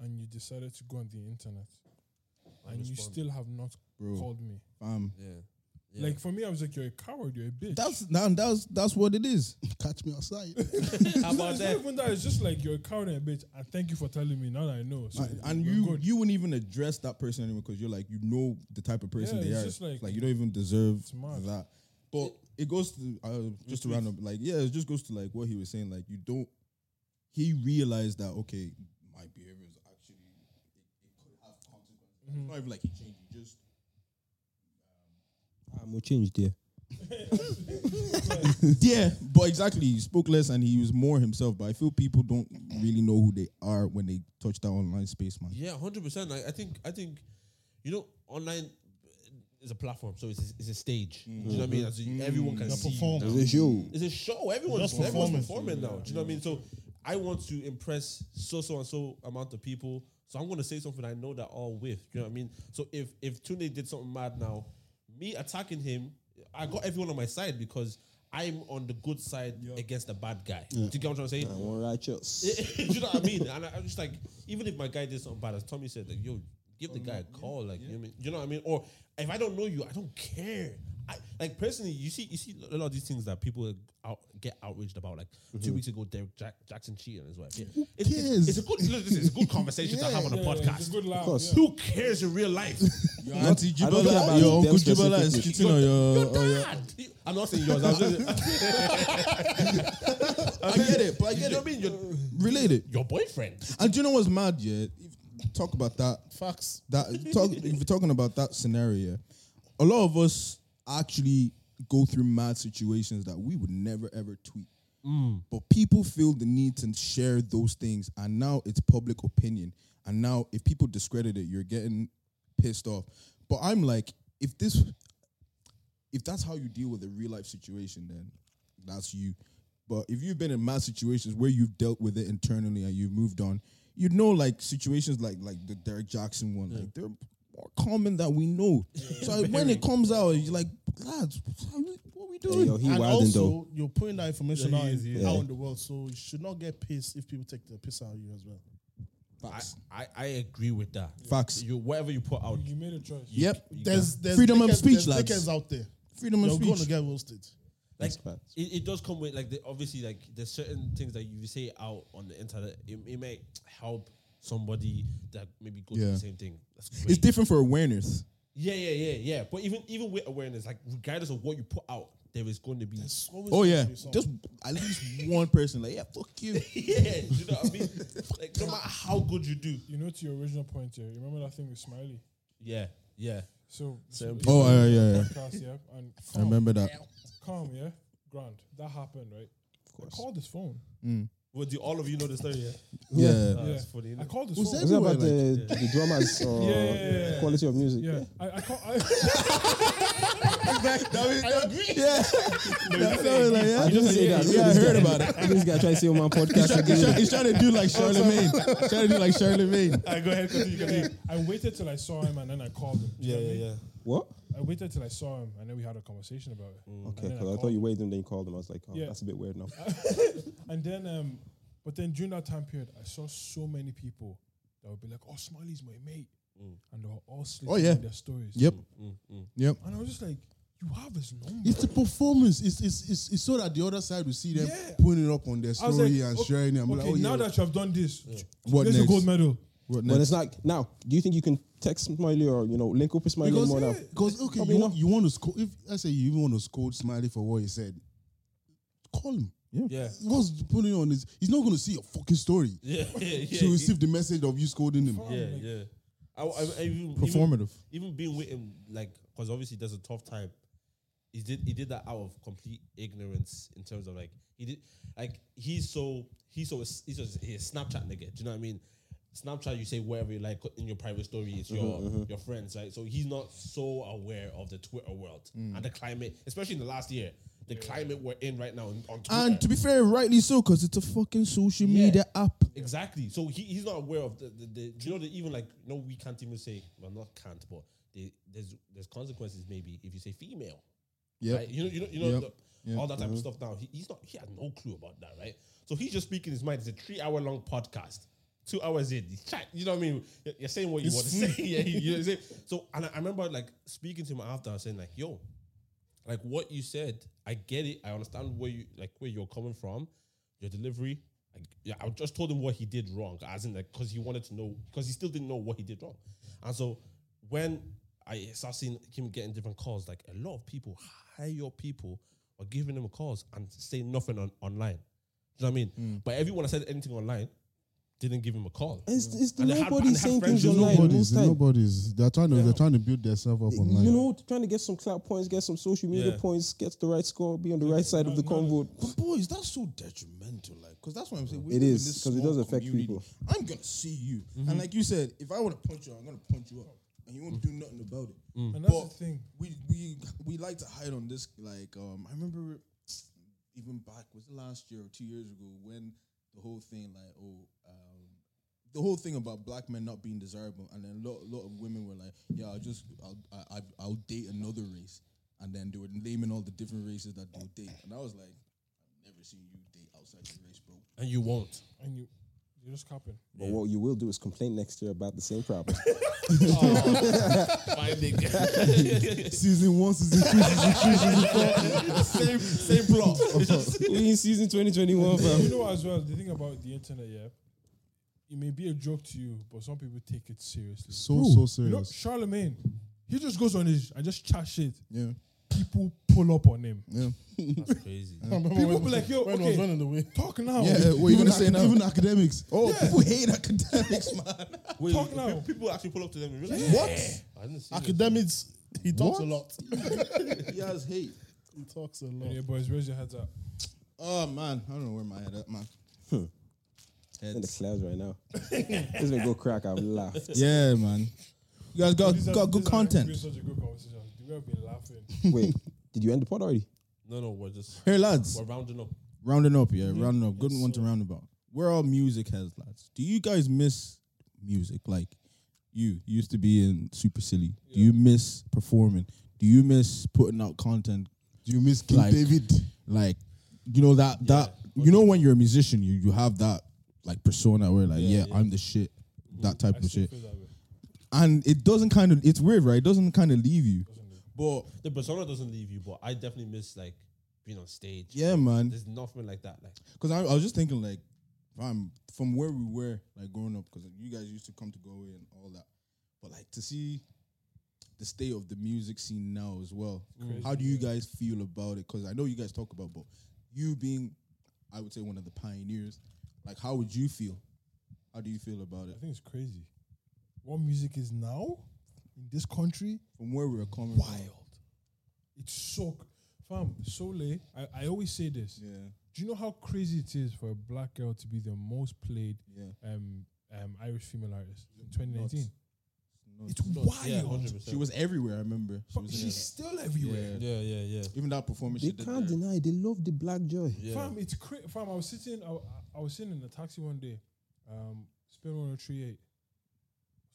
S2: and you decided to go on the internet, and you still have not
S3: bro,
S2: called me.
S3: fam,
S1: Yeah. Yeah.
S2: Like for me, I was like, you're a coward. You're a bitch.
S3: that's now that's that's what it is.
S8: Catch me outside.
S1: How
S2: it's not,
S1: about
S2: it's not
S1: that?
S2: even that. It's just like you're a coward and a bitch. And thank you for telling me. Now that I know. So
S3: And, and
S2: we're
S3: you
S2: good.
S3: you wouldn't even address that person anymore because you're like you know the type of person
S2: Yeah,
S3: they
S2: it's
S3: are.
S2: just like-
S3: you don't even deserve
S2: It's mad.
S3: that. But it goes to uh, just to random like yeah, it just goes to like what he was saying. Like you don't. He realized that okay, my behavior is actually it, it could have consequences.
S2: Mm-hmm.
S3: It's not even like he changed. He just
S4: I'm gonna Ah, change there.
S3: yeah, but exactly. He spoke less and he was more himself. But I feel people don't really know who they are when they touch that online space, man.
S1: Yeah, hundred percent. I, I think I think, you know, online is a platform, so it's a, it's a stage. Do you know what I mean? As you- everyone can see.
S6: perform.
S1: now.
S4: It's a show.
S1: It's a show. Everyone's,
S6: Just
S1: everyone's
S6: performance.
S1: performing now. Do you know what I mean? So I want to impress so so and so amount of people. So I'm gonna say something I know that all with. Do you know what I mean? So if if Tune did something mad now, me attacking him, I got everyone on my side because I'm on the good side against the bad guy. Do you get what I'm saying?
S4: All righteous.
S1: Do you know what I mean? And I, I'm just like, even if my guy did something bad, as Tommy said, like, yo, give the guy a call, like, you, know what I mean? you know what I mean? Or if I don't know you, I don't care. I, like personally, you see, you see a lot of these things that people out, get outraged about. Like two weeks ago, Derek Jack, Jackson cheated on his wife. Who it's,
S8: cares?
S1: It's, a good, look, listen, it's a good conversation to have on a podcast.
S2: It's a good laugh.
S4: course.
S2: Yeah.
S1: Who cares in real life?
S3: Auntie
S4: I
S3: Jibola,
S4: don't care about
S3: your uncle
S4: them
S3: Jibola is
S4: specifically.
S3: cheating on your. on your-
S1: I'm not saying yours. I, was just,
S3: I get it, but I
S1: you know
S3: get
S1: what I
S3: it.
S1: mean? Your,
S3: Relate it.
S1: your boyfriend.
S3: And do you know what's mad? Yeah, If- talk about that.
S6: Facts.
S3: That talk, if you're talking about that scenario, yeah, a lot of us actually go through mad situations that we would never ever tweet. But people feel the need to share those things, and now it's public opinion. And now, if people discredit it, you're getting pissed off. But I'm like, if this, if that's how you deal with a real life situation, then that's you. But if you've been in mad situations where you've dealt with it internally and you've moved on, you know, like situations like like the Derek Jackson one, like they're more common that we know. So when it comes out, you're like, lads, what are we- what are we doing?
S4: yo, he
S6: and
S4: wilding
S6: also,
S4: though.
S6: you're putting that information out,
S11: is, he is.
S6: out in the world, so you should not get pissed if people take the piss out of you as well.
S1: I, I, I agree with that.
S3: Facts.
S1: You whatever you put out.
S2: You made a choice.
S3: Yep.
S6: There's, there's
S3: Freedom of
S6: dickheads-
S3: speech,
S6: there's
S3: lads.
S6: dickheads out there.
S3: Freedom of
S6: You're going to
S3: speech.
S6: get roasted.
S1: Like
S4: facts.
S1: it, it does come with like the, obviously like there's certain things that you say out on the internet. It, it may help somebody that maybe goes through
S3: Yeah.
S1: the same thing. That's great.
S3: It's different for awareness.
S1: yeah, yeah, yeah, yeah. But even even with awareness, like regardless of what you put out, there is going to be
S6: It's always
S3: Oh
S6: going to
S3: yeah,
S6: be something.
S3: just at least one person like yeah, fuck you.
S1: yeah. Do you know what I mean? like no matter how good you do.
S2: You know, to your original point here, you remember that thing with Smiley?
S1: Yeah, yeah.
S2: So,
S1: Same.
S3: Oh, yeah, yeah, yeah.
S2: Podcast, yeah. And
S3: I
S2: calm,
S3: remember that.
S2: calm, yeah. Grand. That happened, right? Of course. I called his phone.
S1: Well, do all of you know the story? Yeah,
S3: Yeah,
S1: Ah, that's funny.
S2: I
S1: innit?
S2: called his
S8: Was
S2: phone.
S4: Was that
S8: that-
S4: about
S8: Everywhere,
S4: the, the drummers or
S2: Yeah, yeah, yeah.
S4: quality of music?
S2: Yeah. I, I call, I,
S4: I didn't say that.
S3: yeah, I heard about it.
S4: This guy tried to say on my
S3: He's
S4: podcast.
S3: trying, he's trying- he's trying to do like Charlemagne. trying to do like Charlemagne.
S1: Alright, go ahead, continue, continue.
S2: I waited till I saw him and then I called him.
S1: Yeah, yeah, yeah.
S4: what?
S2: I waited till I saw him and then we had a conversation about
S4: Okay,
S2: it. And then I
S4: because I, thought
S2: called.
S4: you waited and then you called him. I was like, oh,
S2: Yeah.
S4: that's a bit weird now.
S2: And then, um, but then during that time period, I saw so many people that would be like, "Oh, Smiley's my mate," and they were all sleeping
S3: yeah.
S2: their stories. Mm,
S3: Yep. Yep.
S2: And I was just like, "You have his number."
S8: It's the performance. It's, it's, it's, it's so that the other side will see them
S2: Yeah.
S8: putting it up on their
S2: I was
S8: story
S2: like,
S8: and
S2: "Okay,
S8: sharing it. I'm
S2: okay,
S8: like, oh,
S2: now
S8: yeah.
S2: that you have done this,
S3: What
S2: there's a
S3: next?
S2: gold medal.
S3: What
S4: But
S3: next?
S4: it's like now. Do you think you can text Smiley or you know link up with Smiley
S8: because,
S4: more now?
S8: because, okay,
S4: Probably
S8: you want, you want to scold. If I say you even want to scold Smiley for what he said, call him.
S1: Yeah,
S8: What's putting on is he's not going to see your fucking story.
S1: yeah, yeah.
S8: She will receive the message of you scolding him.
S1: Yeah, yeah. I, I, I even, even,
S3: Performative.
S1: even being with him, like, because obviously there's a tough time. He did he did that out of complete ignorance in terms of like he did like he's so he's so he's so he's a Snapchat nigga. Do you know what I mean? Snapchat, you say whatever you like in your private story. It's your
S3: Mm-hmm,
S1: your friends, right? So he's not so aware of the Twitter world
S3: Mm.
S1: and the climate, especially in the last year, the climate we're in right now on Twitter.
S3: And to be fair, rightly so, because it's a fucking social
S1: Yeah.
S3: media app.
S1: Exactly. So he, he's not aware of the, the, the do you know that even like no we can't even say well not can't but they, there's there's consequences maybe if you say female.
S3: Yep.
S1: Right? You know you know you know
S3: Yep. Mm-hmm.
S1: the- all that type of stuff now. He, he's not he had no clue about that, right? So he's just speaking his mind. It's a three hour long podcast. Two hours in, he's chat, you know what I mean. You're- You're saying what you want to say, yeah. You know what I'm saying? So, and I, I remember like speaking to him after, I was saying like, "Yo, like what you said, I get it. I understand where you like where you're coming from, your delivery. I, yeah, I just told him what he did wrong, as in like because he wanted to know because he still didn't know what he did wrong, and so when I start seeing him getting different calls, like a lot of people, higher people, are giving him calls and saying nothing on online. Do you know what I mean? But everyone that said anything online didn't give him a call.
S4: It's, it's the
S1: And they had-
S4: nobody
S1: and they had
S4: saying
S1: friends
S4: things
S1: with
S4: online
S8: Nobody's,
S4: most time.
S8: nobody's. They're trying to, they're trying to build themselves up online.
S4: You know, trying to get some clout points, get some social media
S1: Yeah.
S4: points, get the right score, be on the right side of the convo.
S3: But boys, that's so detrimental. Like, because that's what I'm saying. We
S4: It
S3: live in
S4: is,
S3: this
S4: 'cause it does
S3: small
S4: affect
S3: community.
S4: people.
S3: I'm gonna see you, and like you said, if I want to punch you, I'm gonna punch you up, and you won't do nothing about it.
S2: And that's
S3: But-
S2: the thing.
S3: We we we like to hide on this. Like, um, I remember even back was it last year or two years ago when the whole thing like oh um, the whole thing about black men not being desirable, and then a lot, lot of women were like, "Yeah, I'll just I'll I, I- I'll date another race," and then they were naming all the different races that they'll date, and I was like, "I've never seen you date outside your race, bro."
S1: and you won't.
S2: and you you're just copping.
S4: But what you will do is complain next year about the same problem.
S8: season one, season two, season three, season
S1: same same plot.
S4: we in season 2021,
S2: Uh, you
S4: fam.
S2: know as well the thing about the internet, yeah. It may be a joke to you, but some people take it seriously.
S8: So so
S2: You know,
S8: serious.
S2: Charlemagne, he just goes on his and just chat shit.
S3: Yeah,
S2: People pull up on him.
S3: yeah.
S1: That's crazy.
S2: People be like, yo,
S6: when was
S2: okay,
S6: running away.
S2: talk now.
S3: Yeah, what are you
S8: even,
S3: gonna say
S8: ac-
S3: now?
S8: even academics.
S3: oh, people hate academics, man.
S1: Wait,
S2: Talk
S1: pe-
S2: now.
S1: People actually pull up to them and realize what? I didn't see that.
S6: Academics, he talks a lot.
S3: he has hate.
S6: He talks a lot.
S2: Yeah, boys, raise your heads up.
S3: Oh man, I don't know where my head at, man.
S4: In the clouds right now. this is gonna go crack. I've laughed.
S3: Yeah, man. You guys got
S2: These are-
S3: got
S2: these
S3: good
S2: are
S3: content.
S2: actually Such a good conversation. We have been laughing.
S4: Wait, did you end the pod already?
S1: No, no, we're just
S3: Hey lads,
S1: we're rounding up.
S3: rounding up, yeah, rounding up. Good one to round about. We're all music heads, lads. Do you guys miss music? Like you you used to be in Super Silly. Do you miss performing? Do you miss putting out content?
S8: Do you miss King
S3: Like-
S8: David?
S3: Like you know that that you know when you're a musician, you you have that like persona where like yeah, I'm the shit. That type
S2: I
S3: of
S2: still
S3: shit,
S2: feel that way.
S3: and it doesn't kind of it's weird, right? It doesn't kind of leave you. But
S1: The persona doesn't leave you, but I definitely miss like being on stage.
S3: yeah, man,
S1: There's nothing like that. Like
S3: Because I, I was just thinking, like, fam, from where we were, like, growing up, because you guys used to come to Galway and all that. But, like, to see the state of the music scene now as well, how do you guys feel about it? Because I know you guys talk about, but you being, I would say, one of the pioneers, like, how would you feel? How do you feel about it?
S2: I think it's crazy. What music is now in this country?
S3: From where we were coming from.
S2: Wild. It's so, c- fam, Soleil. I, I always say this.
S3: Yeah,
S2: Do you know how crazy it is for a black girl to be the most played
S3: yeah.
S2: um, um, Irish female artist in 2019?
S3: Nuts. Nuts.
S2: It's
S1: yeah,
S2: wild.
S1: 100%.
S3: She was everywhere, I remember. She
S2: But
S3: was
S2: she's still everywhere.
S3: Yeah.
S1: Yeah, yeah, yeah.
S3: Even that performance
S4: They
S3: she did
S4: can't
S3: there.
S4: deny they love the black joy.
S1: Yeah.
S2: Fam, it's crazy. Fam, I was sitting, I, I was sitting in a taxi one day, um, spin 1038.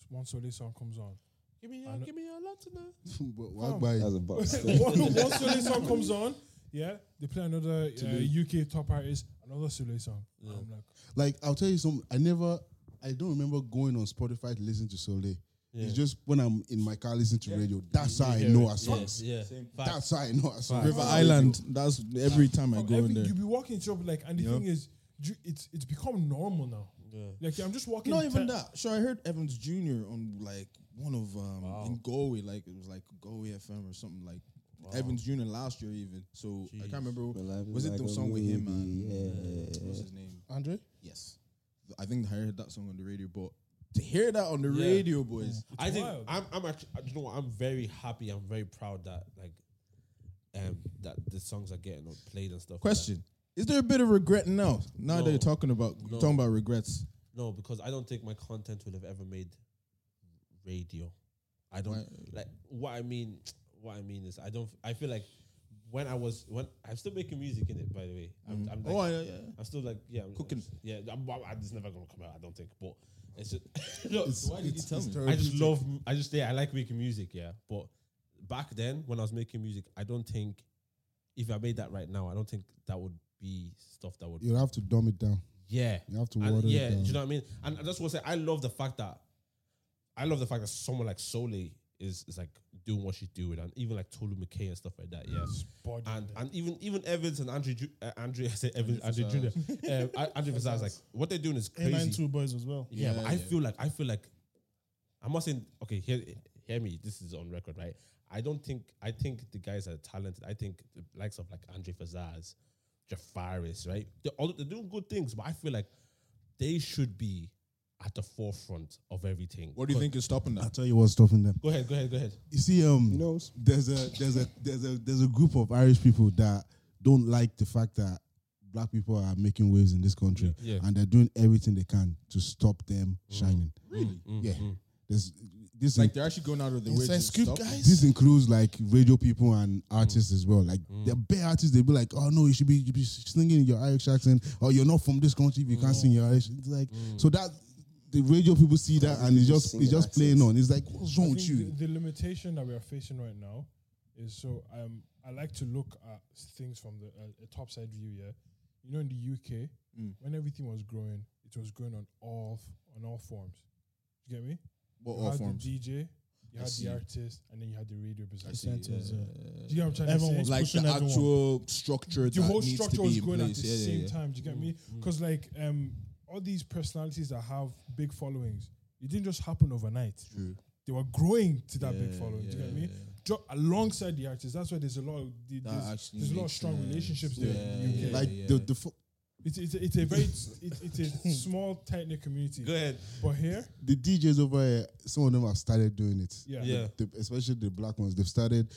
S2: One Soleil song comes on.
S1: Give me your,
S2: I know-
S1: give me your lot tonight.
S8: but why
S2: Fam.
S8: buy
S4: That's a box.
S2: one, one Soleil song comes on, yeah, they play another uh, UK top artist, another Soleil song. I'm like,
S8: Like I'll tell you something. I never, I don't remember going on Spotify to listen to Soleil.
S1: Yeah.
S8: It's just when I'm in my car listening to radio. That's how I
S1: Yeah,
S8: know
S1: yeah,
S8: our songs.
S1: Yeah,
S8: That's how I know our songs.
S3: River Island. That's every time I
S2: fam,
S3: go
S2: every-
S3: in there.
S2: you be walking shop like, and the
S3: Yeah.
S2: thing is, you, it's it's become normal now.
S1: Yeah.
S2: Like I'm just walking.
S3: Not even
S2: te-
S3: that. Sure, I heard Evans Jr. on like one of um in Galway, like it was like Galway FM or something like Evans Jr. last year even. So I can't remember. Was it the song with him and uh, what's his name?
S6: Andre?
S3: Yes, I think I heard that song on the radio. But to hear that on the radio, boys,
S1: I think
S2: wild.
S1: I'm. I'm actually. uh, You know what? I'm very happy. I'm very proud that like, um, that the songs are getting played and stuff. like that.
S3: question: Is there a bit of regret now? Now that
S1: No.
S3: you're talking about
S1: No.
S3: you're talking about regrets,
S1: No, because I don't think my content would have ever made radio. I don't like what I mean. What I mean is I don't. I feel like when I was when I'm still making music in it. By the way, I'm. I'm like,
S3: Oh, yeah, yeah.
S1: I'm still like yeah. I'm,
S3: Cooking.
S1: I'm- yeah, I'm, I'm, it's never gonna come out. I don't think. But it's just. no,
S3: why did you tell me?
S1: I just love. I just yeah. I like making music. Yeah, but back then when I was making music, I don't think if I made that right now, I don't think that would be stuff that would.
S8: You have to dumb it down.
S1: Yeah.
S8: You have to
S1: And
S8: water
S1: yeah,
S8: it down.
S1: do you know what I mean? And that's what I say. I love the fact that I love the fact that someone like Soleil is is like doing what she's doing, and even like Tolu McKay and stuff like that. Yeah.
S2: Body
S1: And
S2: there.
S1: and even even Evans and Andrew Ju- uh, Andrew I said Evans Andrew Junior um, I- Andrew Vazaz like what they're doing is crazy.
S6: A92 boys as well.
S1: Yeah, but I feel like I feel like I'm not saying okay. Hear hear me. This is on record, right? I don't think I think the guys are talented. I think the likes of like Andre Fazaz, Jafaris, right? They're, all, they're doing good things, but I feel like they should be at the forefront of everything.
S3: what do you think is stopping
S8: I'll
S3: that?
S8: tell you what's stopping them.
S1: Go ahead, go ahead, go ahead.
S8: You see, um,
S4: He knows.
S8: there's a there's a there's a there's a group of Irish people that don't like the fact that black people are making waves in this country,
S1: Yeah.
S8: and they're doing everything they can to stop them
S3: Mm.
S8: shining. Really? Yeah. There's this
S3: Like they're actually going out of their way to
S6: Inside Scoop
S3: stop.
S6: guys?
S8: this includes like radio people and artists as well. Like
S3: Mm.
S8: they're bare artists, they'll be like, "Oh no, you should be, you Oh,
S3: Mm.
S8: should be singing in your Irish accent, or you're not from this country if you can't sing your Irish." It's like so that the radio people see that and it's just
S10: Sing
S8: it's
S10: in
S8: just playing on. It's like what's
S2: I
S8: wrong with
S2: think
S8: you?
S2: The, the limitation that we are facing right now is so um, I like to look at things from the uh, a top side view. Yeah, you know, in the UK,
S3: Mm.
S2: when everything was growing, it was growing on all f- on all forms. You get me?
S3: What
S2: you
S3: all
S2: had
S3: forms?
S2: The DJ, you had
S3: see.
S2: the artist, and then you had the radio business.
S9: see.
S3: uh,
S2: Do you get what I'm trying
S6: Everyone
S2: to
S6: was
S2: say?
S3: Like
S6: pushing
S3: the
S6: everyone.
S3: actual structure
S2: the
S3: that
S2: whole
S3: needs
S2: structure
S3: to be
S2: was
S3: in
S2: going
S3: place.
S2: at the
S3: yeah,
S2: same
S3: yeah, yeah.
S2: time. Do you get me?
S3: mm.
S2: Because like um, all these personalities that have big followings, it didn't just happen overnight.
S3: True.
S2: They were growing to that big
S3: Yeah,
S2: following. do you get
S3: yeah,
S2: me?
S3: yeah.
S2: Jo- alongside the artists, that's why there's a lot of the,
S3: That
S2: there's,
S3: actually
S2: there's a lot of
S3: makes
S2: strong
S3: sense.
S2: relationships there. in the
S3: Yeah,
S2: UK.
S8: like
S3: yeah.
S8: the the fu-
S2: It's, it's, it's a very it's, it's a small tight knit community.
S1: Go ahead.
S2: But here,
S8: the DJs over here, some of them have started doing it.
S2: yeah,
S1: Yeah.
S8: The, especially the black ones, they've started.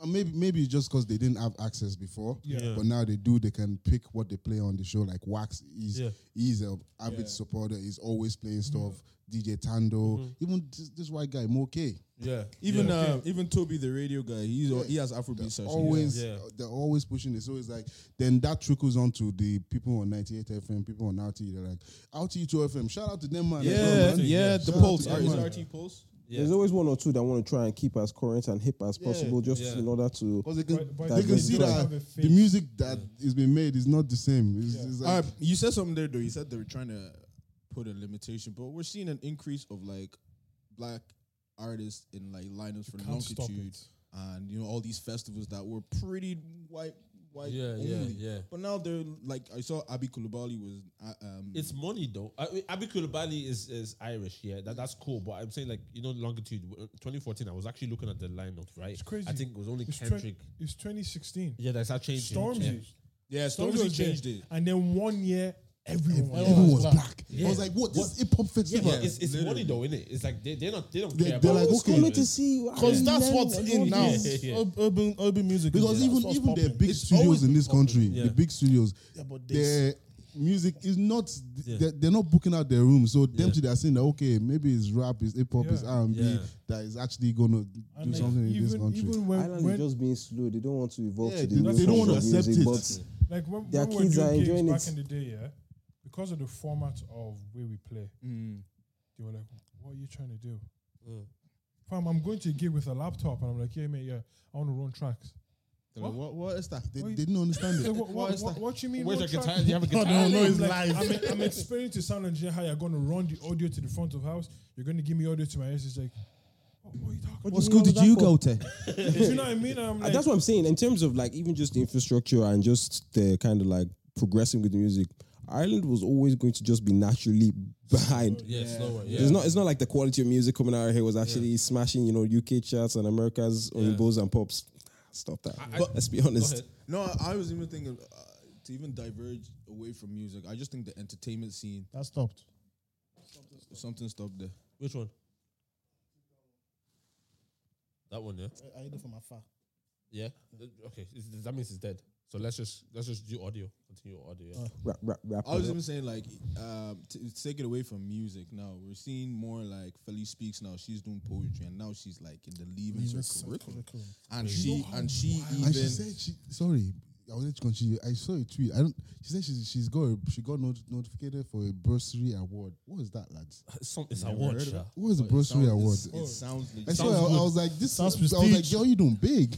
S8: and Maybe maybe it's just because they didn't have access before,
S2: Yeah. Yeah.
S8: but now they do. They can pick what they play on the show. Like Wax, he's
S1: Yeah.
S8: he's a avid
S3: Yeah.
S8: supporter. He's always playing
S3: Mm-hmm.
S8: stuff. DJ Tando, even this, this white guy Moke,
S1: Yeah.
S3: Even
S1: yeah.
S3: uh, even Toby, the radio guy, he's al- he has Afrobeat sessions.
S8: always
S1: Yeah.
S8: they're always pushing it. So it's like then that trickles on to the people on 98 FM, people on RT. They're like RT2 FM. Shout out to them, man.
S3: Yeah, yeah, the
S8: Shout out
S3: Pulse.
S8: to them, man.
S3: RT Pulse?
S4: There's always one or two that want to try and keep as current and hip as possible, just
S1: yeah.
S4: in order to.
S8: Because they can,
S2: But- but
S8: they
S4: they
S8: can see
S4: don't
S8: that
S2: have a face.
S8: the music that is being made is not the same. It's, it's like,
S3: All right, you said something there though. You said they were trying to put a limitation, but we're seeing an increase of like black artists in like lineups for
S2: can't stop
S3: longitude
S2: it.
S3: and you know all these festivals that were pretty white white
S1: Yeah, yeah,
S3: only.
S1: yeah.
S3: But now they're like I saw Abi Kulubali was uh, um
S1: It's money though. I mean, Abi Coulibaly is, is Irish, yeah. That, that's cool. But I'm saying like you know longitude. w- 2014, I was actually looking at the lineup, right?
S2: It's crazy.
S1: I think it was only
S2: it's,
S1: Kendrick.
S2: twen- it's 2016.
S1: yeah, that's that changed.
S2: Stormzy,
S3: yeah
S2: Stormzy
S3: Stormzy
S2: was there,
S3: changed it.
S2: and then one year everyone, was
S8: everyone was
S2: black.
S8: black. I was like, what? This is hip hop
S1: Yeah,
S8: festival.
S1: but it's, it's money though, isn't it? It's like they they're not they don't
S8: They-
S1: care
S8: they're
S1: about
S8: like,
S4: Who's
S8: okay.
S4: coming to see you?
S6: Because
S4: I
S6: that's
S4: mean,
S6: what's
S4: I
S6: in
S4: don't
S6: now.
S4: know.
S1: Yeah, yeah.
S6: Ur- Urban urban music.
S8: because
S6: is-
S8: even
S6: that's what's
S8: even the
S6: popping.
S8: big
S3: It's
S8: studios
S3: always
S8: in
S3: been
S8: this country,
S1: Yeah.
S8: the big studios,
S6: Yeah, but this.
S8: their music is not.
S1: Yeah.
S8: They're, they're not booking out their room, so them
S1: Yeah.
S8: two they are saying that okay, maybe it's rap, it's hip hop, it's
S2: Yeah.
S8: R and B
S1: Yeah.
S8: that is actually gonna do
S2: And like,
S8: something in
S2: even,
S8: this country.
S2: Even when,
S4: Ireland
S2: when-
S4: is just being slow. They don't want to evolve
S8: Yeah,
S4: to the
S8: they-
S4: new
S8: they don't
S4: forms
S8: wanna
S4: of
S8: accept
S4: music,
S8: it.
S4: But
S2: Like when,
S4: Their
S2: when we were
S4: kids are
S2: doing gigs
S4: enjoying
S2: back
S4: it.
S2: in the day, yeah, because of the format of where we play,
S1: Mm.
S2: they were like, "What are you trying to do?" Fam, I'm going to a gig with a laptop, and I'm like, "Yeah, mate, yeah, I want to run tracks."
S3: What? what what is that?
S8: they,
S2: Why-
S8: they didn't understand
S2: Like,
S8: it.
S2: what, what, what, what you mean?
S1: Where's
S2: run
S1: your guitar?
S2: tracks?"
S1: Do you have a guitar?
S6: No, no,
S2: I'm
S6: it's
S2: like,
S6: live.
S2: I'm, I'm explaining to sound engineer how you're going to run the audio to the front of house. You're going to give me audio to my ears. It's like, what, what are you talking
S4: What school did you go
S3: to?
S2: about? Do you know what I mean? I'm
S4: Uh,
S2: like,
S4: that's what I'm saying. In terms of like even just the infrastructure and just the kind of like progressing with the music, Ireland was always going to just be naturally behind.
S1: Yeah, slower. Yeah.
S4: It's not. It's not like the quality of music coming out here was actually smashing, you know, UK charts and America's yeah. Oibos and pops. Stop that.
S1: I-
S4: But let's be
S1: Go
S4: honest.
S1: ahead.
S3: No, I- I was even thinking uh, to even diverge away from music. I just think the entertainment scene
S6: That stopped.
S3: something stopped there.
S1: Which one? That one, yeah.
S6: I, I heard it from afar.
S1: Yeah. Th- Okay. it's- That means it's dead. So let's just let's just do audio. Continue audio. Yeah.
S4: Rap, rap, rap.
S3: I was even saying like, um, t- to take it away from music. Now we're seeing more like Felice speaks. Now she's doing poetry, and now she's like in the leaving
S6: Circle-
S3: curriculum.
S6: curriculum.
S3: And she and she even
S8: And she said she sorry. I wanted to continue. I saw a tweet. I don't. She said she's she's got a- she got not, notified for a bursary award. What is that, lads?
S1: Some, it's a watch. yeah.
S8: What is a
S3: But Oh, it
S8: bursary
S3: sounds-
S8: award?
S3: it's- It sounds
S8: I
S3: legit.
S8: saw. it, I, I was like, this.
S6: Sounds
S8: I was like,
S6: prestige.
S8: yo, you doing big?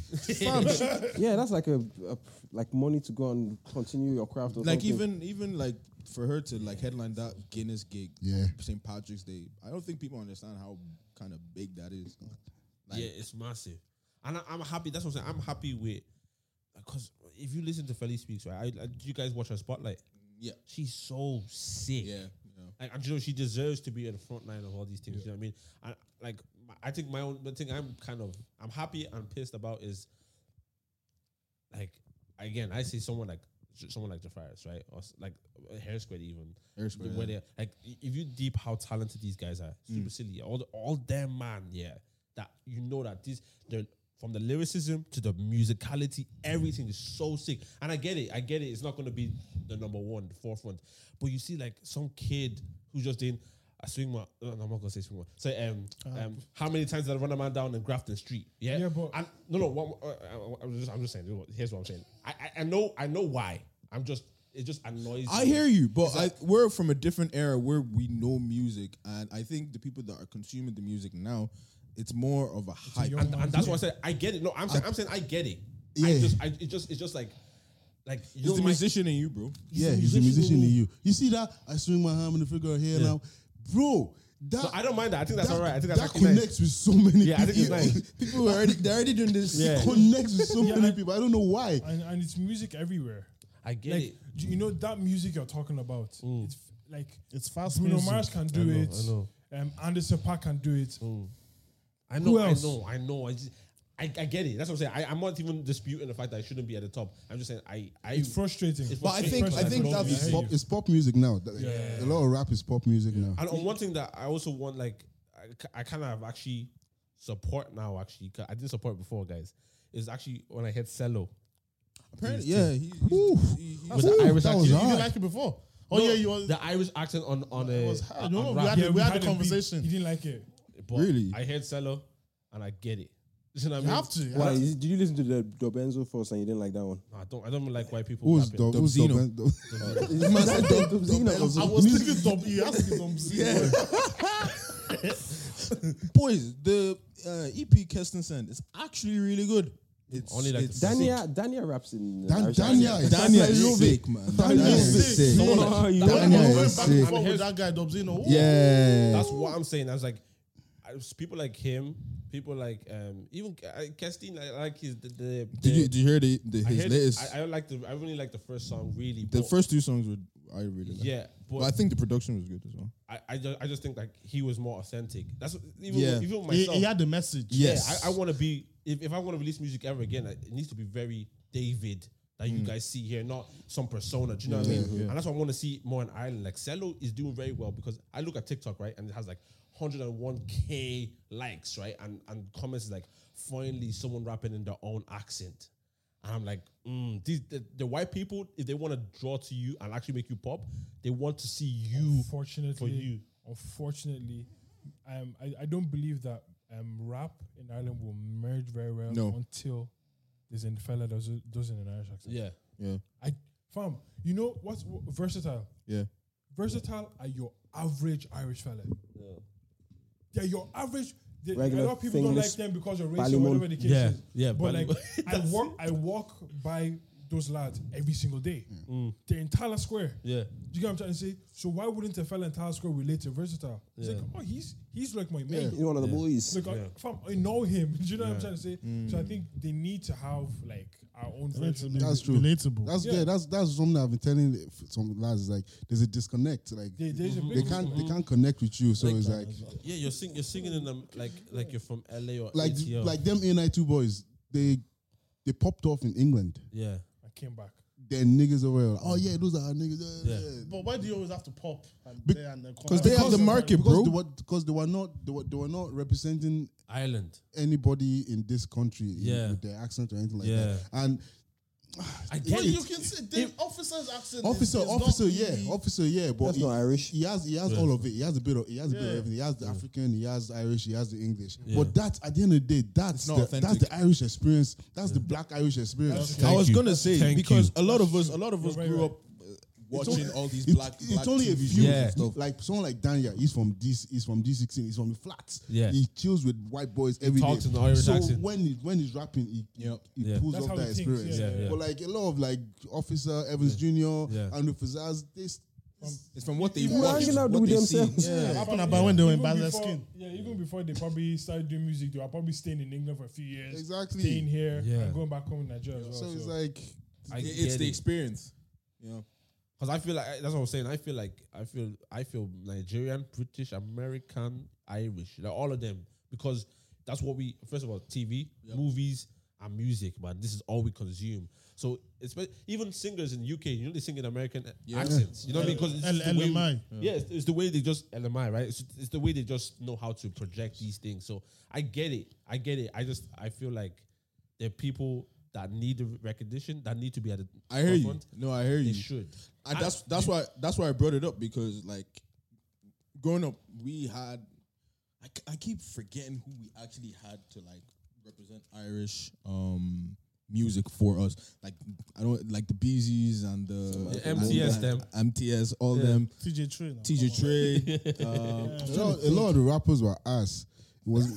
S4: yeah, that's like a, a like money to go and continue your craft. Or
S3: like
S4: something.
S3: even even like for her to like headline that Guinness gig,
S8: Yeah.
S3: St. Patrick's Day. I don't think people understand how kind of big that is. Like,
S1: yeah, it's massive. And I, I'm happy. That's what I'm saying. I'm happy with because if you listen to Feli speaks, right? I, I, did you guys watch her spotlight?
S3: yeah,
S1: She's so sick.
S3: yeah, yeah.
S1: Like, and you know, she deserves to be on the front line of all these things. You know what I mean? And like, my- I think my own the thing I'm kind of I'm happy and pissed about is like again, I see someone like someone like Jafarius, right? Or s- like uh, Hair Squared even.
S3: Hair Squared,
S1: Where
S3: yeah. Mm.
S1: they're like, i- if you deep how talented these guys are, super silly. All the, all them man, yeah. That you know that these they're from the lyricism to the musicality, everything is so sick. And I get it, I get it. It's not gonna be the number one, the forefront. But you see, like some kid who's just doing a swing one. No, I'm not gonna say swing one. Say um, um how many times did I run a man down in Grafton Street? Yeah.
S2: Yeah, but-
S1: And- uh, no, no. What, uh, I, I- I'm just, I'm just saying. Here's what I'm saying. I, I, I know, I know why. I'm just. it just annoys.
S10: I
S1: you.
S10: hear you, but I, we're from a different era where we know music, and I think the people that are consuming the music now, it's more of a hype.
S2: young
S10: And-
S2: man.
S10: and
S1: And that's why I said I get it. No, I'm saying I'm saying I get it. I
S8: Yeah.
S1: just I, it just it's just like like you
S10: It's
S1: know
S10: the
S1: my
S10: musician in you, bro.
S8: yeah, he's a musician in you. You see that? I swing my arm and the figure here now. Bro, that.
S1: So I don't mind that. I think that's
S8: that,
S1: alright. I think that's
S8: that
S1: actually nice.
S8: connects with so many
S1: Yeah, I think it's
S8: people.
S1: nice.
S10: People are already they're already doing this.
S8: It connects with so
S2: Yeah,
S8: many
S2: I-
S8: people. I don't know why.
S2: and, and it's music everywhere.
S1: I get
S2: Like
S1: it.
S2: do you know that music you're talking about. It's f- like
S6: It's fast
S2: Bruno
S6: music.
S2: Mars can do
S1: know,
S2: it.
S1: I know. Mm.
S2: Um, Anderson Park can do it.
S1: I know,
S2: Who
S1: I
S2: else?
S1: know, I know. I just I, I get it. That's what I'm saying. I, I'm not even disputing the fact that I shouldn't be at the top. I'm just saying I I
S2: It's frustrating.
S1: It's
S10: But I think I
S2: Person
S10: think
S2: that
S10: that's
S2: loves
S8: It's
S2: you.
S8: pop, it's pop music now. That-
S2: Yeah.
S8: A lot of rap is pop music now.
S1: And on one thing that I also want, like, I, k- I kind of actually support now, actually. 'cause I didn't support before, guys. Is actually when I hit cello.
S10: apparently, yeah. he- he- he-
S1: With the Irish
S8: that
S1: accent.
S8: was
S6: You didn't
S8: hard.
S6: like it before. Oh yeah, you was.
S1: The Irish accent on, on a.
S6: It was hard.
S1: on-
S6: No,
S1: on
S6: we
S1: rap.
S6: had- Yeah, we
S2: a
S6: a
S2: beef.
S6: conversation.
S2: He didn't like it.
S1: But
S8: Really?
S1: I heard cello and I get it. You know what I
S6: You
S1: mean?
S6: have to.
S4: Why is, did you listen to the Dobenzo first and you didn't like that one?
S1: No, I don't, I don't like white people.
S8: Who's
S1: rapping.
S8: Dob- who's
S10: Dubzino.
S8: Dub-
S6: I was thinking Dom. You have to be Dom Z.
S10: Boys, the uh, EP Kestensen is actually really good. It's
S1: Only like
S10: it's
S1: the first
S4: Dania, Dania raps in. uh,
S8: Dan-
S4: Irish
S8: Dania
S4: accent.
S8: is
S10: Daniel
S8: Daniel
S10: is sick, man. Daniel is
S8: Daniel.
S10: sick.
S8: sick.
S4: No, no, you-
S6: When
S8: Daniel
S6: I
S8: is
S6: went back
S8: sick.
S6: and forth with that guy Dom Z. No,
S8: Yeah.
S1: That's what I'm saying. I was like, I was- people like him, people like um, even K- I- Kestin. I like his the. the, the
S10: Did you, did you hear the, the
S1: I
S10: his
S1: heard-
S10: latest?
S1: I, I like the. I really like the first song. Really,
S10: the
S1: but-
S10: first two songs were I really like.
S1: Yeah, but
S10: but I think the production was good as well.
S1: I, I, just, I just think like he was more authentic. That's what- even
S10: Yeah.
S1: even
S6: he,
S1: myself.
S6: he had the message.
S1: yeah,
S10: Yes.
S1: I, I want to be if, if I want to release music ever again, I- it needs to be very David that you guys see here, not some persona. Do you know what I mean? And that's what I want to see more in Ireland. Like Cello is doing very well because I look at TikTok right, and it has like 101k likes right, and and comments is like finally someone rapping in their own accent. And I'm like, mm, these the, the white people, if they want to draw to you and actually make you pop, they want to see you
S2: Unfortunately,
S1: for you.
S2: Unfortunately, um, I, I don't believe that um, rap in Ireland will merge very well
S10: No.
S2: until there's a fella that does it- does it in an Irish accent.
S1: Yeah.
S10: Yeah,
S2: I fam, you know what's w- versatile?
S10: yeah.
S2: Versatile are your average Irish fella. They're your average. They, a
S4: Regular
S2: lot of people don't like
S4: fingers,
S2: them because of race or
S4: Ballymun.
S2: whatever the case
S1: Yeah,
S2: is.
S1: yeah,
S2: But
S1: Ballymun.
S2: like, I walk, I walk by those lads every single day.
S1: Mm.
S2: They're in Tyler Square.
S1: Yeah.
S2: Do you get what I'm trying to say? So why wouldn't a fella in Tyler Square relate to versatile? It's like, oh, he's he's like my mate.
S4: He's one of the boys.
S2: Look, I, fam, I know him. Do you know what I'm trying to say? So I think they need to have like our own version.
S8: That's true.
S6: Relatable.
S8: That's
S2: Yeah.
S8: yeah. That's that's something I've been telling f- some lads. It's like there's a disconnect. Like
S2: There- there's a
S1: Mm-hmm.
S8: they
S2: big-
S8: can't they can't connect with you. So it's like
S1: Yeah, you're sing you're singing in them like like you're from LA or
S8: like
S1: ATL.
S8: like them A two boys. They they popped off in England.
S1: yeah.
S2: I came back.
S8: They're niggas over. Oh yeah, those are our niggas.
S1: Yeah.
S6: But why do you always have to pop? and
S8: Be-
S6: they and the
S8: Because they have
S10: Because
S8: the
S10: of-
S8: market,
S10: because
S8: bro.
S10: they
S8: Because they were not they were, they were not representing
S1: Ireland.
S8: anybody in this country in-
S1: Yeah.
S8: with their accent or anything like
S1: Yeah.
S8: that. And
S1: I
S6: But
S1: get
S6: you
S1: it.
S6: can see the officer's accent. is-
S8: officer,
S6: is not
S8: officer, yeah,
S6: really-
S8: officer, yeah. But
S4: That's
S8: he,
S4: not Irish.
S8: he has he has all of it. He has a bit of he has a bit of
S6: Yeah.
S8: everything. He has the African, he has the Irish, he has the English.
S1: Yeah.
S8: But that at the end of the day, that's
S10: It's not
S8: the, that's
S10: authentic.
S8: the Irish experience. That's the black Irish experience.
S10: I was gonna say because a lot of us, a lot of us
S2: You're right,
S10: grew
S2: right.
S10: up uh, watching
S8: only-
S10: all these
S8: It-
S10: black.
S8: it's
S10: black
S8: only a
S10: TV
S8: few
S10: shows and
S8: stuff. like someone like Danya. He's from D. He's from D sixteen. He's from the flats.
S1: Yeah.
S8: he chills with white boys every day.
S1: talks in the Irish
S8: so
S1: accent.
S8: when he, when he's rapping, he he
S1: Yeah.
S8: pulls
S2: That's
S8: off
S2: how
S8: that
S2: he thinks,
S8: experience.
S2: yeah,
S1: Yeah, yeah.
S8: But like a lot of like Officer Evans Jr.
S1: Yeah.
S8: and the Fazaz, they s-
S10: It's from what they
S4: People
S10: watch,
S4: hanging out
S10: what
S4: with
S10: they see.
S4: themselves.
S6: Yeah,
S2: Yeah,
S6: happened
S2: but
S6: about when they were in
S2: even
S6: Basel
S2: before-
S6: Skin.
S2: Yeah, even before they probably started doing music, they were probably staying in England for a few years.
S8: Exactly.
S2: Staying here
S1: Yeah.
S2: and going back home in Nigeria as well.
S8: so
S2: So,
S8: it's like
S1: I
S10: It-
S1: get
S10: It's the
S1: it.
S10: experience. Yeah.
S1: Because I feel like that's what I'm saying. I feel like I feel I feel Nigerian, British, American, Irish, like all of them, because that's what we first of all TV, movies, and music, man. This is all we consume. So it's but even singers in UK, you know, they sing in American accents. You know what I mean? Because it's
S6: L-
S1: the way we-
S6: LMI.
S1: yeah, it's, it's the way they just LMI, right? It's, it's the way they just know how to project these things. So I get it. I get it. I just I feel like there are people that need the recognition that need to be at the
S10: I hear you.
S1: forefront.
S10: No, I hear
S1: They
S10: you.
S1: should.
S10: And that's that's why that's why I brought it up because like growing up we had I, c- I keep forgetting who we actually had to like represent Irish um music for us. Like I don't like the BZs and the,
S1: The MTS
S10: and-
S1: them.
S10: MTS, all them.
S6: TJ Trey. now, come on.
S10: TJ Trey. um,
S8: A lot, a lot of the rappers were ass. It was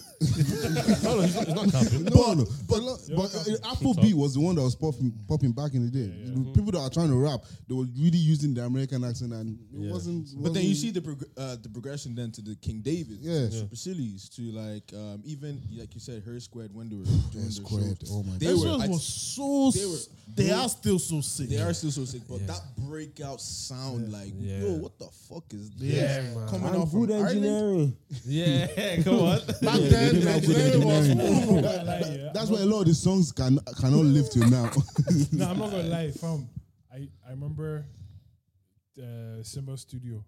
S1: No, no, it's not, it's not capping.
S8: no, no, but, lo- but uh, Afrobeat was the one that was popping, popping back in the day. The People that are trying to rap, they were really using the American accent, and it wasn't.
S10: But then
S8: wasn't-
S10: you see the prog- uh, the progression then to the King David,
S8: Yeah. Yeah.
S10: Super Sillies, to like um, even like you said, her squared when they were doing their
S8: Squared,
S10: shows.
S8: oh my
S10: they
S6: Those
S10: were,
S6: ones
S10: I-
S6: were so.
S10: they were-
S6: s- They are still so sick.
S10: they are still so sick, but that breakout sound, like yo, what the fuck is this? Coming
S4: I'm
S10: off from
S4: good
S10: Ireland,
S4: engineering.
S1: Yeah, come on.
S6: Back then, the engineering was
S2: I'm not gonna lie, yeah.
S8: That's why a lot of the songs can cannot live till now.
S2: No, I'm not gonna lie, fam. I I remember uh, Simba Studio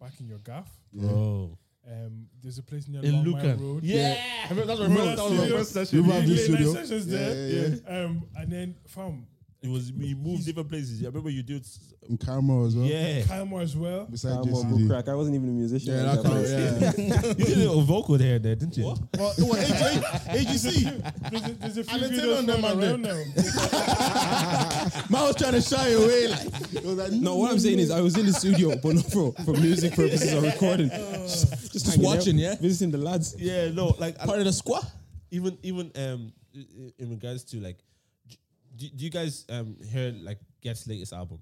S2: back in your gaff.
S1: Bro.
S2: Um, there's a place near
S1: In
S2: Long Mile
S1: Lucan.
S2: Road.
S1: Yeah. I remember- That's
S2: Remember
S1: remember, that was my
S2: studio?
S1: first session.
S2: We
S8: River
S2: did
S8: View
S2: late night
S8: Studio.
S2: sessions
S8: Yeah,
S2: there.
S8: yeah,
S2: Um, and then fam,
S1: It was we moved different places. I remember you did. s-
S8: In camera as well.
S1: Yeah,
S2: Kylmo as well.
S8: Beside
S4: I'm on book
S8: JCD.
S4: Ah, crack. I wasn't even a musician.
S8: Yeah,
S4: at
S8: that
S4: that
S8: kind
S4: point.
S8: of, yeah.
S1: you did a vocal there, there, didn't you?
S6: Well, it was AG, AGC.
S2: There's a, there's a few
S6: And they
S2: videos
S6: turn on them
S2: floating
S6: and
S2: around now.
S10: man was trying to shy away. Like,
S4: No, what I'm saying is I was in the studio, but not for, for music purposes or recording. Just, just, hanging out,
S10: watching, yeah?
S4: Visiting the lads.
S1: Yeah, no, like I-
S10: part of the squad.
S1: even even um i- i- in regards to like, d- do, do you guys um hear like Get's latest album?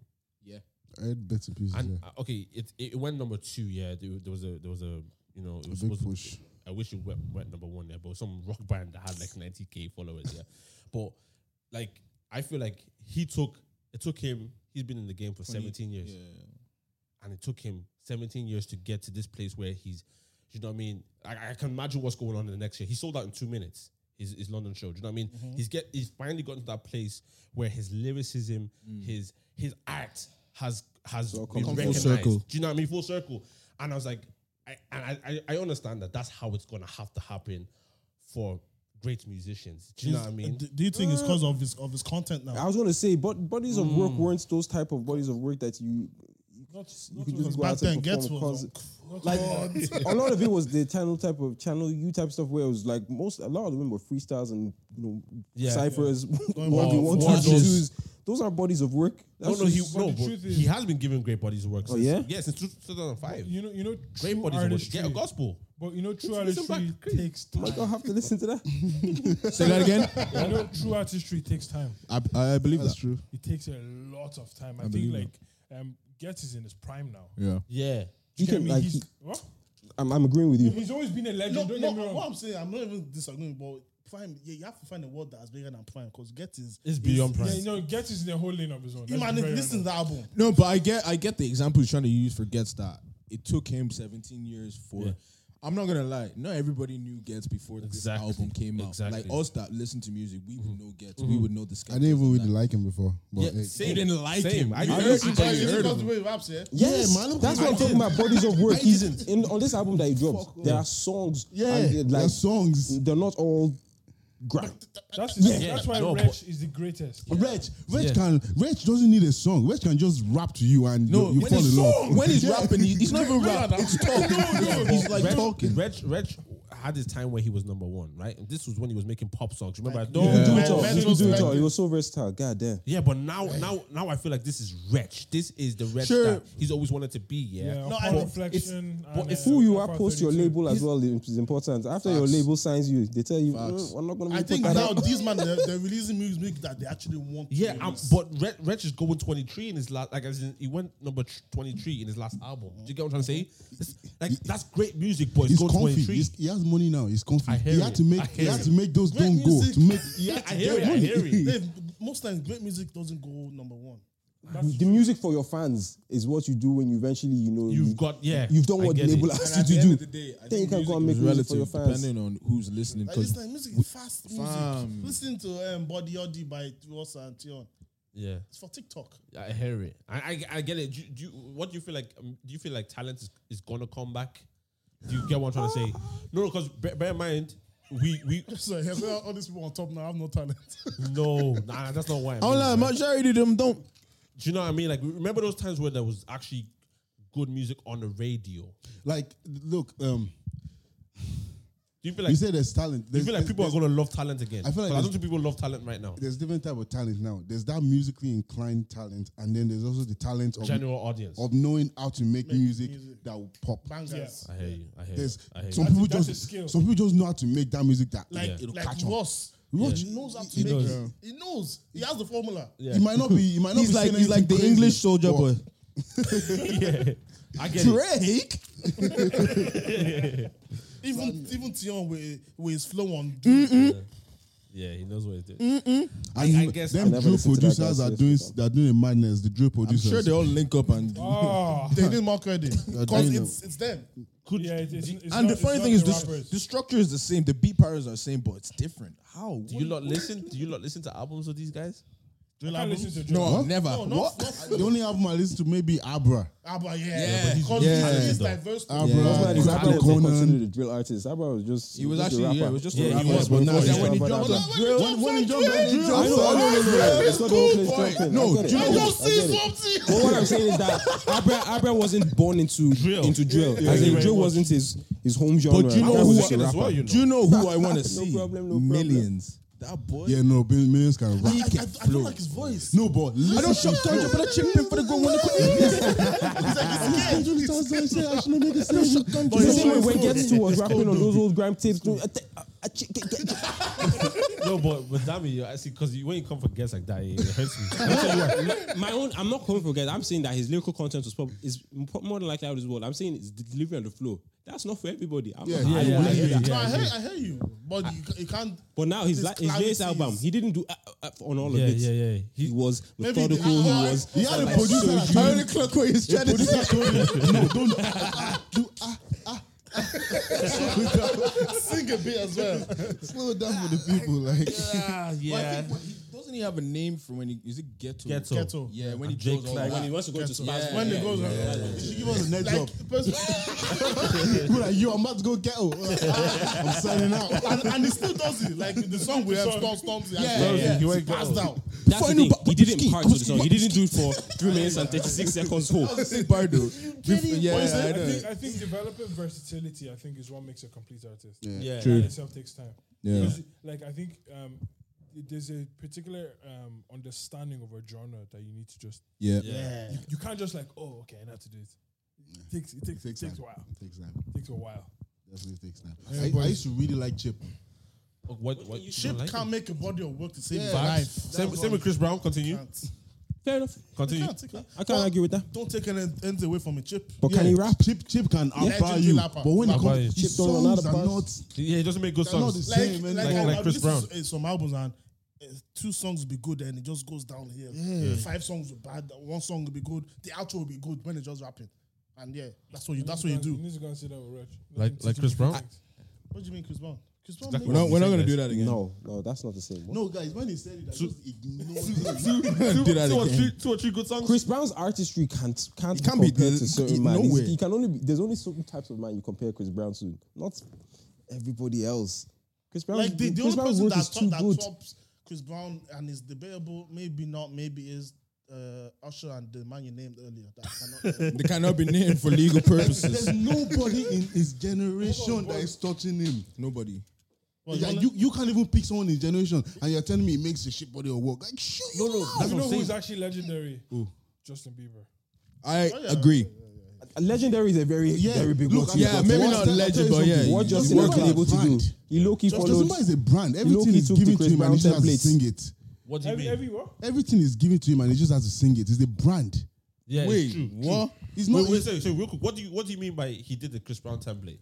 S8: I had bits and pieces.
S1: And
S8: Yeah.
S1: uh, okay, it it went number two. Yeah, there, wa- there was a there was a you know it was
S8: big
S1: supposed to-
S8: push.
S1: I wish it went, went number one there, but some rock band that had like ninety k followers. Yeah, but like I feel like he took it took him. He's been in the game for seventeen years, and it took him seventeen years to get to this place where he's. You know what I mean? I, I can imagine what's going on in the next year. He sold out in two minutes. His, his London show. Do you know what I mean? He's get he's finally gotten to that place where his lyricism, his his art has has been
S4: come full
S1: recognized.
S10: circle.
S1: Do you know what I mean? Full circle. And I was like, I and I, I, I understand that that's how it's gonna have to happen for great musicians. Do you know what I mean?
S6: Do, do you think it's because of his of his content now?
S4: I was gonna say, but bodies of work weren't those type of bodies of work that you
S2: Not,
S4: you
S2: not
S4: could
S2: because
S4: just go
S6: back
S4: out and
S6: then, get
S4: perform.
S6: was
S4: cause- like a lot of it was the channel type of channel U type stuff where it was like most a lot of them were freestyles and you know
S1: Yeah.
S4: ciphers
S6: Going
S4: one v
S6: off,
S4: one
S1: watches.
S4: two twos. Those are bodies of work.
S1: No,
S4: That's
S1: Oh, no, he
S4: just-
S2: but
S1: no,
S2: the
S1: but
S2: truth
S1: he
S2: is-
S1: has been giving great bodies of work. Since,
S4: yeah?
S1: yeah, since two thousand five.
S2: you know, you know,
S1: Great
S2: true
S1: bodies of work.
S2: artistry.
S1: Get a gospel.
S2: But you know, true
S1: Listen back,
S2: artistry
S1: Chris.
S2: takes time.
S4: Like, I have to listen to that.
S10: Say that again.
S2: I know true artistry takes time.
S10: I, I believe
S8: That's
S10: that.
S8: true.
S2: It takes a lot of time. I,
S10: believe
S2: think like um, Get is in his prime now.
S10: Yeah.
S1: Yeah.
S4: You
S2: Get
S4: can
S2: me?
S4: like
S2: he's, what?
S4: I'm, I'm agreeing with you.
S2: he's always been a legend.
S6: No,
S2: don't
S6: no,
S2: get me
S6: what
S2: wrong.
S6: I'm saying, I'm not even disagreeing, but prime, yeah, you have to find a word that's bigger than prime because get is.
S1: It's beyond
S2: Yeah,
S1: price.
S2: you know, Get is in a whole lane of his own.
S6: Him
S2: Let's
S6: and
S2: be
S6: if
S2: very
S6: you listen to
S2: honest.
S6: the album.
S10: No, but I get I get the example he's trying to use for Gets that it took him 17 years for. I'm not gonna lie, not everybody knew Gets before
S1: Exactly.
S10: this album came out.
S1: Exactly. Mm-hmm.
S10: Like us that listen to music, we would know Gets, we would know the
S8: I didn't even really like him before. But
S1: Yeah,
S8: eh,
S1: same.
S10: You didn't like
S1: Same.
S10: him.
S1: I
S10: You heard-
S1: didn't- I
S10: you
S1: didn't-
S10: just heard of
S6: the
S10: him.
S6: way he raps, yeah?
S4: Yes,
S8: Yeah, man,
S4: that's what I'm talking about. Bodies of work. He's in on this album that he dropped. there are songs.
S8: yeah,
S4: and they're,
S8: their
S4: like
S8: songs.
S4: they're not all grand.
S2: That's, his,
S1: Yeah,
S2: that's why
S1: no,
S2: Wretch is the greatest.
S8: Rich, Rich can, Rich doesn't need a song. Rich can just rap to you and
S10: No,
S8: you, you
S10: when
S8: fall
S10: he's,
S8: in love.
S10: when he's rapping, he, he's not even rap. It's talk. he's like
S1: Reg,
S10: talking.
S1: Reg, Reg had his time where he was number one, right? And this was when he was making pop songs. Remember, I
S4: You
S1: don't
S4: can do
S1: do
S4: it all.
S6: Red
S4: You can
S6: was
S4: do it
S6: like-
S4: all. He was so versatile. God damn.
S1: Yeah, but now, now, now I feel like this is Reg. This is the Reg
S10: Sure.
S1: that he's always wanted to be. Yeah,
S2: Yeah,
S6: No,
S2: no,
S6: I
S2: upon
S6: know.
S2: reflection.
S1: but
S2: and,
S1: it's
S2: uh,
S4: who you are
S2: upon
S4: post your
S2: 32.
S4: label as well is important. After your
S10: Facts.
S4: label signs you, they tell you,
S10: Facts.
S4: "Mm, "We're not going to."
S6: I think
S4: that
S6: now
S4: out."
S6: these men, they're, they're releasing music that they actually want. to
S1: Yeah, um,
S6: release.
S1: but Reg, Reg is going 23 in his last, like, as in, he went number tr- 23 in his last album. Do you get what I'm trying to say? It's- like, that's great music, but it's
S8: He's
S1: going
S8: confident.
S1: 23.
S8: He's, he has money now. He's
S1: I
S8: confident.
S1: hear
S8: He had
S1: it.
S8: to make.
S1: I
S8: He
S1: hear
S8: had
S1: it.
S8: to make those don't go.
S6: music.
S8: To make. He had
S1: I
S8: to
S1: hear
S8: get
S1: it. I
S8: money.
S1: hear it.
S6: Dave, most times great music doesn't go number one.
S4: the music for your fans is what you do when you eventually, you know, you-
S1: You've got, yeah.
S4: you've done
S1: I
S4: what
S1: get it.
S4: label
S10: And
S4: asked you
S10: at the
S4: to
S10: end
S4: do.
S10: of the day, I
S4: Then you
S10: think
S4: can
S10: music
S4: go and make
S10: is
S4: music for your
S10: relative,
S4: fans.
S10: depending on who's listening.
S6: Like
S10: 'cause
S6: this time, music is fast music.
S10: Fam.
S6: Listen to um, Body Oddy by Ross and Tion.
S1: Yeah,
S6: It's for TikTok.
S1: I hear it. I, I, I get it. Do, you- do you, what do you feel like? Um, do you feel like talent is, is gonna come back? Do you get what I'm trying to say? No, because bear, bear in mind, we we
S6: So yeah, so all these people on top now have no talent.
S1: no, nah, that's not why. I mean,
S10: Online,
S1: man.
S10: majority of them don't.
S1: Do you know what I mean? Like, remember those times where there was actually good music on the radio?
S8: Like, look, um,
S1: Do you feel like
S8: You said there's talent.
S1: do you
S8: There's,
S1: feel like people are
S8: there's,
S1: gonna love talent again?
S8: I feel like
S1: I don't
S8: there's-
S1: think people love talent right now.
S8: there's different type of talent now. There's that musically inclined talent, and then there's also the talent of
S9: General audience.
S8: of knowing how to make,
S6: Make
S8: music,
S6: music.
S8: that will pop.
S6: Bangers.
S1: I hear you. I hear
S8: There's
S1: you. I hear
S8: some
S1: you.
S8: people
S2: that's
S8: just
S2: a skill.
S8: some people just know how to make that music that
S6: Like
S8: it'll
S6: like
S8: catch on.
S6: Ross.
S8: Ross,
S6: He knows how to
S8: He
S6: make
S8: knows.
S6: it. He knows. He has the formula.
S8: It might not be. It might not
S10: He's
S8: be
S10: like
S8: saying
S10: he's like the
S8: anything crazy,
S10: English soldier
S8: but
S10: boy.
S1: I get it.
S10: Drake.
S6: Even even Tion with with his flow on.
S1: Mm. Yeah, he knows what he's doing.
S8: Mm. And
S1: I
S8: you-
S1: guess- I
S8: them
S1: never
S8: drill
S10: listened to that
S8: producers
S10: guy
S8: are
S10: say
S8: doing
S10: stuff.
S8: they're doing a madness. The drill
S10: I'm
S8: producers.
S10: sure they all link up and.
S2: Oh,
S6: They did more credit because
S8: doing
S6: it's it's them.
S2: yeah, it- it's, it's
S10: and
S2: not-
S10: the funny
S2: it's
S10: thing
S2: not
S10: is,
S2: the
S10: this,
S2: rappers.
S10: the structure is the same. The beat patterns are the same, but it's different. How?
S1: Do you lot listen? Do you lot listen to albums of these guys?
S2: I can't listen to
S10: No,
S2: Drake.
S10: never.
S6: No, not
S10: what?
S6: not
S8: the only album I listen to maybe Abra.
S6: Ah, but
S10: Yeah,
S6: yeah, yeah,
S10: but
S6: because
S10: he's-
S6: yeah.
S10: yeah.
S6: it's diverse. too.
S8: Abra.
S12: That's why the
S8: Crack
S12: rapper
S8: the
S12: was not
S8: Conan.
S12: considered a drill artist. Abra was just.
S10: He was
S12: just a
S10: actually,
S12: rapper.
S10: yeah, he was just a
S1: Yeah, he
S10: rapper.
S1: was,
S10: but
S1: but
S10: now he's
S1: now
S10: a
S1: when he
S10: rapper
S1: dropped-
S10: that-
S8: When, when he jumped on drill,
S12: I know, I know, I know. It's not the whole place dropping. I
S8: No,
S12: get it.
S8: do you
S12: I
S8: know
S12: get
S8: what-
S12: it. I get it.
S6: something.
S4: But what I'm saying is that Abra, Abra wasn't born into drill. into drill. As in, drill wasn't his, his home genre.
S10: But do you
S4: Abra
S10: know
S4: was
S10: who-
S4: just a rapper.
S1: Well, you know.
S10: Do you know who I want to see?
S12: problem, no problem.
S10: Millions. That boy.
S8: Yeah, no, Bill- millions can rap.
S10: He
S6: I, I,
S10: can
S6: I don't
S10: flow.
S6: like his voice.
S8: No, but listen.
S10: I don't shop down for the chip for the go when the
S4: But the same way when gets to was rapping on those old grime tapes. no, I think- I- I check- get- get-
S1: no, but but damn it, you actually because you, when you come for guests like that, it, it hurts me. That's what you are.
S4: My own, I'm not coming for guys. I'm saying that his lyrical content was prob- is m- more than likely out of this world. I'm saying it's the delivery and the flow. That's not for everybody. I'm not- I
S1: yeah,
S4: wouldn't
S1: I
S4: do
S1: hear
S4: that.
S1: you.
S6: no, I hear, I hear you, but you, ca- you can't.
S4: But now his,
S6: His
S4: la- his latest
S6: clarity
S4: album,
S6: is-
S4: he didn't do uh, uh, on all
S1: Yeah,
S4: of it.
S1: yeah, yeah.
S4: He, was
S6: Maybe
S4: methodical. He,
S6: the-
S4: was.
S8: He had a producer. that told him-
S10: clock where he's trying
S8: The
S10: to
S8: producer told him, no, don't. ah, ah, do, ah, ah, ah."
S6: Sing a bit as well.
S8: Slow down for the people. Like,
S10: Yeah. Doesn't he have a name for when he is it ghetto?
S1: Ghetto.
S6: Ghetto.
S10: Yeah, when he
S1: Jay
S10: goes all
S1: Clark.
S10: out.
S4: When he wants to go to spaz.
S10: Yeah.
S6: When they go,
S8: you should give us a next job.
S6: like the person,
S8: We're like, yo, I'm about to go ghetto. I'm signing out.
S6: and, and he still does it. Like the song we have, Storm Storms, yeah, yeah,
S1: yeah.
S6: yeah.
S1: He went
S6: passed
S1: down.
S6: down.
S4: That's the
S10: Final
S4: thing.
S10: ba-
S4: He didn't part to the song. He didn't do it for three minutes and thirty six seconds whole.
S10: Bardo. Yeah, I
S2: I
S10: know.
S2: think, I think developing versatility, I think, is what makes a complete artist.
S1: Yeah.
S2: That itself takes time.
S10: Yeah.
S2: Because, Like I think um, there's a particular um, understanding of a genre that you need to just.
S10: Yeah.
S6: Yeah.
S2: You, you can't just like, oh, okay, I know how to do it. It takes it takes it takes,
S8: Takes time.
S2: a while.
S8: Takes time.
S2: It takes a while.
S8: Definitely takes time. I- I, used to really like Chip.
S1: What, what, what you
S6: Chip
S1: don't like
S6: can't
S1: him?
S6: make a body of work to save his
S1: Facts.
S6: life.
S1: Same,
S6: That's
S1: same with
S6: all.
S1: Chris Brown. Continue.
S6: Can't.
S4: Fair enough.
S1: Continue.
S6: Can't, he can't.
S4: I can't
S6: Well,
S4: argue with that.
S6: Don't take any anything away from a chip.
S4: But can he rap?
S8: Chip, Chip can outbar
S6: Legendary
S8: you,
S6: rapper.
S8: but when it
S1: Outbar
S8: comes,
S1: you.
S8: his
S10: Chip don't run out
S8: songs
S10: of bars.
S8: are not.
S1: Yeah, he doesn't make good
S8: They're not
S1: songs.
S8: the
S6: Like,
S8: same, man.
S6: like,
S1: Like-
S6: I-
S1: like
S6: I've
S1: Chris
S6: listened to, uh, some albums and uh, two songs will be good and it just goes downhill. Five songs will be bad. One song will be good. The outro will be good when it's just rapping. And yeah, that's what you. That's what you
S2: You
S6: do.
S2: need to go and sit down with Rich.
S1: Like-
S2: Nothing to
S1: like
S2: do
S1: Chris
S2: with
S1: Brown?
S2: things.
S6: What do you mean, Chris Brown? Chris Brown.
S1: Exactly
S6: made-
S10: We're not, we're not
S1: Same
S10: gonna
S1: guys.
S10: do that again.
S12: No, no, that's not the same.
S8: No, guys, when he said it, I just ignored
S1: Two,
S8: it.
S1: two,
S10: Do that
S1: two or
S10: again.
S1: three, two or three good songs.
S4: Chris Brown's artistry can't can't,
S10: It can't be
S4: compared
S10: the-
S4: to
S10: it-
S4: certain man. He's-
S10: nowhere.
S4: He can only be, there's only certain types of man you compare Chris Brown to. Not everybody else. Chris Brown,
S6: Like the, the
S4: Chris
S6: only
S4: Brown's
S6: person
S4: road
S6: that,
S4: is too
S6: top,
S4: good.
S6: that tops Chris Brown and is debatable, maybe not, maybe is uh, Usher and the man you named earlier. That I cannot. eh.
S10: They cannot be named for legal purposes.
S8: There's nobody in his generation that is touching him.
S10: Nobody.
S6: Well,
S8: Yeah,
S6: you
S8: you, you can't even pick someone in his generation, and you're telling me he makes a shit body of work. Like, shut no, no,
S2: Do you know who's actually legendary? Justin Bieber.
S10: I
S3: Oh,
S10: agree.
S4: Legendary is a very very big
S8: look,
S4: one. to
S10: Yeah,
S4: look up
S8: I mean, but
S4: to.
S10: maybe
S8: what-
S10: not
S8: I'll tell you
S10: legend, but
S8: something.
S10: yeah.
S4: What
S8: you-
S4: Justin
S8: you
S4: Bieber
S8: look
S4: is able to
S8: at
S4: do,
S8: brand.
S4: he low key
S1: Oh,
S8: Justin
S4: followed.
S8: Bieber is a brand.
S4: low-key
S8: Everything is
S4: took the
S8: given to
S4: Chris
S8: him and he
S4: Brown
S8: just has to
S4: template.
S8: sing it.
S1: What do you
S2: Every,
S1: mean?
S2: every what?
S8: Everything is given to him and he just has to sing it. It's a brand.
S1: yeah, it's
S10: Wait,
S1: true.
S10: what?
S8: It's
S1: Wait,
S8: not.
S1: wait, sorry, sorry, real quick. What do you what do you mean by he did the Chris Brown template?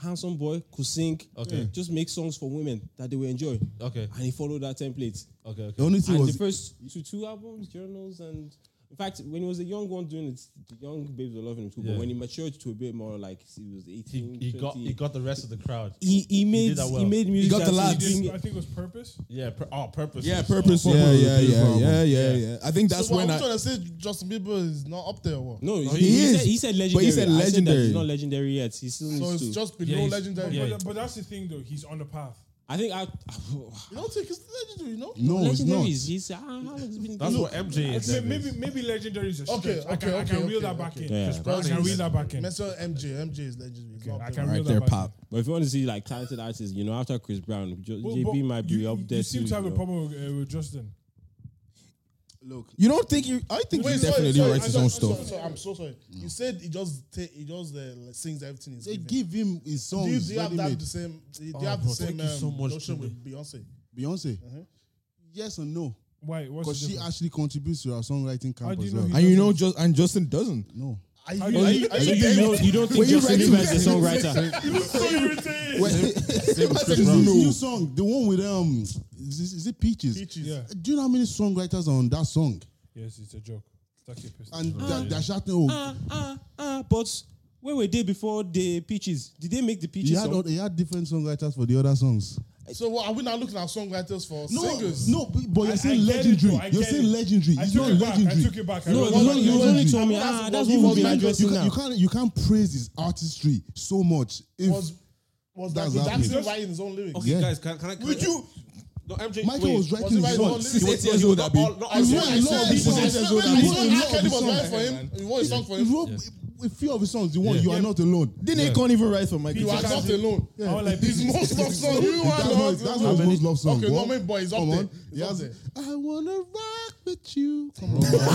S4: Handsome boy could sing.
S1: Okay.
S4: Just make songs for women that they will enjoy.
S1: Okay,
S4: And he followed that template.
S1: okay, okay.
S8: the only thing
S4: and
S8: was
S4: the first two, two albums, journals, and in fact, when he was a young one doing it, the young babes were loving him too.
S1: Yeah.
S4: But when he matured to a bit more, like he was
S1: He,
S4: eighteen,
S1: he got
S4: 20,
S1: he got the rest of the crowd.
S4: he, he made he,
S1: did that well.
S4: made music.
S10: got the
S4: that was
S10: lads.
S4: bringing-
S2: I think it was Purpose.
S1: Yeah, pur- oh, purpose.
S10: Yeah,
S1: was-
S10: purpose.
S1: oh,
S10: Yeah,
S1: purpose
S10: yeah,
S1: was
S10: yeah,
S1: beautiful.
S10: yeah, yeah, yeah. I think that's
S6: so
S10: when
S6: I'm
S10: I.
S6: trying to say Justin Bieber is not up there. or What?
S4: No, he,
S10: he
S4: he
S10: is,
S4: Said, he said
S10: but he
S4: legendary.
S10: said
S4: I said that
S10: legendary.
S4: he's not legendary yet. He still
S6: So
S4: needs
S6: it's
S4: to.
S6: just
S1: Yeah,
S6: below
S1: he's-
S6: legendary.
S2: But,
S1: Yeah.
S2: but, but that's the thing, though. He's on the path.
S4: I think I.
S6: You don't think it's legendary, no?
S8: No, it's
S4: legendary
S8: not.
S4: is he's, ah, how long has it been
S1: That's
S4: doing?
S1: what MJ is.
S2: Maybe, maybe maybe legendary is a
S6: Okay,
S2: stretch. I can,
S6: okay,
S2: I can
S6: okay,
S2: reel
S6: okay,
S2: that back
S6: okay.
S2: in.
S4: Yeah. Chris
S2: I can reel that back in.
S6: Messi, MJ, MJ is legendary. It's not
S2: I
S6: Pele.
S2: can
S3: Right
S2: reel
S3: there,
S2: that back
S3: pop.
S2: in.
S4: But if you want to see like talented artists, you know, after Chris Brown, J-
S2: Well, but
S4: JB might be
S2: you,
S4: up
S2: you-
S4: there
S2: You seem
S4: too,
S2: to have
S4: you
S2: a
S4: know.
S2: problem with, uh, with Justin.
S3: You don't think you? I think he definitely writes his
S6: sorry,
S3: own
S6: sorry,
S3: stuff.
S6: sorry, I'm so sorry. You said he just ta- he just uh, like, sings everything. He's
S8: They
S6: given.
S8: give him his
S6: Do you,
S8: songs.
S6: do you have that
S8: ready-made.
S6: the same? Do you
S1: Oh,
S6: have the
S1: bro,
S6: same
S1: thank you so
S6: um,
S1: much,
S6: notion
S1: Tunde.
S6: with Beyonce?
S8: Beyonce. Yes or no?
S2: Why? What's
S8: Because
S2: the
S8: she
S2: difference?
S8: actually contributes to our songwriting
S2: How
S8: camp
S2: do you
S8: as
S2: know
S8: well.
S2: he
S3: And you know,
S2: doesn't?
S3: just and Justin doesn't.
S8: no.
S2: How
S6: Are
S2: do
S6: you,
S2: you-
S6: are you, are
S4: So
S6: you,
S4: you, don't, you don't think
S3: you
S4: Justin
S3: write
S4: Bieber is
S3: it-
S4: a songwriter?
S3: Same as
S8: His
S3: Chris Brown.
S8: new song, the one with um, is, it- is it Peaches? Uh,
S6: Peaches.
S2: Yeah.
S8: Do you know how many songwriters are on that song?
S2: Yes, it's a joke. Stack your pistol.
S8: And they're, they're shouting, "Oh,
S4: Ah, ah, ah. But where were they before the Peaches? Did they make the
S8: he
S4: Peaches
S8: had, all-
S4: song?
S8: he had different songwriters for the other songs."
S6: so what, are we now looking at songwriters for
S8: No,
S6: singers?
S8: no, but but
S2: I-
S8: you're
S2: I
S8: saying
S2: get it,
S8: legendary.
S2: bro, I
S8: you're
S2: get
S8: saying
S2: it.
S8: legendary.
S2: I
S8: It's
S2: took
S8: not
S2: it back. I
S8: legendary.
S2: took it back. I
S4: No,
S2: wrote
S4: you,
S2: that
S4: only- you
S2: down.
S4: only
S8: legendary.
S4: told me,
S6: Well, that's-
S4: ah, that's
S6: well,
S4: what we've
S8: You
S4: been
S8: can't-
S4: addressing
S8: you,
S4: now.
S8: can't, you can't you can't praise his artistry so much. If
S6: Was was that
S8: That's
S6: Jackson
S8: happening.
S6: writing his own lyrics?
S1: Okay,
S8: Yeah.
S1: guys, can, can I? Can
S6: Would
S1: I,
S6: you?
S1: No, MJ.
S8: Michael
S1: wait,
S6: was
S8: was
S6: he
S8: writing his
S6: writing
S8: songs,
S6: his own
S8: he was
S6: lyrics?
S3: Eight years old, Abi.
S1: all- not all-
S8: He
S6: He
S8: wrote
S6: wrote
S8: a lot of his
S6: songs.
S8: songs.
S6: He
S8: He
S6: wrote
S8: wrote
S6: his own
S8: a lot of
S6: Akadi was
S8: his songs.
S6: writing for him. He wrote his song for
S8: He
S6: him.
S8: wrote a few of his songs. The one you are not alone.
S3: Didn't he can't even write for Michael?
S6: You are
S3: Jackson?
S6: not alone.
S2: I want like
S6: His most loved song. You are
S8: That's
S6: not.
S8: not- that's not his most loved song.
S6: Okay, no,
S8: What?
S6: my boy, he's up
S8: Come
S6: there.
S8: on.
S6: He's
S8: He
S6: up
S8: has
S6: there.
S8: I wanna rock with you.
S6: I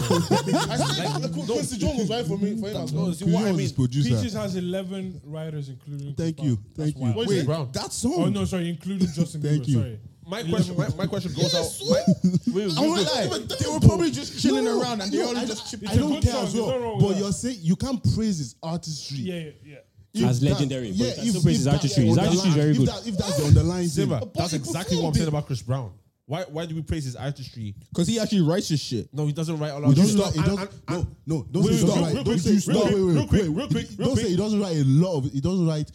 S6: said, look, Quincy Jones was right for me for him as well.
S8: Quincy Jones is producer.
S2: Peaches has 11 writers, including. Chris
S8: Thank
S2: Brown.
S8: you,
S2: That's
S8: thank
S2: wild.
S8: you.
S6: Wait,
S1: Brown.
S8: That
S2: Oh,
S8: song.
S2: no, sorry, including Justin
S8: Thank
S2: Bieber.
S8: you.
S2: Sorry.
S1: My question. My, my question goes out.
S6: Yes,
S1: Wait,
S3: I won't lie. They were probably just chilling around and they
S8: no,
S3: only
S8: I-
S3: just chipped
S8: I
S2: It's a
S8: don't
S2: good
S8: care
S2: song,
S8: as
S2: there's no wrong
S8: well.
S2: with
S8: But
S2: that.
S8: you're saying you can't praise his artistry.
S2: Yeah, yeah, yeah.
S8: If
S4: As legendary, but you can still praise his
S8: that-
S4: artistry. His
S8: underlying-
S4: artistry is very
S8: if
S4: good.
S8: That, if that's the underlying thing.
S1: Silva,
S8: But
S1: that's
S8: he
S1: exactly what I'm
S8: performed
S1: saying
S8: it.
S1: about Chris Brown. Why? Why do we praise his artistry?
S3: Because he actually writes his shit.
S1: No, he doesn't write all
S8: We
S1: our
S8: don't
S1: shit.
S8: stop. It
S1: And-
S8: does,
S1: and-
S8: no,
S1: and-
S8: no, don't say
S1: wait,
S8: he doesn't
S1: real
S8: write.
S1: quick,
S8: Don't
S1: real
S8: say he
S1: quick,
S8: stop. Wait,
S1: real
S8: wait,
S1: quick,
S8: wait,
S1: real quick,
S8: wait.
S1: real
S8: Don't say he
S1: quick.
S8: doesn't write a lot of. He doesn't write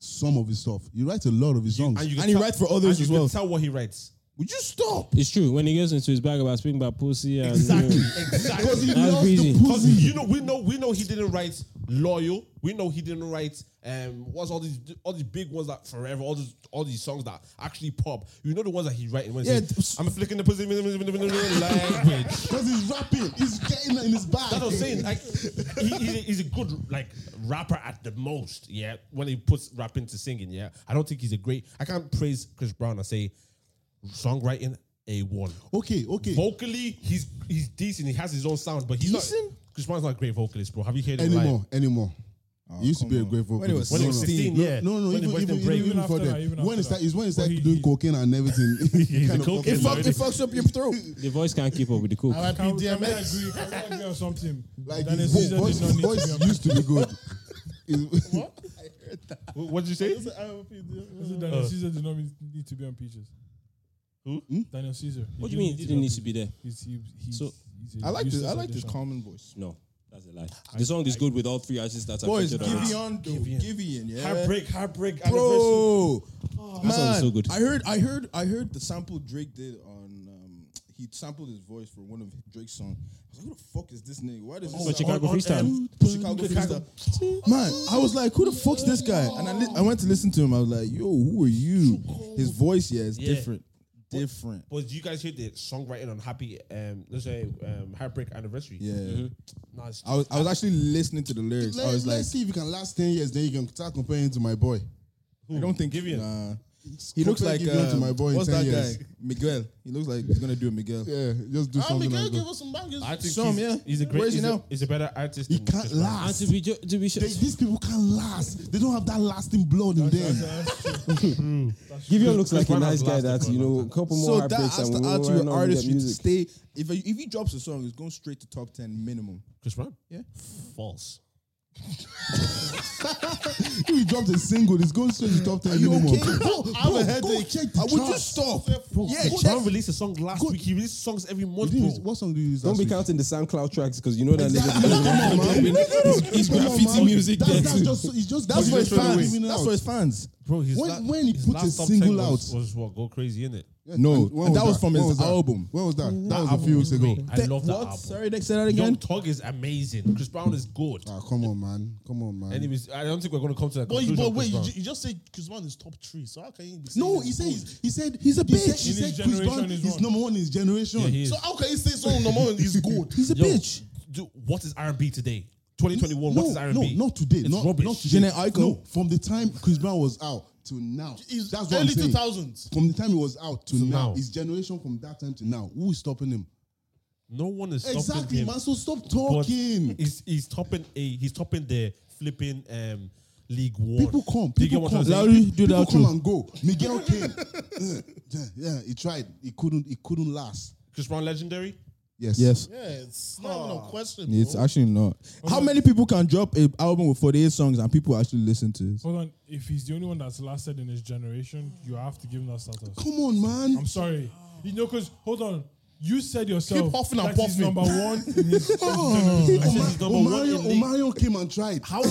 S8: some of his stuff. He writes a lot of his songs.
S1: you can
S3: And he
S1: tell-
S3: writes for others
S1: and you
S3: as
S1: can
S3: well.
S1: Tell what he writes.
S3: Would you stop?
S4: It's true. When he gets into his bag about speaking about pussy and
S1: Exactly.
S4: you know,
S8: Because he
S4: That's
S1: Exactly.
S8: loves the
S4: crazy.
S1: Because
S8: pussy.
S1: you know, we know, we know he didn't write loyal. We know he didn't write um what's all these all these big ones that forever, all these all these songs that actually pop. You know the ones that he's writing when he
S3: Yeah,
S1: says, I'm flicking the pussy language.
S8: Because he's rapping. He's getting in his bag.
S1: That's what I'm saying. Like he, he's a- he's a good like rapper at the most. Yeah, when he puts rapping to singing. Yeah, I don't think he's a great. I can't praise Chris Brown and say songwriting a one.
S8: Okay, okay.
S1: Vocally, he's he's decent. He has his own sound, but he's
S3: Decent?
S1: not. Chris Brown's not a great vocalist, bro. Have you heard him live?
S8: Anymore, anymore. He used to
S3: Ah, come
S8: be a
S3: on.
S8: great vocalist.
S3: When he was
S1: When he was
S8: No, no.
S1: 16, yeah.
S8: No,
S1: When
S8: no, even,
S1: he
S8: even,
S1: Western
S8: even,
S1: Break.
S8: even
S2: Even
S8: before
S2: after
S8: that,
S2: that, even
S8: when
S2: after
S8: he start,
S2: that.
S8: is when he started
S2: Well, he-
S8: doing
S2: he-
S8: cocaine and everything.
S1: He's a cocaine
S3: It, fuck,
S1: already.
S3: it fucks up your throat.
S4: the voice can't keep up with the cook.
S6: RIP
S2: Can, we- can we
S6: DMX.
S2: agree? Can we agree on something?
S8: like
S2: Daniel
S8: his
S2: Caesar
S8: voice,
S2: did not need
S8: his
S2: to be
S8: voice
S2: on-
S8: used to be good. His-
S1: Wh- What did you say?
S2: Is
S4: Uh.
S2: it Daniel Caesar did not need to be on Peaches.
S1: Who?
S2: Daniel Caesar.
S4: What do you mean? He didn't need to be there.
S2: He's, he, he's,
S4: So-
S2: he's a
S3: I like this.
S2: useless
S3: I like this
S2: addition.
S3: common voice.
S4: No, that's a lie. The song is good with all three artists that are
S3: Boys,
S4: featured on it.
S3: Giveon, though. Giveon, yeah.
S1: Heartbreak, heartbreak, anniversary.
S3: Bro, man,
S4: song is so good.
S3: I heard, I heard, I heard the sample Drake did on. Um, he sampled his voice for one of Drake's songs. I was like, "Who the fuck is this nigga? Why does this
S4: Oh, Chicago
S3: on- on
S4: Freestyle.
S3: M- Chicago freestyle?" Man, I was like, "Who the fuck's this guy?" And I, li- I went to listen to him. I was like, "Yo, who are you?" His voice, yeah, is
S1: Yeah.
S3: different, different.
S1: But you guys hear the songwriting on Happy, um, let's say, um, Heartbreak Anniversary? Mm-hmm.
S3: Yeah,
S1: Nah, it's
S3: I was, I was actually listening to the lyrics. I
S8: Let,
S3: was
S8: us
S3: like,
S8: see if you can last 10 years, then you can start comparing to my boy.
S3: I don't think
S1: Giveon.
S3: Nah. He looks
S8: Compare
S3: like
S8: Giveon to
S3: um,
S8: my boy in
S3: what's
S8: 10
S3: that
S8: years.
S3: guy? Miguel. He looks like he's gonna do a Miguel.
S8: Yeah, just do
S6: Ah,
S8: something
S6: Miguel
S8: like
S6: gave
S8: that.
S6: us some bangers.
S1: I think
S3: Some,
S1: he's,
S3: yeah.
S1: he's a great.
S3: Where is he
S1: he's a-
S3: now?
S1: he's a better artist.
S8: He
S1: than
S8: can't
S1: Chris Brown.
S4: And to
S8: last.
S4: be ju- to be sure,
S8: They- these people can't last. They don't have that lasting blood in them.
S12: Giveon looks like a
S1: Brown
S12: nice
S1: has
S12: guy
S1: lasted
S12: that
S1: for a
S12: you
S1: long
S12: know a
S1: time.
S12: couple more
S3: So that
S12: heartbreaks
S3: has
S12: and
S3: to
S12: we'll
S3: add to
S12: run
S3: your
S12: on with
S3: artistry to
S12: music.
S3: stay. If if he drops a song, it's going straight to top ten minimum.
S1: Chris Brown?
S3: Yeah.
S1: False.
S8: if he drops a single, it's going straight to top 10
S3: you
S8: minimum.
S3: okay?
S8: Bro,
S3: I
S8: bro, go check the
S3: Uh, Would you
S8: charts.
S3: stop?
S8: Bro,
S3: Yeah,
S8: go-
S3: check-
S1: Brown released a song last
S8: Good.
S1: week. He released songs every
S8: You
S1: month,
S8: didn't
S1: bro.
S8: use- What song do you use?
S12: Don't
S8: last
S12: be
S8: week?
S12: counting the SoundCloud tracks because you know that nigga
S3: He's
S8: Come on,
S3: graffiti
S8: man.
S3: music
S8: That's,
S3: there
S8: that's
S3: too.
S8: just, it's just
S3: That's for his
S8: giving it
S3: fans.
S8: away.
S3: That's for his fans.
S1: Bro, his
S8: When-
S1: la-
S8: when he
S1: his
S8: put
S1: last
S8: a
S1: top
S8: single
S1: ten was-
S8: out-
S1: was what go crazy in it.
S3: No,
S8: And when
S3: that was from
S8: When
S3: his
S8: that?
S3: album.
S8: When was that? that was a few weeks ago.
S1: I love that
S3: what?
S1: album.
S3: Sorry, they said that
S1: Young
S3: again.
S1: Tog is amazing. Chris Brown is good.
S8: Ah, come on, man. Come on, man.
S1: Anyways, I don't think we're going to come to that
S6: But, you,
S1: conclusion.
S6: but
S1: of
S6: wait,
S1: Chris
S6: you,
S1: Brown.
S6: ju- you just said Chris Brown is top three, so how can he be saying
S8: no,
S6: he's
S8: he said
S6: good?
S8: he said he's a he Said, he
S2: In his
S8: said Chris Brown
S2: generation, he's
S8: is
S2: one.
S8: number one in his generation.
S1: Yeah, he is.
S6: So how can he say someone number one is good?
S8: he's a
S1: Yo,
S8: bitch.
S1: dude, what is R&B today? 2021,
S8: no,
S1: what is R&B?
S8: No, not today.
S1: It's
S8: not,
S1: rubbish.
S8: Not today.
S3: Janet Aiko.
S8: No, from the time Chris Brown was out to now.
S6: He's
S8: That's what I'm
S6: early two
S8: saying.
S6: thousands.
S8: From the time he was out to,
S1: To
S8: now,
S1: now.
S8: his generation from that time to now. Who is stopping him?
S1: No one is stopping
S8: exactly,
S1: him.
S8: man. So stop
S1: But
S8: talking.
S1: He's, he's topping a he's topping the flipping um League One.
S8: People come.
S1: Do you get
S8: People
S1: what
S8: come.
S1: I'm saying?
S3: Lowry, do the
S8: People come
S3: outro.
S8: and go. Miguel came. Uh, yeah, yeah, he tried. He couldn't. He couldn't last.
S1: Chris Brown legendary.
S8: Yes.
S3: Yes,
S6: Yeah, it's not even a
S8: Ah.
S6: question. Bro.
S3: it's actually not. How many people can drop an album with 48 songs and people actually listen to it?
S2: Hold on. If he's the only one that's lasted in his generation, you have to give him that status.
S8: Come on, man.
S2: I'm sorry. You know, because hold on. You said yourself
S6: Keep huffing and
S2: that he's
S6: puffing.
S2: number one in his
S8: Omar-
S2: generation.
S1: he's number one
S8: Omarion-
S1: in the-
S8: Omarion came and tried. How?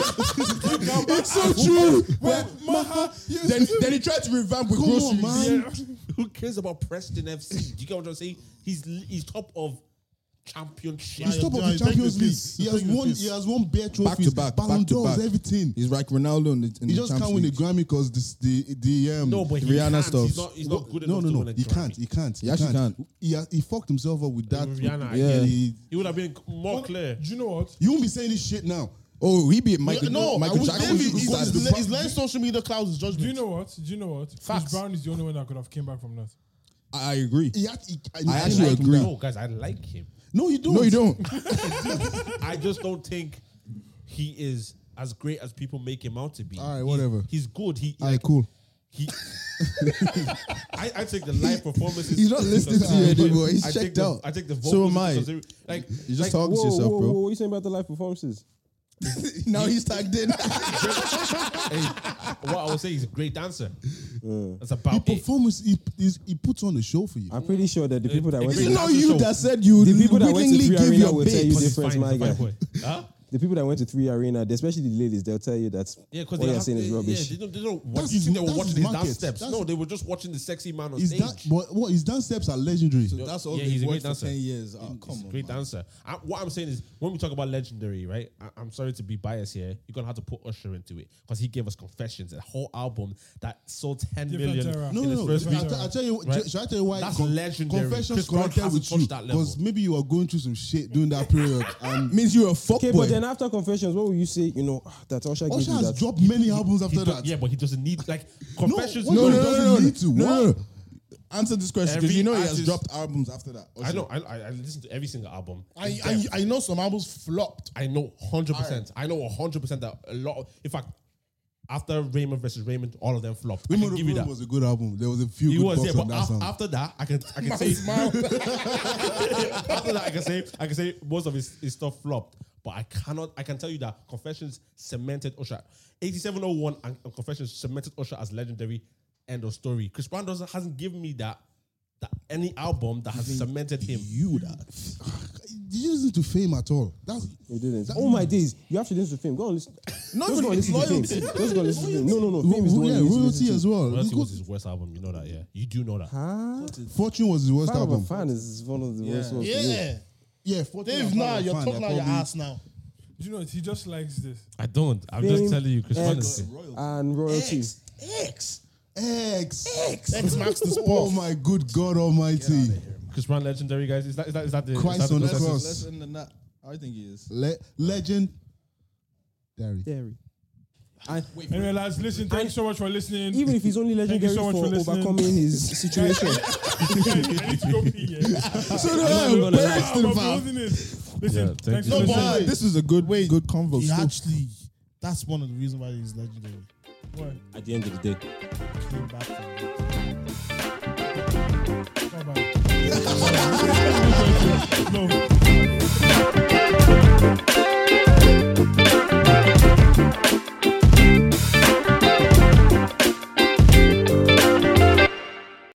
S3: It's so true.
S8: Then, then he tried to revamp with Come on, man.
S1: Who cares about Preston FC? Do you get what I'm saying? He's he's top of championship.
S8: He's top
S6: Yeah,
S8: of the
S6: he's
S8: Champions
S6: taking
S8: League.
S6: this.
S8: He
S6: He's
S8: has
S6: taking
S8: won.
S6: this.
S8: He has won bare trophies.
S3: Back to back,
S8: Ballon
S3: back to
S8: d'Ors,
S3: back.
S8: everything.
S3: He's like Ronaldo in the, in the
S8: He just
S3: Champions
S8: can't win a
S3: League.
S8: Grammy because the the um.
S1: No, but he
S3: Rihanna
S1: can't.
S3: stuff.
S1: He's not, he's not good
S8: no,
S1: enough
S8: no,
S1: to
S8: no.
S1: win a
S8: He
S1: Grammy.
S8: can't. He can't.
S3: He actually can't.
S8: He, has, he fucked himself up with that.
S1: With Rihanna,
S3: yeah.
S8: He,
S1: He would have been more clear.
S2: Do you know what?
S8: you won't be saying this shit now.
S3: Oh, he beat Michael,
S6: no,
S3: Michael
S6: I would
S3: Jackson.
S6: David,
S3: with
S6: he's,
S3: that.
S6: he's, he's letting social media cloud his judgment.
S2: Do you know what? Do you know what?
S6: Facts.
S2: Chris Brown is the only one that could have came back from that.
S3: I I agree.
S8: He had, he, I,
S3: I actually agree.
S1: No, guys, I like him.
S8: No, you don't.
S3: No, you don't.
S1: I just don't think he is as great as people make him out to be.
S8: All right,
S1: He's-
S8: whatever.
S1: He's, good. He,
S8: All right, cool.
S1: he I, I take the live performances.
S3: He's not listening to you anymore. He's
S1: I take
S3: checked
S1: the,
S3: out.
S1: I take the vocals.
S3: So am I.
S1: because they- Like,
S3: You just
S1: like,
S3: talking to yourself,
S12: whoa,
S3: bro.
S12: Whoa, what are you saying about the live performances?
S3: Now he's tagged in.
S1: what I would say, he's a great dancer.
S12: Mm.
S1: That's about
S8: He
S1: it.
S8: performs. He, he's, he puts on a show for you.
S12: I'm pretty sure that the people that went
S3: Is
S12: to
S3: it
S1: Exactly.
S3: not you that said you
S12: the people that went to
S3: willingly
S12: three
S3: give
S12: arena
S3: your
S12: will tell you
S3: babes?
S1: He's
S12: different,
S1: fine,
S12: my
S1: he's a
S12: guy.
S1: fine boy. Huh?
S12: The people that went to three arena, especially the ladies, they'll tell you that
S1: Yeah, because
S12: what
S1: they
S12: you're
S1: have-
S12: saying is
S1: yeah,
S12: rubbish.
S1: they don't, they don't
S8: That's
S1: watch, you think they
S8: his-
S1: were
S8: that's
S1: watching
S8: his
S1: his
S8: market.
S1: dance steps.
S8: That's-
S1: no, they were just watching the sexy man on
S8: Is
S1: stage.
S8: that what, what? His dance steps are legendary.
S3: That's
S1: Yeah, he's a
S3: they've
S1: great
S3: worked
S1: dancer.
S3: for 10 years. Oh,
S1: He's
S3: come
S1: a
S3: on.
S1: great dancer. I, what I'm saying is, when we talk about legendary, right? I, I'm sorry to be biased here. You're gonna have to put Usher into it because he gave us Confessions, a whole album that sold 10
S2: Different
S1: million
S2: era.
S1: in
S8: No,
S1: its
S8: no, no.
S1: first
S8: I'll,
S1: week.
S8: tell- I'll tell you.
S1: Right?
S8: Should I tell you why?
S1: That's legendary.
S8: Confessions
S1: Chris Brown
S8: connected
S1: hasn't
S8: with you
S1: touched that level.
S8: because maybe you were going through some shit during that period. And
S3: Means you're a
S12: Okay,
S3: fuckboy.
S12: but then after confessions, what will you say? You know ah, that Osha gave
S8: Usher
S12: you
S8: has
S12: that.
S8: dropped many albums
S1: He
S8: after
S1: don't-
S8: that.
S1: yeah, but he doesn't need like Confessions.
S8: what
S3: no,
S8: He
S3: no, no,
S8: doesn't
S3: no, no,
S8: need to.
S3: no, no,
S8: What?
S3: no. Answer this question
S1: Every
S3: because you know he has
S1: artist-
S3: dropped albums after that.
S1: I know. I, I I listen to every single album.
S6: I, I I know some albums flopped.
S1: I know hundred percent. I know hundred percent that a lot. Of, in fact, after Raymond versus Raymond, all of them flopped. I
S8: Women
S1: can
S8: of
S1: give you
S8: Room
S1: that.
S8: was a good album. There was a few
S1: He
S8: good
S1: was,
S8: bops
S1: yeah,
S8: on
S1: but
S8: that
S1: af-
S8: song.
S1: after that, I can, I can say, after that, I can say, I can say most of his, his stuff flopped. But I cannot, I can tell you that Confessions cemented Usher, eighty-seven oh one, and, and Confessions cemented Usher as legendary. End of story. Chris Brown doesn't hasn't given me that that any album that has cemented him.
S8: you that. Did you listen to Fame at all? That's
S12: You didn't. Oh my days! You have to listen to Fame. Go and listen. Not just go and listen to Fame. Just go and listen to Fame. No, no, no. Fame is the
S8: Ro-
S12: one.
S8: yeah,
S12: you need to listen
S8: royalty
S12: to.
S8: as well.
S1: Royalty
S8: Look
S1: was
S8: at-
S1: his worst album. You know that, yeah. You do know that.
S12: Huh?
S8: Fortune was his worst
S12: Fan of a
S8: album.
S12: fan is one of the worst ones. to me.
S6: Yeah.
S8: Yeah, Fortune.
S6: Dave,
S8: and Fan
S6: now
S8: of a
S6: you're
S8: Fan,
S6: talking
S8: they're
S6: out your
S8: probably-
S6: ass now.
S2: Do you know what? He just likes this.
S1: I don't. I'm just
S12: Fame,
S1: telling you, Chris Brown
S12: X,
S1: is.
S12: and royalty.
S8: X. X.
S6: X marks the spot.
S8: Oh my good God Almighty!
S1: Chris Brown legendary guys. Is that is that is that the is
S8: Christ
S1: that the
S8: on the
S1: consensus?
S8: cross.
S3: Let's end on that. I think he is.
S8: Le- legend. Derry.
S12: Dairy. And
S2: Anyway, lads, listen. Thanks so much for listening.
S12: even if he's only
S2: Thank you
S12: legendary
S2: so much
S12: for,
S2: for listening.
S12: overcoming his situation.
S2: I need to go pee. Yeah.
S3: So
S12: I'm not gonna lie.
S2: I'm losing it. Listen,
S1: thank
S2: thanks
S1: you.
S2: for
S6: No,
S2: listening.
S6: but-
S3: This is a good way, good convo.
S6: He
S3: still.
S6: actually, that's one of the reasons why he's legendary.
S2: Why?
S12: At the end of the day.
S6: Came back from it.
S2: Bye-bye. no.